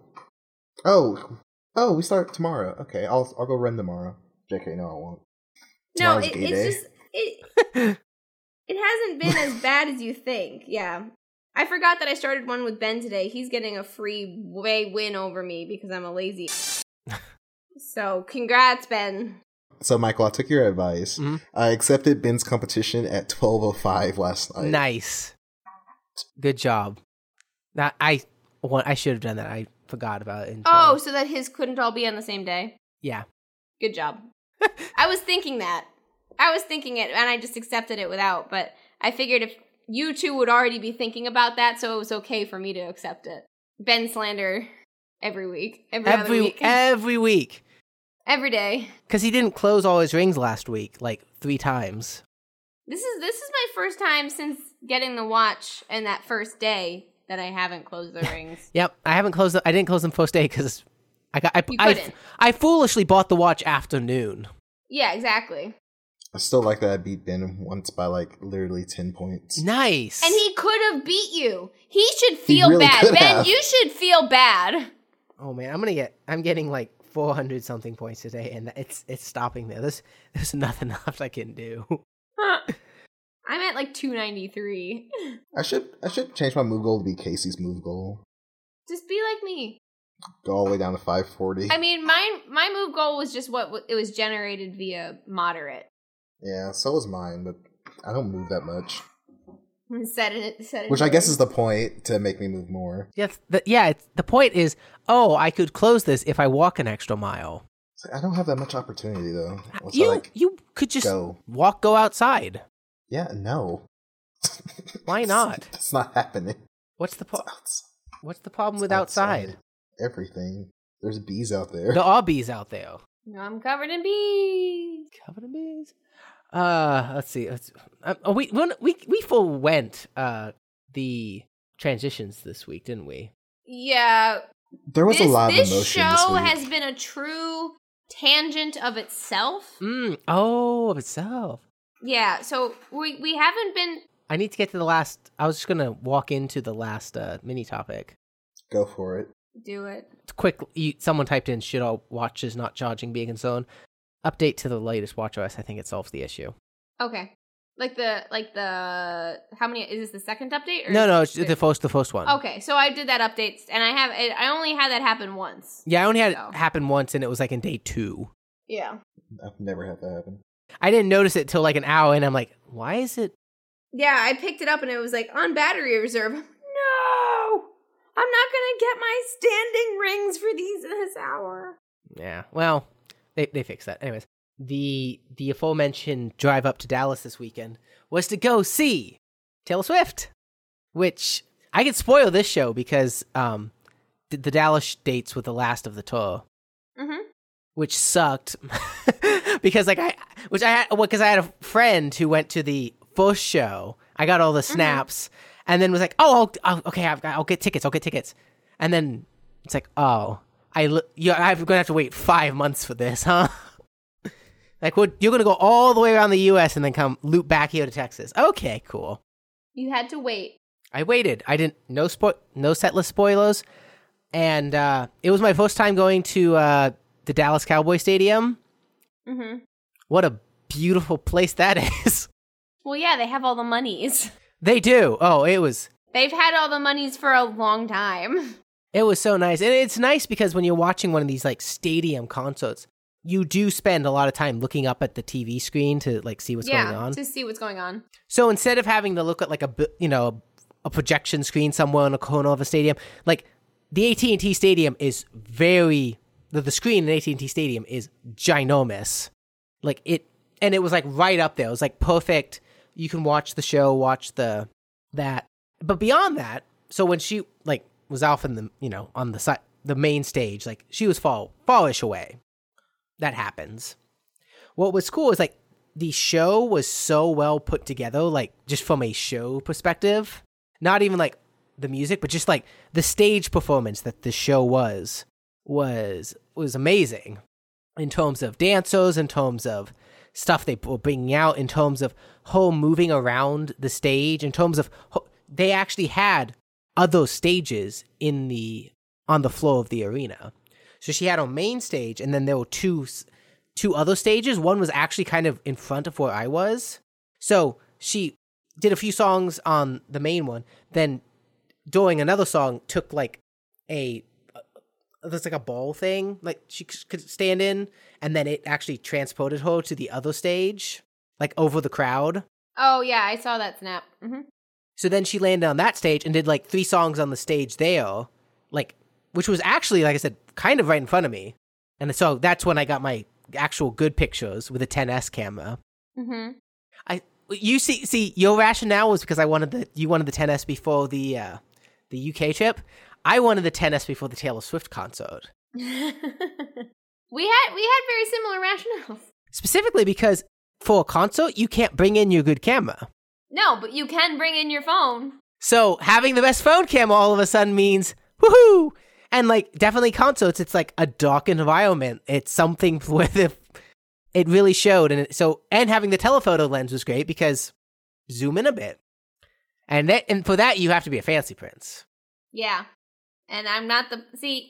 [SPEAKER 3] Oh, oh, we start tomorrow. Okay, I'll I'll go run tomorrow. JK, no, I won't.
[SPEAKER 1] No,
[SPEAKER 3] Tomorrow's
[SPEAKER 1] it,
[SPEAKER 3] gay
[SPEAKER 1] it's
[SPEAKER 3] day.
[SPEAKER 1] just it. it hasn't been as bad as you think. Yeah, I forgot that I started one with Ben today. He's getting a free way win over me because I'm a lazy. so congrats, Ben.
[SPEAKER 3] So, Michael, I took your advice.
[SPEAKER 2] Mhm.
[SPEAKER 3] I accepted Ben's competition at twelve oh five last night.
[SPEAKER 2] nice. Good job. That I well, I should have done that. I forgot about it. until-
[SPEAKER 1] Oh, so that his couldn't all be on the same day.
[SPEAKER 2] yeah.
[SPEAKER 1] Good job. I was thinking that. I was thinking it, and I just accepted it without. But I figured if you two would already be thinking about that, so it was okay for me to accept it. Ben slander every week, every, other
[SPEAKER 2] Every e-,
[SPEAKER 1] week,
[SPEAKER 2] every week.
[SPEAKER 1] every day.
[SPEAKER 2] Because he didn't close all his rings last week, like three times.
[SPEAKER 1] This is this is my first time since getting the watch and that first day that I haven't closed the rings.
[SPEAKER 2] Yep, I haven't closed. The, I didn't close them first day because I got. I,
[SPEAKER 1] You
[SPEAKER 2] I,
[SPEAKER 1] couldn't.
[SPEAKER 2] I foolishly bought the watch after noon.
[SPEAKER 1] Yeah, exactly.
[SPEAKER 3] I still like that I beat Ben once by like literally ten points.
[SPEAKER 2] Nice.
[SPEAKER 1] And he could have beat you. He should feel
[SPEAKER 3] really
[SPEAKER 1] bad.
[SPEAKER 3] could
[SPEAKER 1] Ben,
[SPEAKER 3] have.
[SPEAKER 1] you should feel bad.
[SPEAKER 2] oh man, I'm gonna get. I'm getting like 400 something points today, and it's it's stopping there. There's there's nothing left I can do.
[SPEAKER 1] I'm at like 293.
[SPEAKER 3] I should I should change my move goal to be Casey's move goal.
[SPEAKER 1] Just be like me.
[SPEAKER 3] Go all the way down to five forty.
[SPEAKER 1] I mean, mine my move goal was just what w- it was generated via moderate.
[SPEAKER 3] yeah, so was mine, but I don't move that much,
[SPEAKER 1] Set it, set it
[SPEAKER 3] which I guess is the point to make me move more.
[SPEAKER 2] Yes. The, yeah. It's, the point is, oh, I could close this if I walk an extra mile.
[SPEAKER 3] So I don't have that much opportunity though. Once I
[SPEAKER 2] Uh, you
[SPEAKER 3] like
[SPEAKER 2] you could just
[SPEAKER 3] go.
[SPEAKER 2] walk, go outside.
[SPEAKER 3] Yeah, no.
[SPEAKER 2] Why not?
[SPEAKER 3] It's not happening.
[SPEAKER 2] What's the po-
[SPEAKER 3] It's
[SPEAKER 2] What's the problem with outside?
[SPEAKER 3] outside. Everything. There's bees out there.
[SPEAKER 2] There are bees out there.
[SPEAKER 1] I'm covered in bees.
[SPEAKER 2] Covered in bees. Uh, let's see. Let's, uh, oh, we when, we we full went uh the transitions this week, didn't we?
[SPEAKER 1] Yeah,
[SPEAKER 3] There was
[SPEAKER 1] this,
[SPEAKER 3] a lot of
[SPEAKER 1] this
[SPEAKER 3] emotion
[SPEAKER 1] show
[SPEAKER 3] this week.
[SPEAKER 1] has been a true tangent of itself.
[SPEAKER 2] Mm, oh, of itself.
[SPEAKER 1] Yeah, so we we haven't been
[SPEAKER 2] I need to get to the last. I was just gonna walk into the last uh, mini topic.
[SPEAKER 3] Go for it.
[SPEAKER 1] do it.
[SPEAKER 2] It's Quick, you, someone typed in "should all watches not charging being concerned." Update to the latest watchOS. I think it solves the issue.
[SPEAKER 1] Okay. Like the like the how many is this the second update or
[SPEAKER 2] No, no, it's the first, the first one.
[SPEAKER 1] Okay, so I did that update and I have it, I only had that happen once.
[SPEAKER 2] Yeah, I only had
[SPEAKER 1] So.
[SPEAKER 2] it happen once, and it was like in day two.
[SPEAKER 1] Yeah.
[SPEAKER 3] I've never had that happen.
[SPEAKER 2] I didn't notice it till like an hour, and I'm like, "Why is it
[SPEAKER 1] Yeah, I picked it up and it was like on battery reserve. No. I'm not going to get my standing rings for these in this hour.
[SPEAKER 2] Yeah. Well, they they fixed that. Anyways, the the aforementioned drive up to Dallas this weekend was to go see Taylor Swift, which I could spoil this show because um the, the Dallas dates were the last of the tour,
[SPEAKER 1] Mhm.
[SPEAKER 2] which sucked because like I which I had because I had a friend who went to the first show. I got all the snaps and then was like, "Oh, I'll, I'll, okay, I've got, I'll get tickets. I'll get tickets." And then it's like, "Oh, I li- you, I'm gonna have to wait five months for this, huh?" like, what, you're gonna go all the way around the U.S. and then come loop back here to Texas? Okay, cool.
[SPEAKER 1] You had to wait.
[SPEAKER 2] I waited. I didn't no spo- no setlist spoilers, and uh, it was my first time going to uh, the Dallas Cowboy Stadium.
[SPEAKER 1] Mhm.
[SPEAKER 2] What a beautiful place that is.
[SPEAKER 1] Well, yeah, they have all the monies.
[SPEAKER 2] they do. Oh, it was
[SPEAKER 1] They've had all the monies for a long time.
[SPEAKER 2] It was so nice. And it's nice because when you're watching one of these like stadium concerts, you do spend a lot of time looking up at the TV screen to like see what's
[SPEAKER 1] yeah,
[SPEAKER 2] going on.
[SPEAKER 1] to see what's going on.
[SPEAKER 2] So instead of having to look at like a bu- you know a projection screen somewhere in a corner of a stadium, like the AT and T Stadium is very the, the screen in AT and T Stadium is ginormous, like it and it was like right up there. It was like perfect. You can watch the show, watch the that, but beyond that, so when she like was off in the you know on the side the main stage. Like she was fall fallish away. That happens. What was cool is like the show was so well put together, like just from a show perspective. Not even like the music, but just like the stage performance that the show was was was amazing in terms of dancers, in terms of stuff they were bringing out, in terms of whole moving around the stage, in terms of ho- they actually had other stages in the on the floor of the arena. So she had a main stage, and then there were two s- two other stages. One was actually kind of in front of where I was. So she did a few songs on the main one, then doing another song took like a uh, there's like a ball thing like she c- could stand in and then it actually transported her to the other stage like over the crowd
[SPEAKER 1] Oh yeah, I saw that snap. hmm
[SPEAKER 2] so then she landed on that stage and did like three songs on the stage there like which was actually like i said kind of right in front of me and so that's when i got my actual good pictures with a 10s camera
[SPEAKER 1] hmm
[SPEAKER 2] you see see your rationale was because i wanted the you wanted the 10s before the uh the uk trip i wanted the 10s before the taylor swift concert
[SPEAKER 1] we had we had very similar rationales.
[SPEAKER 2] Specifically because for a console, you can't bring in your good camera.
[SPEAKER 1] No, but you can bring in your phone.
[SPEAKER 2] So having the best phone camera all of a sudden means woohoo! And like definitely consoles, it's like a dark environment. It's something where the, it really showed, and it, so and having the telephoto lens was great because zoom in a bit, and that and for that you have to be a fancy prince.
[SPEAKER 1] Yeah. And I'm not the see,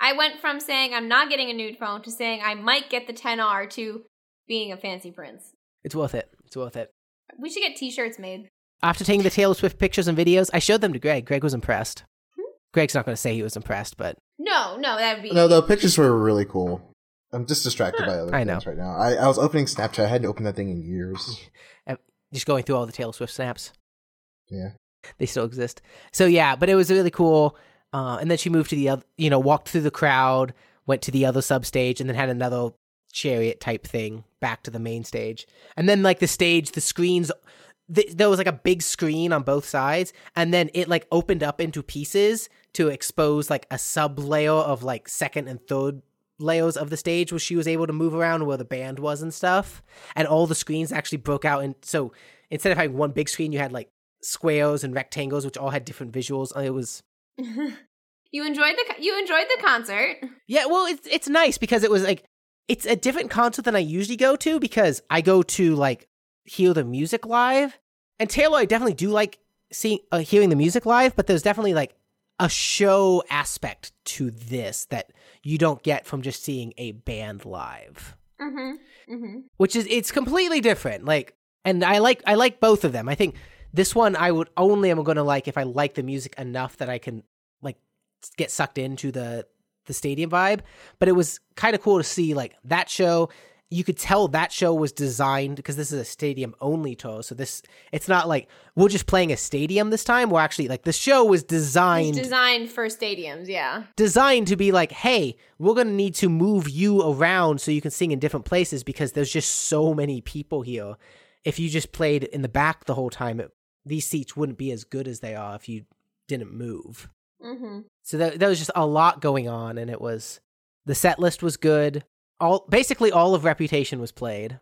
[SPEAKER 1] I went from saying I'm not getting a nude phone to saying I might get the 10R to being a fancy prince.
[SPEAKER 2] It's worth it. It's worth it.
[SPEAKER 1] We should get t-shirts made.
[SPEAKER 2] After taking the Taylor Swift pictures and videos, I showed them to Greg. Greg was impressed. Greg's not going to say he was impressed, but
[SPEAKER 1] No, no, that would be
[SPEAKER 3] No, the pictures were really cool. I'm just distracted by other
[SPEAKER 2] I know.
[SPEAKER 3] things right now. I, I was opening Snapchat. I hadn't opened that thing in years.
[SPEAKER 2] just going through all the Taylor Swift snaps.
[SPEAKER 3] Yeah.
[SPEAKER 2] they still exist. So yeah, but it was really cool. Uh, and then she moved to the other, you know, walked through the crowd, went to the other sub stage, and then had another chariot type thing back to the main stage. And then like the stage, the screens, th- there was like a big screen on both sides, and then it like opened up into pieces to expose like a sub layer of like second and third layers of the stage where she was able to move around where the band was and stuff and all the screens actually broke out and so instead of having one big screen you had like squares and rectangles, which all had different visuals. It was
[SPEAKER 1] You enjoyed the co- you enjoyed the concert.
[SPEAKER 2] yeah, well, it's it's nice because it was like it's a different concert than I usually go to because I go to like hear the music live, and Taylor, I definitely do like seeing uh, hearing the music live, but there's definitely like a show aspect to this that you don't get from just seeing a band live.
[SPEAKER 1] Mhm. Mhm.
[SPEAKER 2] which is it's completely different like and i like i like both of them i think this one i would only am going to like if i like the music enough that i can like get sucked into the the stadium vibe but it was kind of cool to see like that show you could tell that show was designed because this is a stadium only tour so this it's not like we're just playing a stadium this time we're actually like the show was
[SPEAKER 1] It's
[SPEAKER 2] designed
[SPEAKER 1] designed for stadiums, yeah.
[SPEAKER 2] designed to be like, hey, we're gonna need to move you around so you can sing in different places because there's just so many people here. If you just played in the back the whole time, it, these seats wouldn't be as good as they are if you didn't move.
[SPEAKER 1] Mhm.
[SPEAKER 2] So there, there was just a lot going on, and it was the set list was good. All basically all of Reputation was played.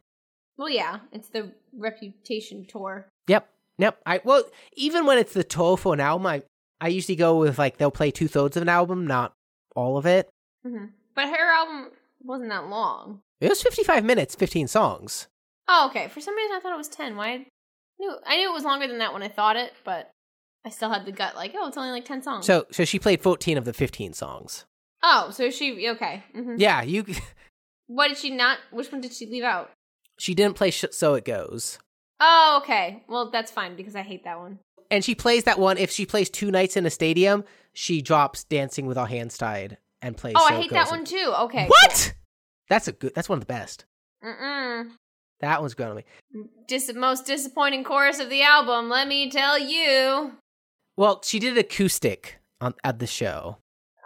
[SPEAKER 1] Well, yeah, it's the Reputation tour.
[SPEAKER 2] Yep. Yep. I well, even when it's the tour for an album, I I usually go with like they'll play two thirds of an album, not all of it.
[SPEAKER 1] Mhm. But her album wasn't that long.
[SPEAKER 2] It was fifty five minutes, fifteen songs.
[SPEAKER 1] Oh, okay. For some reason I thought it was 10. Why? Knew, I knew it was longer than that when I thought it, but I still had the gut like, oh, it's only like 10 songs.
[SPEAKER 2] So so she played 14 of the 15 songs.
[SPEAKER 1] Oh, so she okay. hmm
[SPEAKER 2] Yeah, you
[SPEAKER 1] What did she not? Which one did she leave out?
[SPEAKER 2] she didn't play Sh- So It Goes.
[SPEAKER 1] Oh, okay. Well, that's fine because I hate that one.
[SPEAKER 2] And she plays that one if she plays two nights in a stadium, she drops Dancing with Our Hands Tied and plays
[SPEAKER 1] oh,
[SPEAKER 2] So
[SPEAKER 1] I
[SPEAKER 2] It
[SPEAKER 1] hate that
[SPEAKER 2] Goes.
[SPEAKER 1] one too. Okay.
[SPEAKER 2] What? That's a good that's one of the best.
[SPEAKER 1] Mm-mm.
[SPEAKER 2] That one's grown on me.
[SPEAKER 1] Dis- most disappointing chorus of the album. Let me tell you.
[SPEAKER 2] Well, she did acoustic on at the show.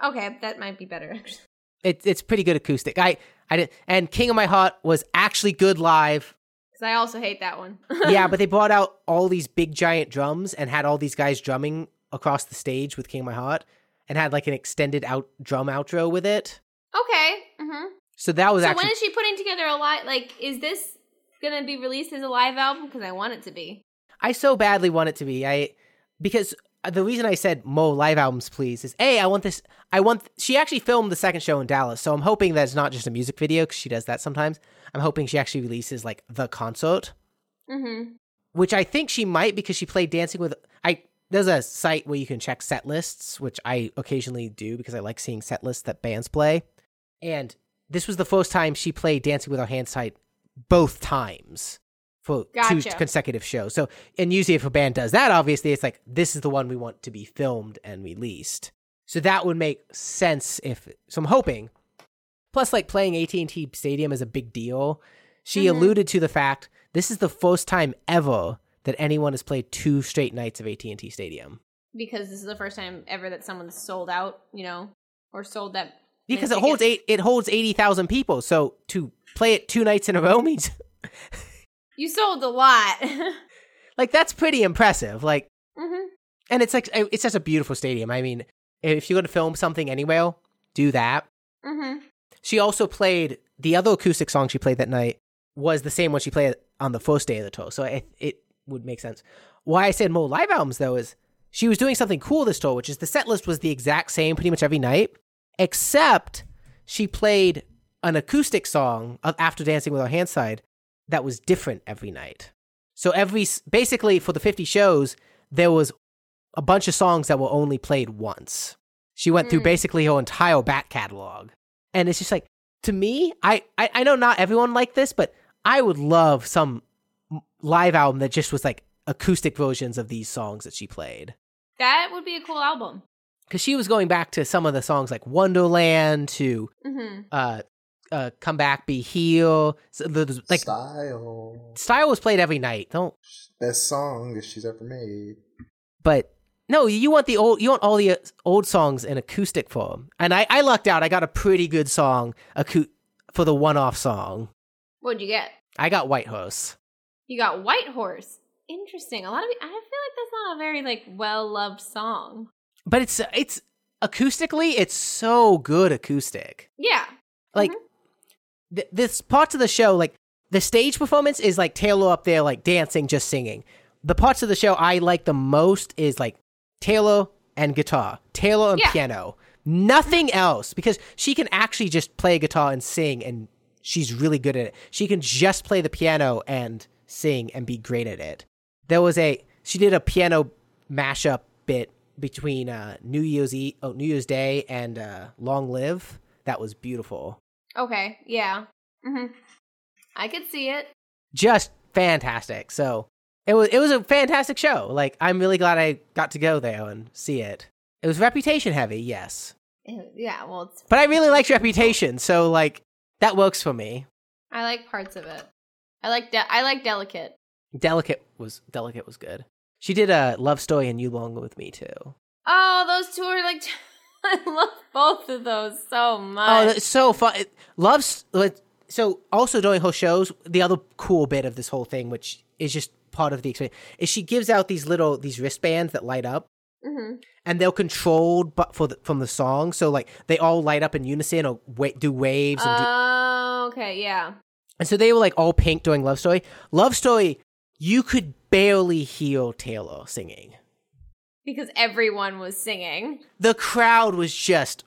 [SPEAKER 1] Okay, that might be better actually.
[SPEAKER 2] It, it's pretty good acoustic. I I didn't and King of My Heart was actually good live.
[SPEAKER 1] Because I also hate that one.
[SPEAKER 2] yeah, but they brought out all these big giant drums and had all these guys drumming across the stage with King of My Heart. and had like an extended out drum outro with it.
[SPEAKER 1] Okay. Mm-hmm.
[SPEAKER 2] So that was
[SPEAKER 1] So
[SPEAKER 2] actually
[SPEAKER 1] when is she putting together a live? Like, is this gonna be released as a live album? Because I want it to be.
[SPEAKER 2] I so badly want it to be. I because the reason I said Mo live albums please is a I want this I want she actually filmed the second show in Dallas so I'm hoping that it's not just a music video cuz she does that sometimes. I'm hoping she actually releases like the concert
[SPEAKER 1] Mm-hmm.
[SPEAKER 2] which I think she might because she played Dancing with I. There's a site where you can check set lists, which I occasionally do because I like seeing set lists that bands play. And this was the first time she played Dancing with Our Hands tight both times for two
[SPEAKER 1] Gotcha.
[SPEAKER 2] consecutive shows. So, and usually if a band does that, obviously it's like this is the one we want to be filmed and released. So that would make sense if. So I'm hoping. Plus, like playing AT and T Stadium is a big deal. She
[SPEAKER 1] Mhm.
[SPEAKER 2] alluded to the fact this is the first time ever that anyone has played two straight nights of AT and T Stadium
[SPEAKER 1] Because this is the first time ever that someone's sold out. You know, or sold that
[SPEAKER 2] because
[SPEAKER 1] Like,
[SPEAKER 2] it
[SPEAKER 1] I
[SPEAKER 2] holds
[SPEAKER 1] guess-
[SPEAKER 2] eight. It holds eighty thousand people. So to play it two nights in a row means
[SPEAKER 1] you sold a lot. mm-hmm.
[SPEAKER 2] like that's pretty impressive. Like, and it's like it's such a beautiful stadium. I mean, if you're going to film something anyway, do that.
[SPEAKER 1] Mm-hmm.
[SPEAKER 2] She also played the other acoustic song she played that night was the same one she played on the first day of the tour, so it, it would make sense. Why I said more live albums though is she was doing something cool this tour, which is the set list was the exact same pretty much every night, except she played an acoustic song of- after dancing with our hand side that was different every night. So every s- basically for the 50 shows there was a bunch of songs that were only played once. She went through
[SPEAKER 1] Mm.
[SPEAKER 2] basically her entire back catalog. And it's just like to me, I, I I know not everyone like this, but I would love some m- live album that just was like acoustic versions of these songs that she played.
[SPEAKER 1] That would be a cool album.
[SPEAKER 2] Because she was going back to some of the songs like Wonderland to
[SPEAKER 1] Mm-hmm.
[SPEAKER 2] uh, uh, Come Back, Be Heal. So those- like
[SPEAKER 3] style.
[SPEAKER 2] style was played every night. Don't,
[SPEAKER 3] Best song that she's ever made.
[SPEAKER 2] but no, you want the old, you want all the uh, old songs in acoustic form. And I, I lucked out. I got a pretty good song acou- for the one-off song.
[SPEAKER 1] What'd you get?
[SPEAKER 2] I got White Horse.
[SPEAKER 1] You got White Horse. Interesting. A lot of I feel like that's not a very like well loved song.
[SPEAKER 2] but it's it's acoustically it's so good acoustic
[SPEAKER 1] Yeah.
[SPEAKER 2] like th- this parts of the show like the stage performance is like taylor up there like dancing just singing the parts of the show i like the most is like taylor and guitar taylor and
[SPEAKER 1] Yeah.
[SPEAKER 2] piano nothing else because she can actually just play guitar and sing and she's really good at it she can just play the piano and sing and be great at it there was a she did a piano mashup bit between uh, New Year's Eve, oh, New Year's Day and uh, Long Live. That was beautiful,
[SPEAKER 1] Okay. Yeah. hmm I could see it.
[SPEAKER 2] just fantastic. So it was it was a fantastic show. Like I'm really glad I got to go there and see it. It was reputation heavy, yes,
[SPEAKER 1] Eh, Yeah. Well, it's,
[SPEAKER 2] but I really liked Reputation, so like that works for me.
[SPEAKER 1] I like parts of it. I like de- I like delicate.
[SPEAKER 2] Delicate was Delicate was good. She did a love story and you long with me too.
[SPEAKER 1] Oh, those two are like. I love both of those so
[SPEAKER 2] Oh,
[SPEAKER 1] much.
[SPEAKER 2] that's so fun. It- Love's like, so also during her shows, the other cool bit of this whole thing, which is just part of the experience, is she gives out these little these wristbands that light up,
[SPEAKER 1] hmm
[SPEAKER 2] and they're controlled but for the, from the song. So like they all light up in unison or wa- do waves, and, do,
[SPEAKER 1] Oh, okay. Yeah.
[SPEAKER 2] and so they were like all pink during Love Story. Love Story, you could barely hear Taylor singing.
[SPEAKER 1] Because everyone was singing.
[SPEAKER 2] the crowd was just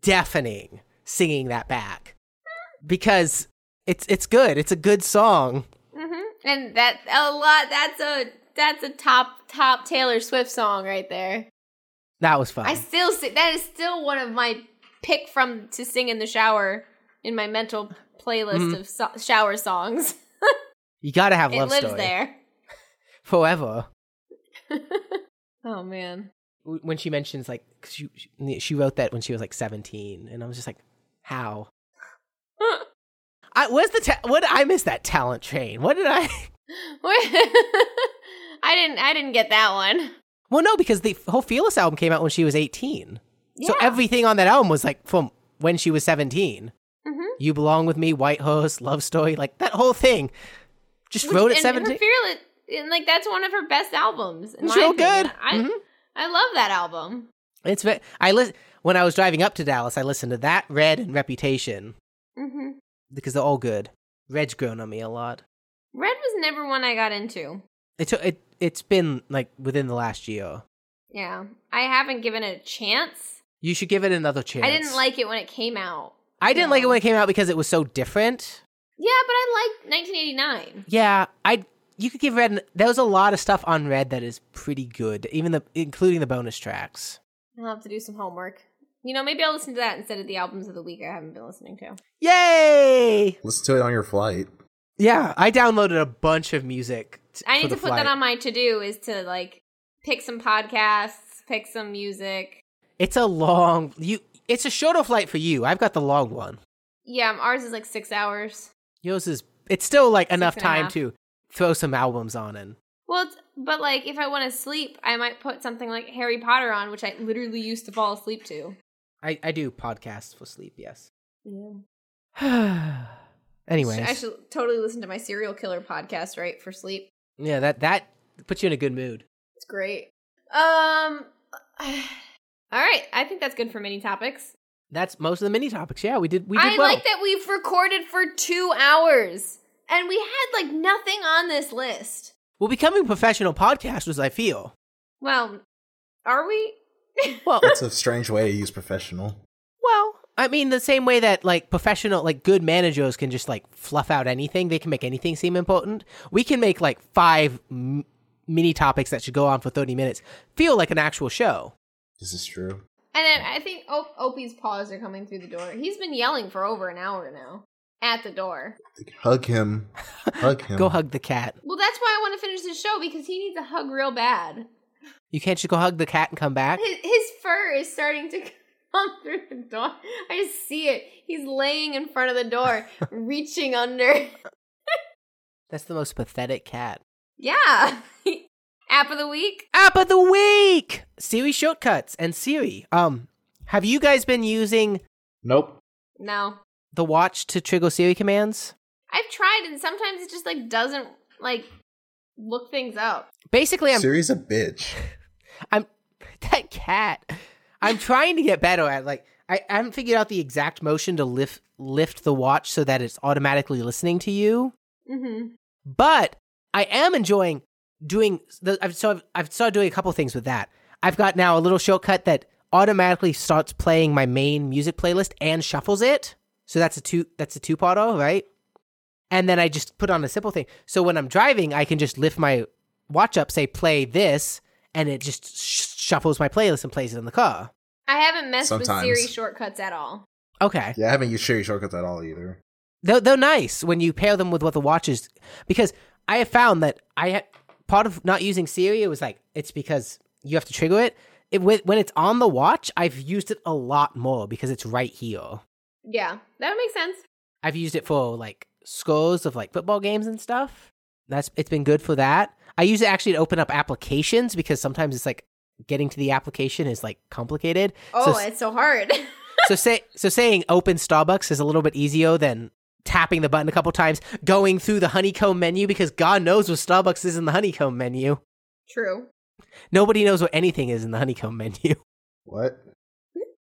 [SPEAKER 2] deafening singing that back because it's it's good. It's a good song.
[SPEAKER 1] hmm And that a lot. That's a that's a top top Taylor Swift song right there.
[SPEAKER 2] That was fun.
[SPEAKER 1] I still si- that is still one of my pick from to sing in the shower in my mental playlist
[SPEAKER 2] Mhm.
[SPEAKER 1] of so- shower songs.
[SPEAKER 2] you got to have
[SPEAKER 1] It
[SPEAKER 2] love
[SPEAKER 1] lives
[SPEAKER 2] story
[SPEAKER 1] there.
[SPEAKER 2] forever.
[SPEAKER 1] Oh man.
[SPEAKER 2] W- When she mentions like 'cause she she- she wrote that when she was like 17 and I was just like how I where's the ta- what did I miss that talent train? What did I
[SPEAKER 1] I didn't I didn't get that one.
[SPEAKER 2] Well no because the whole Fearless album came out when she was 18.
[SPEAKER 1] Yeah.
[SPEAKER 2] So everything on that album was like from when she was 17.
[SPEAKER 1] Mhm.
[SPEAKER 2] You Belong With Me, White Horse, Love Story, like that whole thing. Just
[SPEAKER 1] Which-
[SPEAKER 2] wrote at
[SPEAKER 1] and
[SPEAKER 2] 17.
[SPEAKER 1] Her Fearless and like that's one of her best albums. in
[SPEAKER 2] It's
[SPEAKER 1] my
[SPEAKER 2] real
[SPEAKER 1] opinion.
[SPEAKER 2] good.
[SPEAKER 1] I
[SPEAKER 2] Mhm.
[SPEAKER 1] I love that album.
[SPEAKER 2] It's ve- I li- when I was driving up to Dallas, I listened to that Red and Reputation
[SPEAKER 1] Mm-hmm.
[SPEAKER 2] because they're all good. Red's grown on me a lot.
[SPEAKER 1] Red was never one I got into.
[SPEAKER 2] It took it. It's been like within the last year.
[SPEAKER 1] Yeah, I haven't given it a chance.
[SPEAKER 2] You should give it another chance.
[SPEAKER 1] I didn't like it when it came out.
[SPEAKER 2] I didn't like it
[SPEAKER 1] No.
[SPEAKER 2] when it came out because it was so different.
[SPEAKER 1] Yeah, but I liked 1989.
[SPEAKER 2] Yeah, I. You could give Red. an- There was a lot of stuff on Red that is pretty good, even the including the bonus tracks.
[SPEAKER 1] I'll have to do some homework. You know, maybe I'll listen to that instead of the albums of the week I haven't been listening to.
[SPEAKER 2] Yay!
[SPEAKER 3] Listen to it on your flight.
[SPEAKER 2] Yeah, I downloaded a bunch of music. t-
[SPEAKER 1] I
[SPEAKER 2] for
[SPEAKER 1] need
[SPEAKER 2] the
[SPEAKER 1] to put
[SPEAKER 2] flight.
[SPEAKER 1] that on my to do is to like pick some podcasts, pick some music.
[SPEAKER 2] It's a long. You. It's a shorter flight for you. I've got the long one.
[SPEAKER 1] Yeah, ours is like six hours.
[SPEAKER 2] Yours is. It's still like enough
[SPEAKER 1] and a
[SPEAKER 2] time
[SPEAKER 1] half.
[SPEAKER 2] to throw some albums on and.
[SPEAKER 1] Well, it's, but like if I want to sleep, I might put something like Harry Potter on, which I literally used to fall asleep to.
[SPEAKER 2] I, I do podcasts for sleep. Yes.
[SPEAKER 1] Yeah.
[SPEAKER 2] Anyways,
[SPEAKER 1] I should totally listen to my serial killer podcast, right, for sleep.
[SPEAKER 2] yeah, that that puts you in a good mood.
[SPEAKER 1] It's great. Um All right, I think that's good for many topics.
[SPEAKER 2] That's most of the mini topics. Yeah, we did we did
[SPEAKER 1] I
[SPEAKER 2] well.
[SPEAKER 1] like that we've recorded for two hours and we had like nothing on this list.
[SPEAKER 2] We're becoming professional podcasters. I feel.
[SPEAKER 1] Well, are we?
[SPEAKER 2] Well,
[SPEAKER 3] That's a strange way to use professional.
[SPEAKER 2] well, I mean, the same way that like professional, like good managers can just like fluff out anything. They can make anything seem important. We can make like five m- mini topics that should go on for thirty minutes feel like an actual show.
[SPEAKER 3] This is true.
[SPEAKER 1] And then I think o- Opie's paws are coming through the door. He's been yelling for over an hour now at the door.
[SPEAKER 3] Hug him. Hug him.
[SPEAKER 2] Go hug the cat.
[SPEAKER 1] Well, that's why I want to finish the show because he needs a hug real bad.
[SPEAKER 2] You can't just go hug the cat and come back.
[SPEAKER 1] His, his fur is starting to come through the door. I just see it. He's laying in front of the door, reaching under.
[SPEAKER 2] That's the most pathetic cat.
[SPEAKER 1] Yeah. App of the week.
[SPEAKER 2] App of the week: Siri shortcuts and Siri. Um, have you guys been using
[SPEAKER 3] Nope.
[SPEAKER 1] No.
[SPEAKER 2] the watch to trigger Siri commands?
[SPEAKER 1] I've tried, and sometimes it just like doesn't like look things up.
[SPEAKER 2] Basically, I'm
[SPEAKER 3] Siri's a bitch.
[SPEAKER 2] that cat. I'm trying to get better at like I, I haven't figured out the exact motion to lift lift the watch so that it's automatically listening to you.
[SPEAKER 1] Mm-hmm.
[SPEAKER 2] But I am enjoying doing the I've so I've, I've started doing a couple things with that. I've got now a little shortcut that automatically starts playing my main music playlist and shuffles it. So that's a two that's a two parto, right? And then I just put on a simple thing. So when I'm driving, I can just lift my watch up, say play this, and it just sh- shuffles my playlist and plays it in the car.
[SPEAKER 1] I haven't messed with
[SPEAKER 3] Sometimes.
[SPEAKER 1] Siri shortcuts at all.
[SPEAKER 2] Okay.
[SPEAKER 3] Yeah, I haven't used Siri shortcuts at all either.
[SPEAKER 2] they're, they're nice when you pair them with what the watch is because i have found that i ha- part of not using siri it was like it's because you have to trigger it, it when when it's on the watch i've used it a lot more because it's right here
[SPEAKER 1] Yeah, that would make sense.
[SPEAKER 2] i've used it for like scores of like football games and stuff that's it's been good for that i use it actually to open up applications because sometimes it's like getting to the application is like complicated
[SPEAKER 1] Oh,
[SPEAKER 2] So-
[SPEAKER 1] it's so hard.
[SPEAKER 2] so say so saying open Starbucks is a little bit easier than tapping the button a couple times, going through the honeycomb menu because God knows what Starbucks is in the honeycomb menu.
[SPEAKER 1] True.
[SPEAKER 2] Nobody knows what anything is in the honeycomb menu.
[SPEAKER 3] What?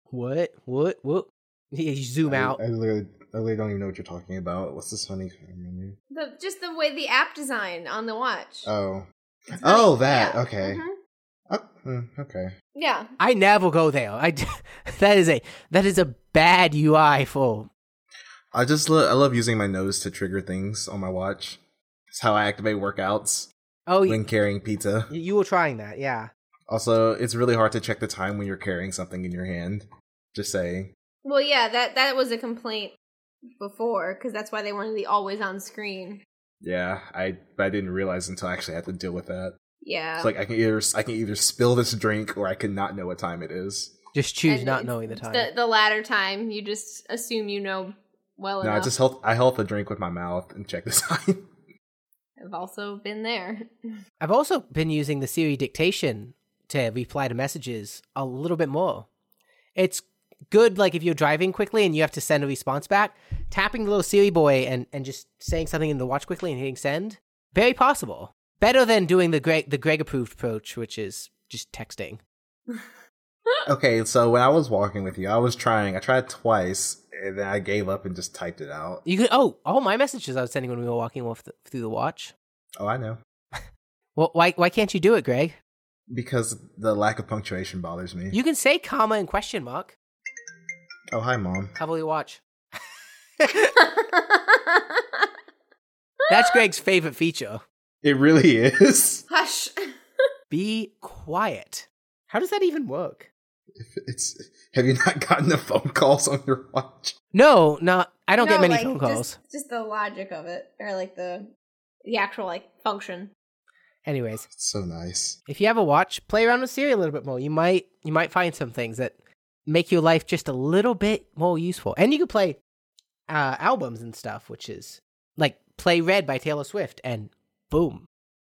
[SPEAKER 2] What? What? What? Yeah, you zoom
[SPEAKER 3] I-
[SPEAKER 2] out.
[SPEAKER 3] I, literally, I literally don't even know what you're talking about. What's this honey menu?
[SPEAKER 1] The just the way the app design on the watch.
[SPEAKER 3] Oh. Oh, that.
[SPEAKER 1] Yeah.
[SPEAKER 3] Okay.
[SPEAKER 2] Mm-hmm.
[SPEAKER 1] Mhm.
[SPEAKER 3] Oh, mm, okay.
[SPEAKER 1] Yeah.
[SPEAKER 2] I never go there. I d- that is a that is a bad UI for.
[SPEAKER 3] I just lo- I love using my nose to trigger things on my watch. It's how I activate workouts
[SPEAKER 2] Oh, you,
[SPEAKER 3] when carrying pizza.
[SPEAKER 2] you were trying that, yeah.
[SPEAKER 3] Also, it's really hard to check the time when you're carrying something in your hand. Just saying.
[SPEAKER 1] Well, yeah. That that was a complaint before because that's why they wanted the always on screen.
[SPEAKER 3] Yeah, I but I didn't realize until I actually had to deal with that.
[SPEAKER 1] Yeah.
[SPEAKER 3] It's like I can either I can either spill this drink or I can not know what time it is.
[SPEAKER 2] Just choose
[SPEAKER 1] And
[SPEAKER 2] not
[SPEAKER 1] it's
[SPEAKER 2] knowing the time.
[SPEAKER 1] The, the latter time, you just assume you know well
[SPEAKER 3] no, I
[SPEAKER 1] enough.
[SPEAKER 3] just help I help a drink with my mouth and check the time.
[SPEAKER 1] I've also been there.
[SPEAKER 2] I've also been using the Siri dictation to reply to messages a little bit more. It's good, like if you're driving quickly and you have to send a response back, tapping the little Siri boy and, and just saying something in the watch quickly and hitting send. Very possible. Better than doing the Greg the Greg approved approach, which is just texting.
[SPEAKER 3] okay, so when I was walking with you, I was trying. I tried twice, and then I gave up and just typed it out.
[SPEAKER 2] You could oh all my messages I was sending when we were walking off the, through the watch.
[SPEAKER 3] Oh, I know.
[SPEAKER 2] Well, why why can't you do it, Greg?
[SPEAKER 3] Because the lack of punctuation bothers me.
[SPEAKER 2] You can say comma and question mark.
[SPEAKER 3] oh, hi, mom.
[SPEAKER 2] Cover your watch. That's Greg's favorite feature.
[SPEAKER 3] It really is.
[SPEAKER 1] Hush.
[SPEAKER 2] Be quiet. How does that even work?
[SPEAKER 3] It's. Have you not gotten the phone calls on your watch?
[SPEAKER 2] No, no, I don't get many phone
[SPEAKER 1] just-
[SPEAKER 2] calls.
[SPEAKER 1] Just, the logic of it, or like the the actual like function.
[SPEAKER 2] Anyways,
[SPEAKER 3] It's so nice.
[SPEAKER 2] if you have a watch, play around with Siri a little bit more. You might you might find some things that make your life just a little bit more useful. And you can play uh, albums and stuff, which is like play Red by Taylor Swift, and boom,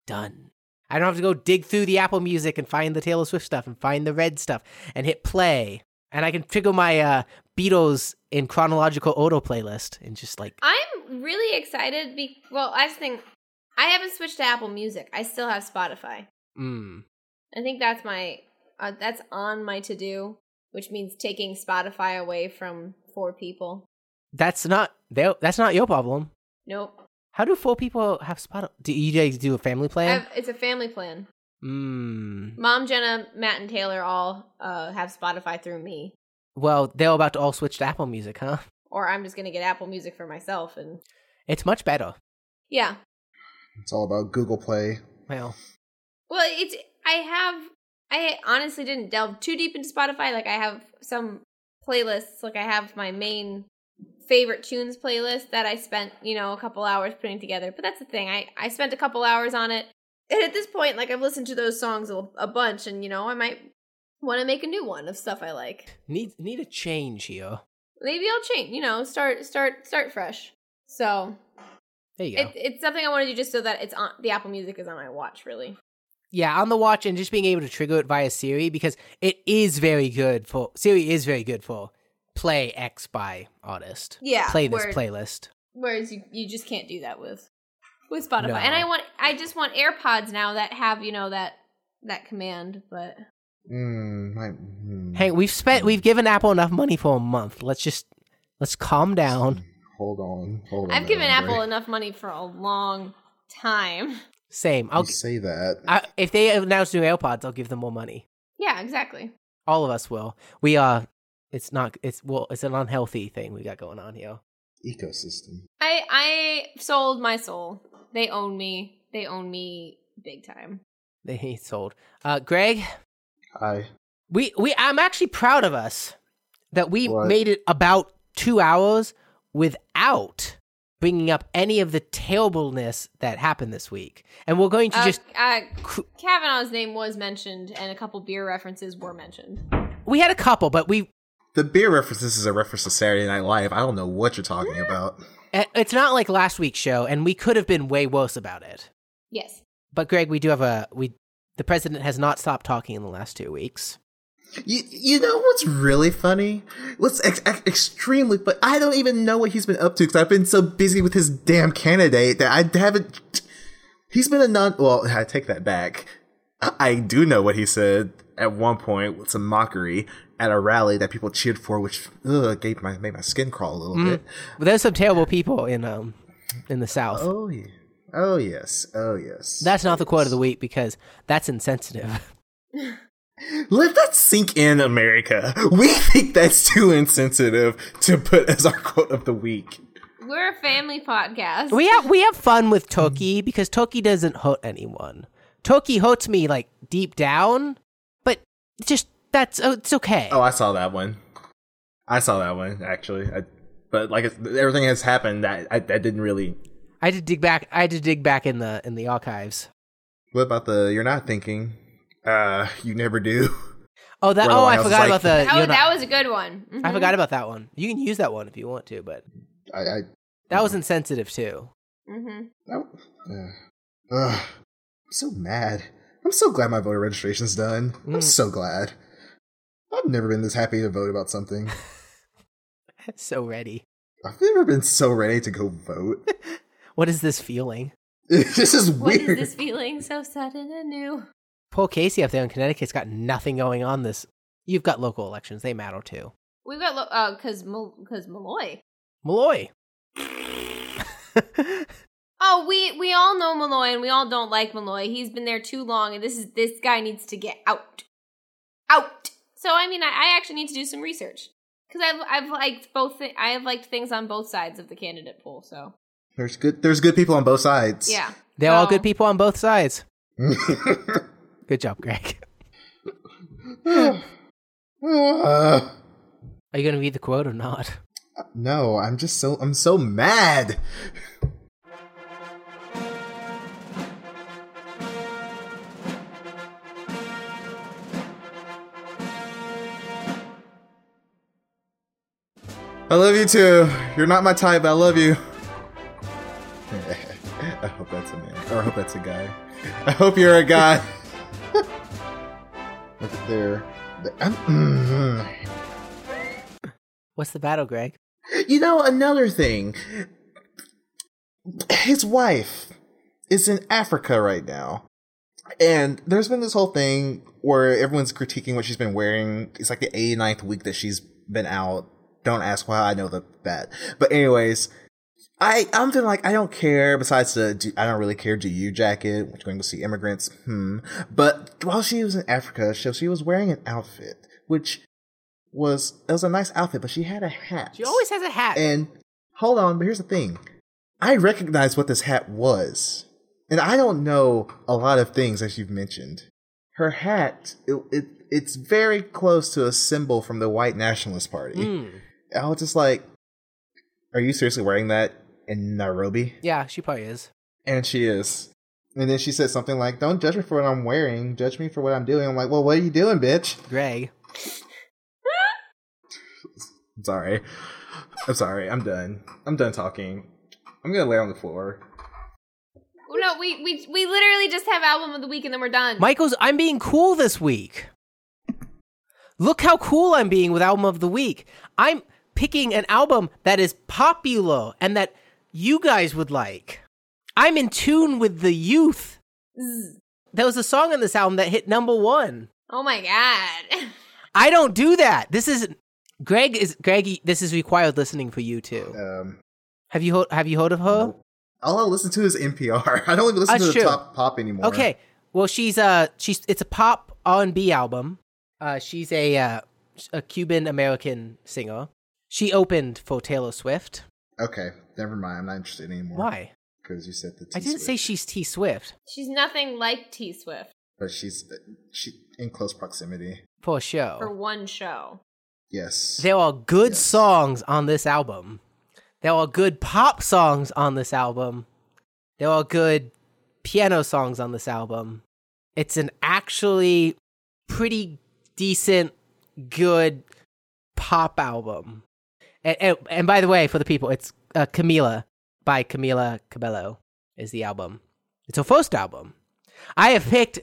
[SPEAKER 2] done. I don't have to go dig through the Apple Music and find the Taylor Swift stuff and find the Red stuff and hit play, and I can trigger my uh, Beatles in chronological auto playlist and just like
[SPEAKER 1] I'm really excited. Be- well, I just think I haven't switched to Apple Music. I still have Spotify.
[SPEAKER 2] mm,
[SPEAKER 1] I think that's my uh, that's on my to do, which means taking Spotify away from four people.
[SPEAKER 2] that's not their- that's not your problem.
[SPEAKER 1] Nope,
[SPEAKER 2] How do four people have spot? Do you guys do a family plan?
[SPEAKER 1] I've, it's a family plan.
[SPEAKER 2] Mm.
[SPEAKER 1] Mom, Jenna, Matt, and Taylor all uh, have Spotify through me,
[SPEAKER 2] Well, they're about to all switch to Apple Music, huh?
[SPEAKER 1] or I'm just gonna get Apple Music for myself. And
[SPEAKER 2] It's much better.
[SPEAKER 1] yeah,
[SPEAKER 3] It's all about Google Play.
[SPEAKER 2] Well,
[SPEAKER 1] Well, it's I have I honestly didn't delve too deep into Spotify. Like I have some playlists. Like I have my main favorite tunes playlist that I spent, you know, a couple hours putting together. But that's the thing. I I spent a couple hours on it. And at this point, like I've listened to those songs a, a bunch and you know, I might want to make a new one of stuff I like.
[SPEAKER 2] need need a change here.
[SPEAKER 1] Maybe I'll change, you know, start start start fresh. So,
[SPEAKER 2] There you go.
[SPEAKER 1] it, it's something I want to do just so that it's on the Apple Music is on my watch, really.
[SPEAKER 2] yeah, on the watch and just being able to trigger it via Siri because it is very good for Siri is very good for play X by artist.
[SPEAKER 1] Yeah.
[SPEAKER 2] play this
[SPEAKER 1] word.
[SPEAKER 2] playlist.
[SPEAKER 1] whereas you, you just can't do that with with spotify
[SPEAKER 2] No.
[SPEAKER 1] and i want i just want airpods now that have you know that that command but
[SPEAKER 3] Mm, my, mm.
[SPEAKER 2] Hey, we've spent we've given Apple enough money for a month. Let's just let's calm down.
[SPEAKER 3] Hold on. Hold on.
[SPEAKER 1] i've given
[SPEAKER 3] Andre.
[SPEAKER 1] apple enough money for a long time
[SPEAKER 2] Same.
[SPEAKER 3] You
[SPEAKER 2] I'll
[SPEAKER 3] say that.
[SPEAKER 2] I, if they announce new AirPods, I'll give them more money.
[SPEAKER 1] yeah exactly
[SPEAKER 2] All of us will. We are. It's not. It's well. It's an unhealthy thing we got going on here.
[SPEAKER 3] Ecosystem.
[SPEAKER 1] i i sold my soul they own me they own me big time
[SPEAKER 2] They ain't sold. Uh, Greg,
[SPEAKER 3] Hi.
[SPEAKER 2] we we I'm actually proud of us that we
[SPEAKER 3] What?
[SPEAKER 2] made it about two hours without bringing up any of the terribleness that happened this week, and we're going to
[SPEAKER 1] uh,
[SPEAKER 2] just.
[SPEAKER 1] uh,
[SPEAKER 2] cr-
[SPEAKER 1] kavanaugh's name was mentioned and a couple beer references were mentioned
[SPEAKER 2] We had a couple, but we.
[SPEAKER 3] The beer reference. This is a reference to Saturday Night Live. I don't know what you're talking about.
[SPEAKER 2] uh, It's not like last week's show, and we could have been way worse about it.
[SPEAKER 1] yes
[SPEAKER 2] But Greg, we do have a we. The president has not stopped talking in the last two weeks.
[SPEAKER 3] You, you know what's really funny? What's ex- ex- extremely but I don't even know what he's been up to because I've been so busy with his damn candidate that I haven't. He's been a non. Well, I take that back. I- I do know what he said at one point with some mockery at a rally that people cheered for, which ugh, gave my made my skin crawl a little bit.
[SPEAKER 2] But there's some terrible people in um in the South.
[SPEAKER 3] Oh yeah. Oh yes. Oh yes.
[SPEAKER 2] That's not the quote of the week because that's insensitive.
[SPEAKER 3] Let that sink in, America. We think that's too insensitive to put as our quote of the week.
[SPEAKER 1] we're a family podcast
[SPEAKER 2] we have we have fun with Toki because Toki doesn't hurt anyone. Toki hurts me like deep down, but just that's oh, it's okay.
[SPEAKER 3] Oh, I saw that one. I saw that one actually. I, but like it's- everything has happened, that I, that didn't really.
[SPEAKER 2] I had to dig back. I had to dig back in the in the archives.
[SPEAKER 3] What about the? You're not thinking. Uh, you never do.
[SPEAKER 2] Oh that.
[SPEAKER 3] Where the
[SPEAKER 2] Oh,
[SPEAKER 3] White
[SPEAKER 2] I
[SPEAKER 3] House is
[SPEAKER 2] forgot
[SPEAKER 3] like-
[SPEAKER 2] about the.
[SPEAKER 1] that,
[SPEAKER 2] you're
[SPEAKER 1] was,
[SPEAKER 2] not-
[SPEAKER 1] that was a good one Mhm.
[SPEAKER 2] I forgot about that one. You can use that one if you want to, but
[SPEAKER 3] I. I,
[SPEAKER 2] that
[SPEAKER 3] Mm.
[SPEAKER 2] was insensitive too.
[SPEAKER 1] Mhm.
[SPEAKER 3] I uh, ugh. I'm so mad. I'm so glad my voter registration's done. I'm
[SPEAKER 2] Mm.
[SPEAKER 3] so glad. I've never been this happy to vote about something.
[SPEAKER 2] so ready.
[SPEAKER 3] I've never been so ready to go vote.
[SPEAKER 2] What is this feeling?
[SPEAKER 3] this is
[SPEAKER 1] What is
[SPEAKER 3] weird.
[SPEAKER 1] this feeling so sudden and new?
[SPEAKER 2] Paul Casey up there in Connecticut's got nothing going on this You've got local elections; they matter too.
[SPEAKER 1] We've got lo- uh, cause Mal- cause Malloy.
[SPEAKER 2] Malloy.
[SPEAKER 1] Oh, we we all know Malloy and we all don't like Malloy. He's been there too long, and this is this guy needs to get out, out. So I mean, I, I actually need to do some research because I've I've liked both. Th- I have liked things on both sides of the candidate pool. So
[SPEAKER 3] There's good. There's good people on both sides.
[SPEAKER 1] yeah,
[SPEAKER 2] They're all
[SPEAKER 1] So-
[SPEAKER 2] good people on both sides. Good job, Greg.
[SPEAKER 3] Uh,
[SPEAKER 2] Are you going to read the quote or not?
[SPEAKER 3] no, I'm just so I'm so mad. I love you too. You're not my type. but I love you. I hope that's a man. Or I hope that's a guy. I hope you're a guy. Look at there. mm-hmm. I'm-
[SPEAKER 2] What's the battle, Greg?
[SPEAKER 3] You know, another thing. His wife is in Africa right now. And there's been this whole thing where everyone's critiquing what she's been wearing. It's like the 89th week that she's been out. Don't ask why I know the that. But anyways, I I'm feeling like I don't care. Besides the do, I don't really care. Do you jacket? Which going to see immigrants? Hmm. But while she was in Africa, so she was wearing an outfit, which was it was a nice outfit, but she had a hat.
[SPEAKER 2] She always has a hat.
[SPEAKER 3] And hold on, but here's the thing. I recognize what this hat was. And I don't know a lot of things as you've mentioned. Her hat, it, it it's very close to a symbol from the white nationalist party.
[SPEAKER 2] Mm.
[SPEAKER 3] I was just like, Are you seriously wearing that in Nairobi?
[SPEAKER 2] Yeah, she probably is.
[SPEAKER 3] And she is. And then she said something like, Don't judge me for what I'm wearing, judge me for what I'm doing. I'm like, Well, what are you doing, bitch?
[SPEAKER 2] Greg.
[SPEAKER 3] I'm sorry. I'm sorry. I'm done. I'm done talking. I'm gonna lay on the floor.
[SPEAKER 1] Well, Oh, no, we we we literally just have album of the week and then we're done.
[SPEAKER 2] Michael's, I'm being cool this week. Look how cool I'm being with album of the week. I'm picking an album that is popular and that you guys would like. I'm in tune with the youth. There was a song on this album that hit number one.
[SPEAKER 1] oh my god.
[SPEAKER 2] I don't do that. This is Greg is Greg. This is required listening for you too.
[SPEAKER 3] Um,
[SPEAKER 2] Have you heard- have you heard of her?
[SPEAKER 3] all I listen to is NPR. I don't even listen
[SPEAKER 2] That's
[SPEAKER 3] to the
[SPEAKER 2] true.
[SPEAKER 3] top pop anymore.
[SPEAKER 2] Okay. Well, she's uh she's it's a pop R and B album. Uh, she's a uh, a Cuban American singer. She opened for Taylor Swift.
[SPEAKER 3] Okay. Never mind. I'm not interested anymore.
[SPEAKER 2] Why?
[SPEAKER 3] Because you said the.
[SPEAKER 2] I didn't say
[SPEAKER 3] T-switch.
[SPEAKER 2] she's T Swift
[SPEAKER 1] She's nothing like T Swift
[SPEAKER 3] But she's she in close proximity.
[SPEAKER 2] for
[SPEAKER 1] for
[SPEAKER 2] sure.
[SPEAKER 1] one show.
[SPEAKER 3] Yes.
[SPEAKER 2] There are good
[SPEAKER 3] Yes.
[SPEAKER 2] songs on this album. There are good pop songs on this album. There are good piano songs on this album. It's an actually pretty decent, good pop album. And, and, and by the way, for the people, it's uh, Camila by Camila Cabello is the album. It's her first album. I have picked,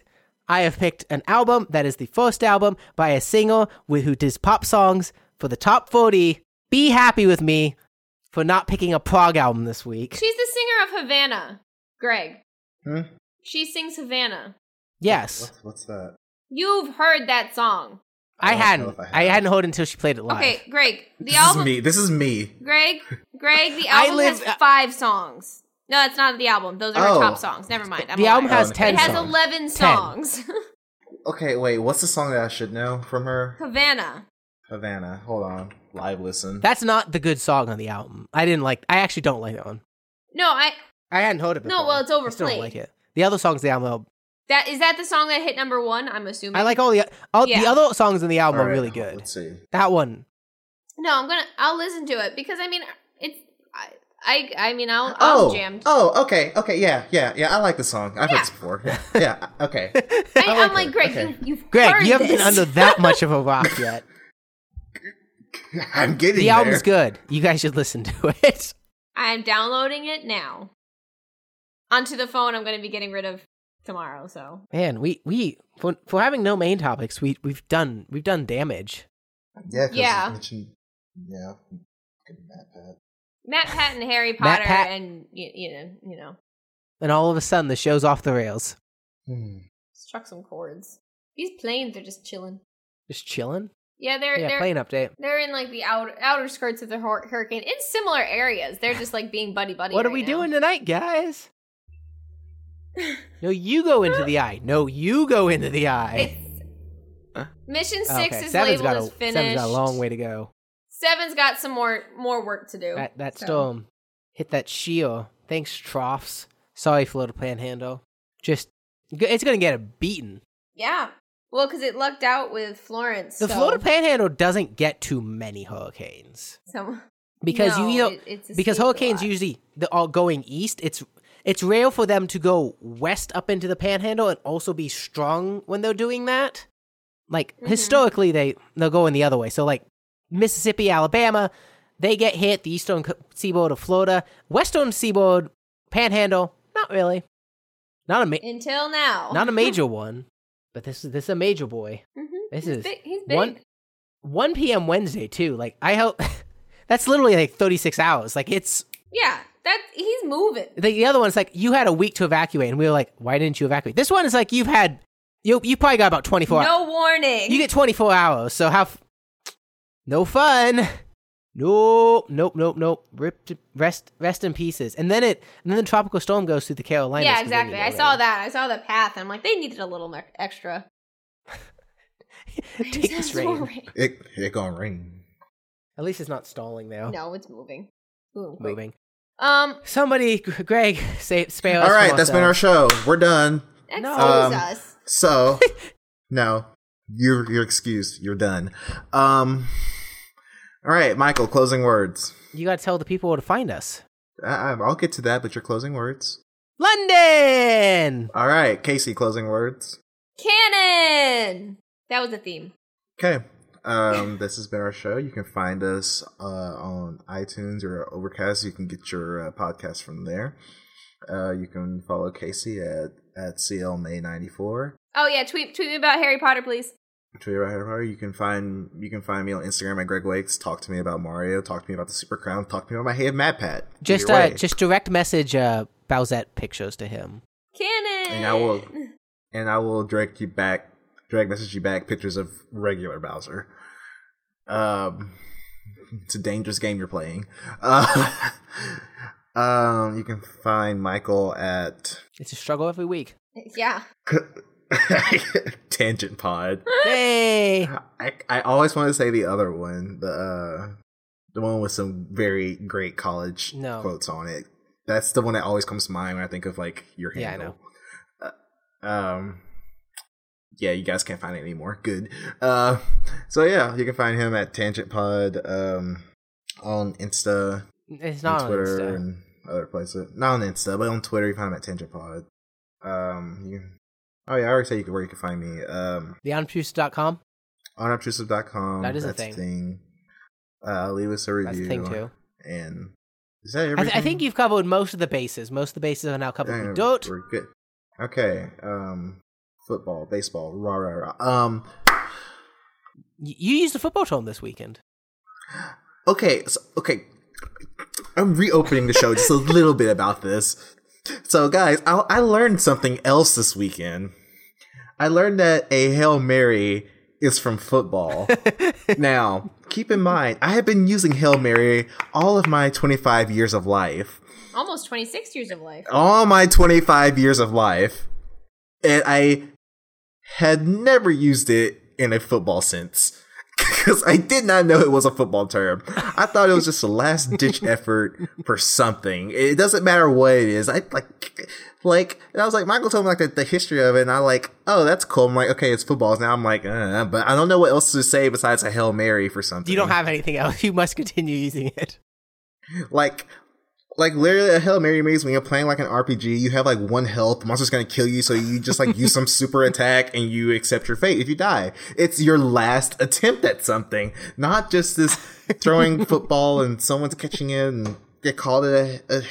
[SPEAKER 2] I have picked an album that is the first album by a singer with, who does pop songs for the top forty. Be happy with me for not picking a prog album this week.
[SPEAKER 1] She's the singer of Havana, Greg.
[SPEAKER 3] Hmm?
[SPEAKER 1] She sings Havana.
[SPEAKER 2] Yes,
[SPEAKER 3] What's, what's that?
[SPEAKER 1] You've heard that song.
[SPEAKER 2] I
[SPEAKER 3] I don't know
[SPEAKER 2] hadn't.
[SPEAKER 3] if I have.
[SPEAKER 2] I hadn't heard until she played it live.
[SPEAKER 1] Okay, Greg. The
[SPEAKER 3] this
[SPEAKER 1] album
[SPEAKER 3] is me. This is me.
[SPEAKER 1] Greg, Greg, the
[SPEAKER 2] I
[SPEAKER 1] album
[SPEAKER 2] live-
[SPEAKER 1] has five songs. No, that's not the album. Those are
[SPEAKER 3] Oh.
[SPEAKER 1] her top songs. Never mind. I'm
[SPEAKER 2] The album
[SPEAKER 1] lying.
[SPEAKER 2] has
[SPEAKER 3] Um,
[SPEAKER 2] ten
[SPEAKER 1] it has
[SPEAKER 2] songs.
[SPEAKER 1] eleven
[SPEAKER 2] Ten.
[SPEAKER 1] songs.
[SPEAKER 3] Okay. Wait. What's the song that I should know from her?
[SPEAKER 1] Havana.
[SPEAKER 3] Havana. Hold on. Live listen.
[SPEAKER 2] That's not the good song on the album. I didn't like. I actually don't like that one.
[SPEAKER 1] No, I
[SPEAKER 2] I hadn't heard of it.
[SPEAKER 1] No,
[SPEAKER 2] before.
[SPEAKER 1] well, it's
[SPEAKER 2] I still don't
[SPEAKER 1] overplayed.
[SPEAKER 2] like it. The other songs on the album.
[SPEAKER 1] that is that the song that hit number one. I'm assuming.
[SPEAKER 2] I like all the all the
[SPEAKER 1] Yeah.
[SPEAKER 2] other songs in the album
[SPEAKER 3] All
[SPEAKER 2] are
[SPEAKER 3] right,
[SPEAKER 2] really
[SPEAKER 3] hold-
[SPEAKER 2] good.
[SPEAKER 3] Let's see.
[SPEAKER 2] That one.
[SPEAKER 1] No, I'm gonna. I'll listen to it because I mean, it's. I. I, I mean, I'll. I'll
[SPEAKER 3] Oh,
[SPEAKER 1] jam.
[SPEAKER 3] oh, okay, okay, yeah, yeah, yeah. I like the song. I've
[SPEAKER 1] Yeah.
[SPEAKER 3] heard this before. Yeah, yeah okay.
[SPEAKER 1] I,
[SPEAKER 3] I like
[SPEAKER 1] I'm like,
[SPEAKER 3] it.
[SPEAKER 1] Greg,
[SPEAKER 3] Okay.
[SPEAKER 1] you, you've
[SPEAKER 2] Greg,
[SPEAKER 1] heard
[SPEAKER 2] you haven't
[SPEAKER 1] this.
[SPEAKER 2] been under that much of a rock yet.
[SPEAKER 3] I'm getting
[SPEAKER 2] the
[SPEAKER 3] there.
[SPEAKER 2] album's good. You guys should listen to it.
[SPEAKER 1] I'm downloading it now. Onto the phone. I'm gonna be getting rid of tomorrow. So
[SPEAKER 2] Man, we we for, for having no main topics, we we've done we've done damage.
[SPEAKER 3] Yeah. 'cause
[SPEAKER 1] Yeah.
[SPEAKER 3] you mentioned- yeah. fucking Matt Pat.
[SPEAKER 1] Matt Patton, Harry
[SPEAKER 2] Matt
[SPEAKER 1] Potter,
[SPEAKER 2] Pat-
[SPEAKER 1] and you, you know, you know.
[SPEAKER 2] And all of a sudden, the show's off the rails.
[SPEAKER 3] Hmm.
[SPEAKER 1] struck some chords. These planes are just chilling.
[SPEAKER 2] Just chilling.
[SPEAKER 1] Yeah, they're
[SPEAKER 2] yeah,
[SPEAKER 1] they're
[SPEAKER 2] play an update.
[SPEAKER 1] they're in like the outer outer skirts of the hur- hurricane in similar areas. They're just like being buddy buddy.
[SPEAKER 2] What are we doing tonight, guys? No, you go into the eye. No, you go into the eye.
[SPEAKER 1] It's,
[SPEAKER 2] Huh?
[SPEAKER 1] mission
[SPEAKER 2] Oh,
[SPEAKER 1] six
[SPEAKER 2] okay,
[SPEAKER 1] is
[SPEAKER 2] seven's got
[SPEAKER 1] labeled
[SPEAKER 2] a
[SPEAKER 1] as finished.
[SPEAKER 2] seven's got a long way to go.
[SPEAKER 1] Seven's got some more more work to do.
[SPEAKER 2] That that
[SPEAKER 1] so.
[SPEAKER 2] storm hit that shield. Thanks, troughs. Sorry, Florida Panhandle. Just it's gonna get a beaten.
[SPEAKER 1] Yeah. Well, because it lucked out with Florence.
[SPEAKER 2] The
[SPEAKER 1] so
[SPEAKER 2] Florida Panhandle doesn't get too many hurricanes
[SPEAKER 1] some-
[SPEAKER 2] because
[SPEAKER 1] No,
[SPEAKER 2] you know
[SPEAKER 1] it- it's
[SPEAKER 2] because
[SPEAKER 1] escaped a
[SPEAKER 2] hurricanes
[SPEAKER 1] lot.
[SPEAKER 2] usually they are going east. It's it's rare for them to go west up into the Panhandle and also be strong when they're doing that. Like
[SPEAKER 1] Mhm.
[SPEAKER 2] historically, they they're going the other way. So like Mississippi, Alabama, they get hit. The eastern co- seaboard of Florida, western seaboard, Panhandle, not really, not a ma-
[SPEAKER 1] until now.
[SPEAKER 2] not a major one, but this is this is a major boy.
[SPEAKER 1] Mhm.
[SPEAKER 2] This
[SPEAKER 1] He's
[SPEAKER 2] is
[SPEAKER 1] big- he's big.
[SPEAKER 2] one 1 p.m. Wednesday too. Like I hope that's literally like 36 hours. Like it's
[SPEAKER 1] Yeah, that he's moving.
[SPEAKER 2] the, the other one's like you had a week to evacuate, and we were like, why didn't you evacuate? This one is like you've had you you probably got about 24. hours.
[SPEAKER 1] No warning.
[SPEAKER 2] You get 24 hours, so how? F- no fun. Nope, nope, nope, nope. Rip, rest, rest in pieces. And then it, and then the tropical storm goes through the Carolinas.
[SPEAKER 1] yeah,
[SPEAKER 2] 'cause they
[SPEAKER 1] exactly.
[SPEAKER 2] need
[SPEAKER 1] I
[SPEAKER 2] more
[SPEAKER 1] saw
[SPEAKER 2] rain.
[SPEAKER 1] that. I saw the path. And I'm like, they needed a little mer- extra.
[SPEAKER 2] Take this
[SPEAKER 1] There's more
[SPEAKER 2] rain.
[SPEAKER 1] rain.
[SPEAKER 3] It it gonna rain.
[SPEAKER 2] At least it's not stalling though.
[SPEAKER 1] No, it's moving. Moving. quick.
[SPEAKER 2] Oh. moving.
[SPEAKER 1] Um,
[SPEAKER 2] Somebody, G- Greg, save spare us.
[SPEAKER 3] All
[SPEAKER 2] from
[SPEAKER 3] right, that's been our
[SPEAKER 2] ourselves.
[SPEAKER 3] show. We're done.
[SPEAKER 1] excuse
[SPEAKER 2] No.
[SPEAKER 3] Um,
[SPEAKER 1] us.
[SPEAKER 3] So no, you're you're excused. You're done. Um. All right, Michael. Closing words.
[SPEAKER 2] You got to tell the people where to find us.
[SPEAKER 3] I, I- I'll get to that, but your closing words.
[SPEAKER 2] London.
[SPEAKER 3] All right, Casey. Closing words.
[SPEAKER 1] Cannon. That was a theme.
[SPEAKER 3] Okay. Um, this has been our show. You can find us uh, on iTunes or Overcast. You can get your uh, podcast from there. Uh, you can follow Casey at at CLMay94.
[SPEAKER 1] Oh yeah, tweet tweet me about Harry Potter, please.
[SPEAKER 3] Twitter about Harry Potter. You can find you can find me on Instagram at Greg Wakes. Talk to me about Mario. Talk to me about the Super Crown. Talk to me about my head Mad Pat.
[SPEAKER 2] Just
[SPEAKER 3] Either
[SPEAKER 2] uh,
[SPEAKER 3] way.
[SPEAKER 2] just direct message uh, Bowsette pictures to him.
[SPEAKER 1] Cannon.
[SPEAKER 3] And I will- and I will direct you back. Direct message you back pictures of regular Bowser. Um, it's a dangerous game you're playing. Uh, um, you can find Michael at
[SPEAKER 2] It's a struggle every week.
[SPEAKER 1] Yeah.
[SPEAKER 3] Tangent Pod.
[SPEAKER 2] Hey,
[SPEAKER 3] I, I always want to say the other one, the uh, the one with some very great college
[SPEAKER 2] No.
[SPEAKER 3] quotes on it. That's the one that always comes to mind when I think of like your
[SPEAKER 2] Yeah, I
[SPEAKER 3] handle. Yeah, Uh, um, yeah, you guys can't find it anymore. Good. Uh, so yeah, you can find him at Tangent Pod um, on Insta,
[SPEAKER 2] it's not on
[SPEAKER 3] on Twitter,
[SPEAKER 2] Insta.
[SPEAKER 3] and other places. Not on Insta, but on Twitter, you find him at Tangent Pod. Um, you can, oh yeah, I already said you can, where you can find me. Um,
[SPEAKER 2] TheOnPuce.com.
[SPEAKER 3] unobtrusive.com.
[SPEAKER 2] That is a
[SPEAKER 3] that's
[SPEAKER 2] thing.
[SPEAKER 3] Uh, leave us a
[SPEAKER 2] That's
[SPEAKER 3] review.
[SPEAKER 2] the thing too.
[SPEAKER 3] And is that
[SPEAKER 2] I,
[SPEAKER 3] everything?
[SPEAKER 2] th- I think you've covered most of the bases. Most of the bases are now covered.
[SPEAKER 3] Damn,
[SPEAKER 2] We don't.
[SPEAKER 3] We're good. Okay. Um, football, baseball, rah rah rah. Um,
[SPEAKER 2] Y- You used a football term this weekend.
[SPEAKER 3] okay. So, okay. I'm reopening the show just a little bit about this. So, guys, I, I learned something else this weekend. I learned that a hail mary is from football. Now, keep in mind, I have been using Hail Mary all of my 25 years of life.
[SPEAKER 1] Almost 26 years of life.
[SPEAKER 3] All my 25 years of life. And I had never used it in a football sense. Because I did not know it was a football term. I thought it was just a last ditch effort for something. It doesn't matter what it is. I like, like, and I was like, Michael told me like the, the history of it, and I like, oh, that's cool. I'm like, okay, it's footballs. Now I'm like, uh, but I don't know what else to say besides a hail mary for something.
[SPEAKER 2] You don't have anything else. You must continue using it.
[SPEAKER 3] like like literally a Hail Mary maze when you're playing like an RPG, you have like one health, the monster's gonna kill you, so you just like use some super attack and you accept your fate if you die. It's your last attempt at something, not just this throwing football and someone's catching it and they called it a, a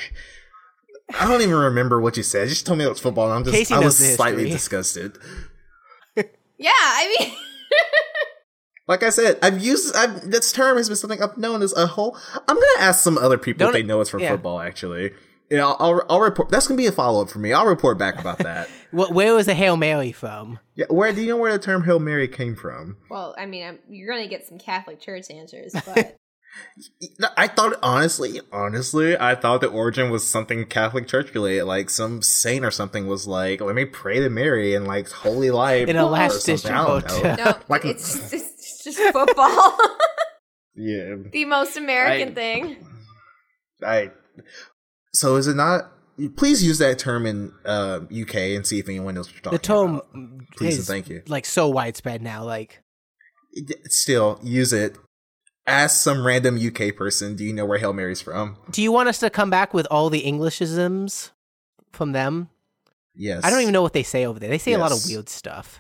[SPEAKER 3] I don't even remember what you said. You just told me it was football and I'm just
[SPEAKER 2] Casey
[SPEAKER 3] I
[SPEAKER 2] knows
[SPEAKER 3] was
[SPEAKER 2] the history.
[SPEAKER 3] slightly disgusted.
[SPEAKER 1] Yeah, I mean,
[SPEAKER 3] Like I said, I've used I've, this term has been something I've known as a whole. I'm gonna ask some other people
[SPEAKER 2] Don't
[SPEAKER 3] if they
[SPEAKER 2] it-
[SPEAKER 3] know it's from
[SPEAKER 2] yeah.
[SPEAKER 3] football. Actually, Yeah, I'll, I'll, I'll report. That's gonna be a follow up for me. I'll report back about that.
[SPEAKER 2] Wh- where was the Hail Mary from?
[SPEAKER 3] yeah, where do you know where the term Hail Mary came from?
[SPEAKER 1] Well, I mean, I'm, you're going to get some Catholic Church answers, but
[SPEAKER 3] No, I thought honestly, honestly, I thought the origin was something Catholic Church related, like some saint or something was like, "Let me pray to Mary and like holy life."
[SPEAKER 2] In a
[SPEAKER 3] or
[SPEAKER 2] last ditch
[SPEAKER 3] something. I don't
[SPEAKER 2] vote.
[SPEAKER 3] know.
[SPEAKER 1] no,
[SPEAKER 3] Like-
[SPEAKER 1] it's, just, it's just football.
[SPEAKER 3] Yeah,
[SPEAKER 1] the most American
[SPEAKER 3] I-
[SPEAKER 1] thing.
[SPEAKER 3] I. So is it not? Please use that term in uh, UK and see if anyone knows what you're talking
[SPEAKER 2] The term
[SPEAKER 3] about. Please and
[SPEAKER 2] is
[SPEAKER 3] thank you.
[SPEAKER 2] like so widespread now. Like
[SPEAKER 3] Still use it. Ask some random UK person, "Do you know where Hail Mary's from?"
[SPEAKER 2] Do you want us to come back with all the Englishisms from them?
[SPEAKER 3] Yes.
[SPEAKER 2] I don't even know what they say over there. They say a lot of
[SPEAKER 3] Yes.
[SPEAKER 2] weird stuff.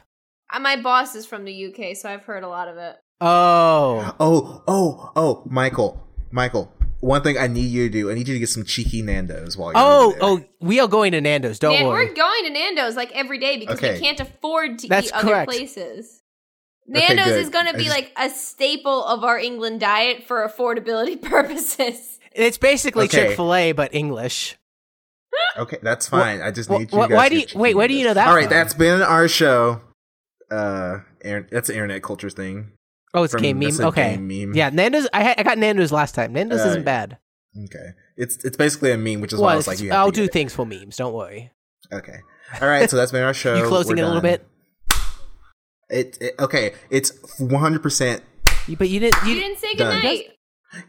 [SPEAKER 1] Uh, My boss is from the UK, so I've heard a lot of it.
[SPEAKER 2] Oh,
[SPEAKER 3] Oh, oh, oh, Michael, Michael. One thing I need you to do, I need you to get some cheeky Nando's while you're
[SPEAKER 2] oh,
[SPEAKER 3] over there.
[SPEAKER 2] oh! We are going to Nando's. Don't
[SPEAKER 1] Man,
[SPEAKER 2] worry.
[SPEAKER 1] We're going to Nando's like every day because
[SPEAKER 3] Okay.
[SPEAKER 1] we can't afford to
[SPEAKER 2] That's
[SPEAKER 1] eat other
[SPEAKER 2] correct.
[SPEAKER 1] places.
[SPEAKER 3] Okay,
[SPEAKER 1] Nando's
[SPEAKER 3] good.
[SPEAKER 1] is going
[SPEAKER 3] I
[SPEAKER 1] to be
[SPEAKER 3] just-
[SPEAKER 1] like a staple of our England diet for affordability purposes.
[SPEAKER 2] It's basically
[SPEAKER 3] Okay.
[SPEAKER 2] Chick Fil A but English.
[SPEAKER 3] Okay, that's fine. I just
[SPEAKER 2] oh. wha-
[SPEAKER 3] need you.
[SPEAKER 2] wha-
[SPEAKER 3] guys
[SPEAKER 2] why
[SPEAKER 3] to
[SPEAKER 2] do
[SPEAKER 3] get
[SPEAKER 2] you-
[SPEAKER 3] cheeky
[SPEAKER 2] wait, where do you
[SPEAKER 3] Nando's.
[SPEAKER 2] know that
[SPEAKER 3] All right,
[SPEAKER 2] from?
[SPEAKER 3] that's been our show. Uh, Aaron, that's an internet culture thing.
[SPEAKER 2] Oh, it's
[SPEAKER 3] From-
[SPEAKER 2] game meme.
[SPEAKER 3] that's a
[SPEAKER 2] Okay,
[SPEAKER 3] game meme.
[SPEAKER 2] yeah, Nando's. I, ha- I got Nando's last time. Nando's
[SPEAKER 3] Uh,
[SPEAKER 2] isn't bad.
[SPEAKER 3] Okay, it's it's basically a meme, which is why I
[SPEAKER 2] Well,
[SPEAKER 3] was like,
[SPEAKER 2] it's-
[SPEAKER 3] you have
[SPEAKER 2] I'll
[SPEAKER 3] to
[SPEAKER 2] do
[SPEAKER 3] get
[SPEAKER 2] things for memes. Don't worry.
[SPEAKER 3] it. Okay, all right. So that's been our show.
[SPEAKER 2] you closing
[SPEAKER 3] We're
[SPEAKER 2] it a little
[SPEAKER 3] done.
[SPEAKER 2] bit,
[SPEAKER 3] It, it okay. It's one hundred percent
[SPEAKER 2] You- but you didn't. You,
[SPEAKER 1] You didn't say
[SPEAKER 3] done.
[SPEAKER 1] goodnight.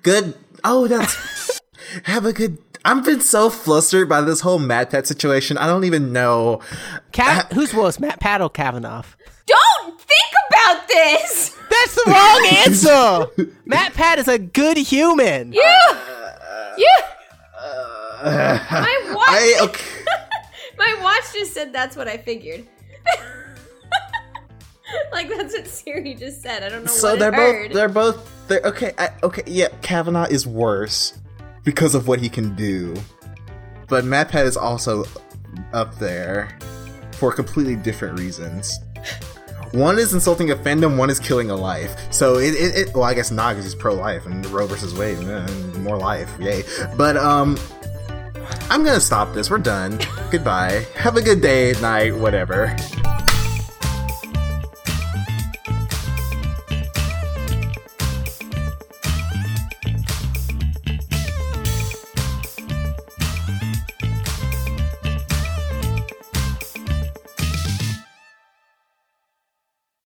[SPEAKER 3] good. Oh, that's have a good. I've been so flustered by this whole Mad Pet situation. I don't even know.
[SPEAKER 2] Ca- who's worse, Matt Pat or Kavanaugh?
[SPEAKER 1] Don't think about this.
[SPEAKER 2] That's the wrong answer. Matt Pat is a good human.
[SPEAKER 1] You, you.
[SPEAKER 3] I
[SPEAKER 1] watch-
[SPEAKER 3] okay.
[SPEAKER 1] My watch just said that's what I figured. like that's what Siri just said. I don't know
[SPEAKER 3] So
[SPEAKER 1] what
[SPEAKER 3] they're
[SPEAKER 1] it heard.
[SPEAKER 3] both. They're both. They're okay. I, okay. Yeah. Kavanaugh is worse because of what he can do, but Matt Pat is also up there for completely different reasons. One is insulting a fandom. One is killing a life. So it. it, it well, I guess not because he's pro-life and Roe versus Wade. mm, More life. Yay. But um. I'm gonna stop this. We're done. Goodbye. Have a good day, night, whatever.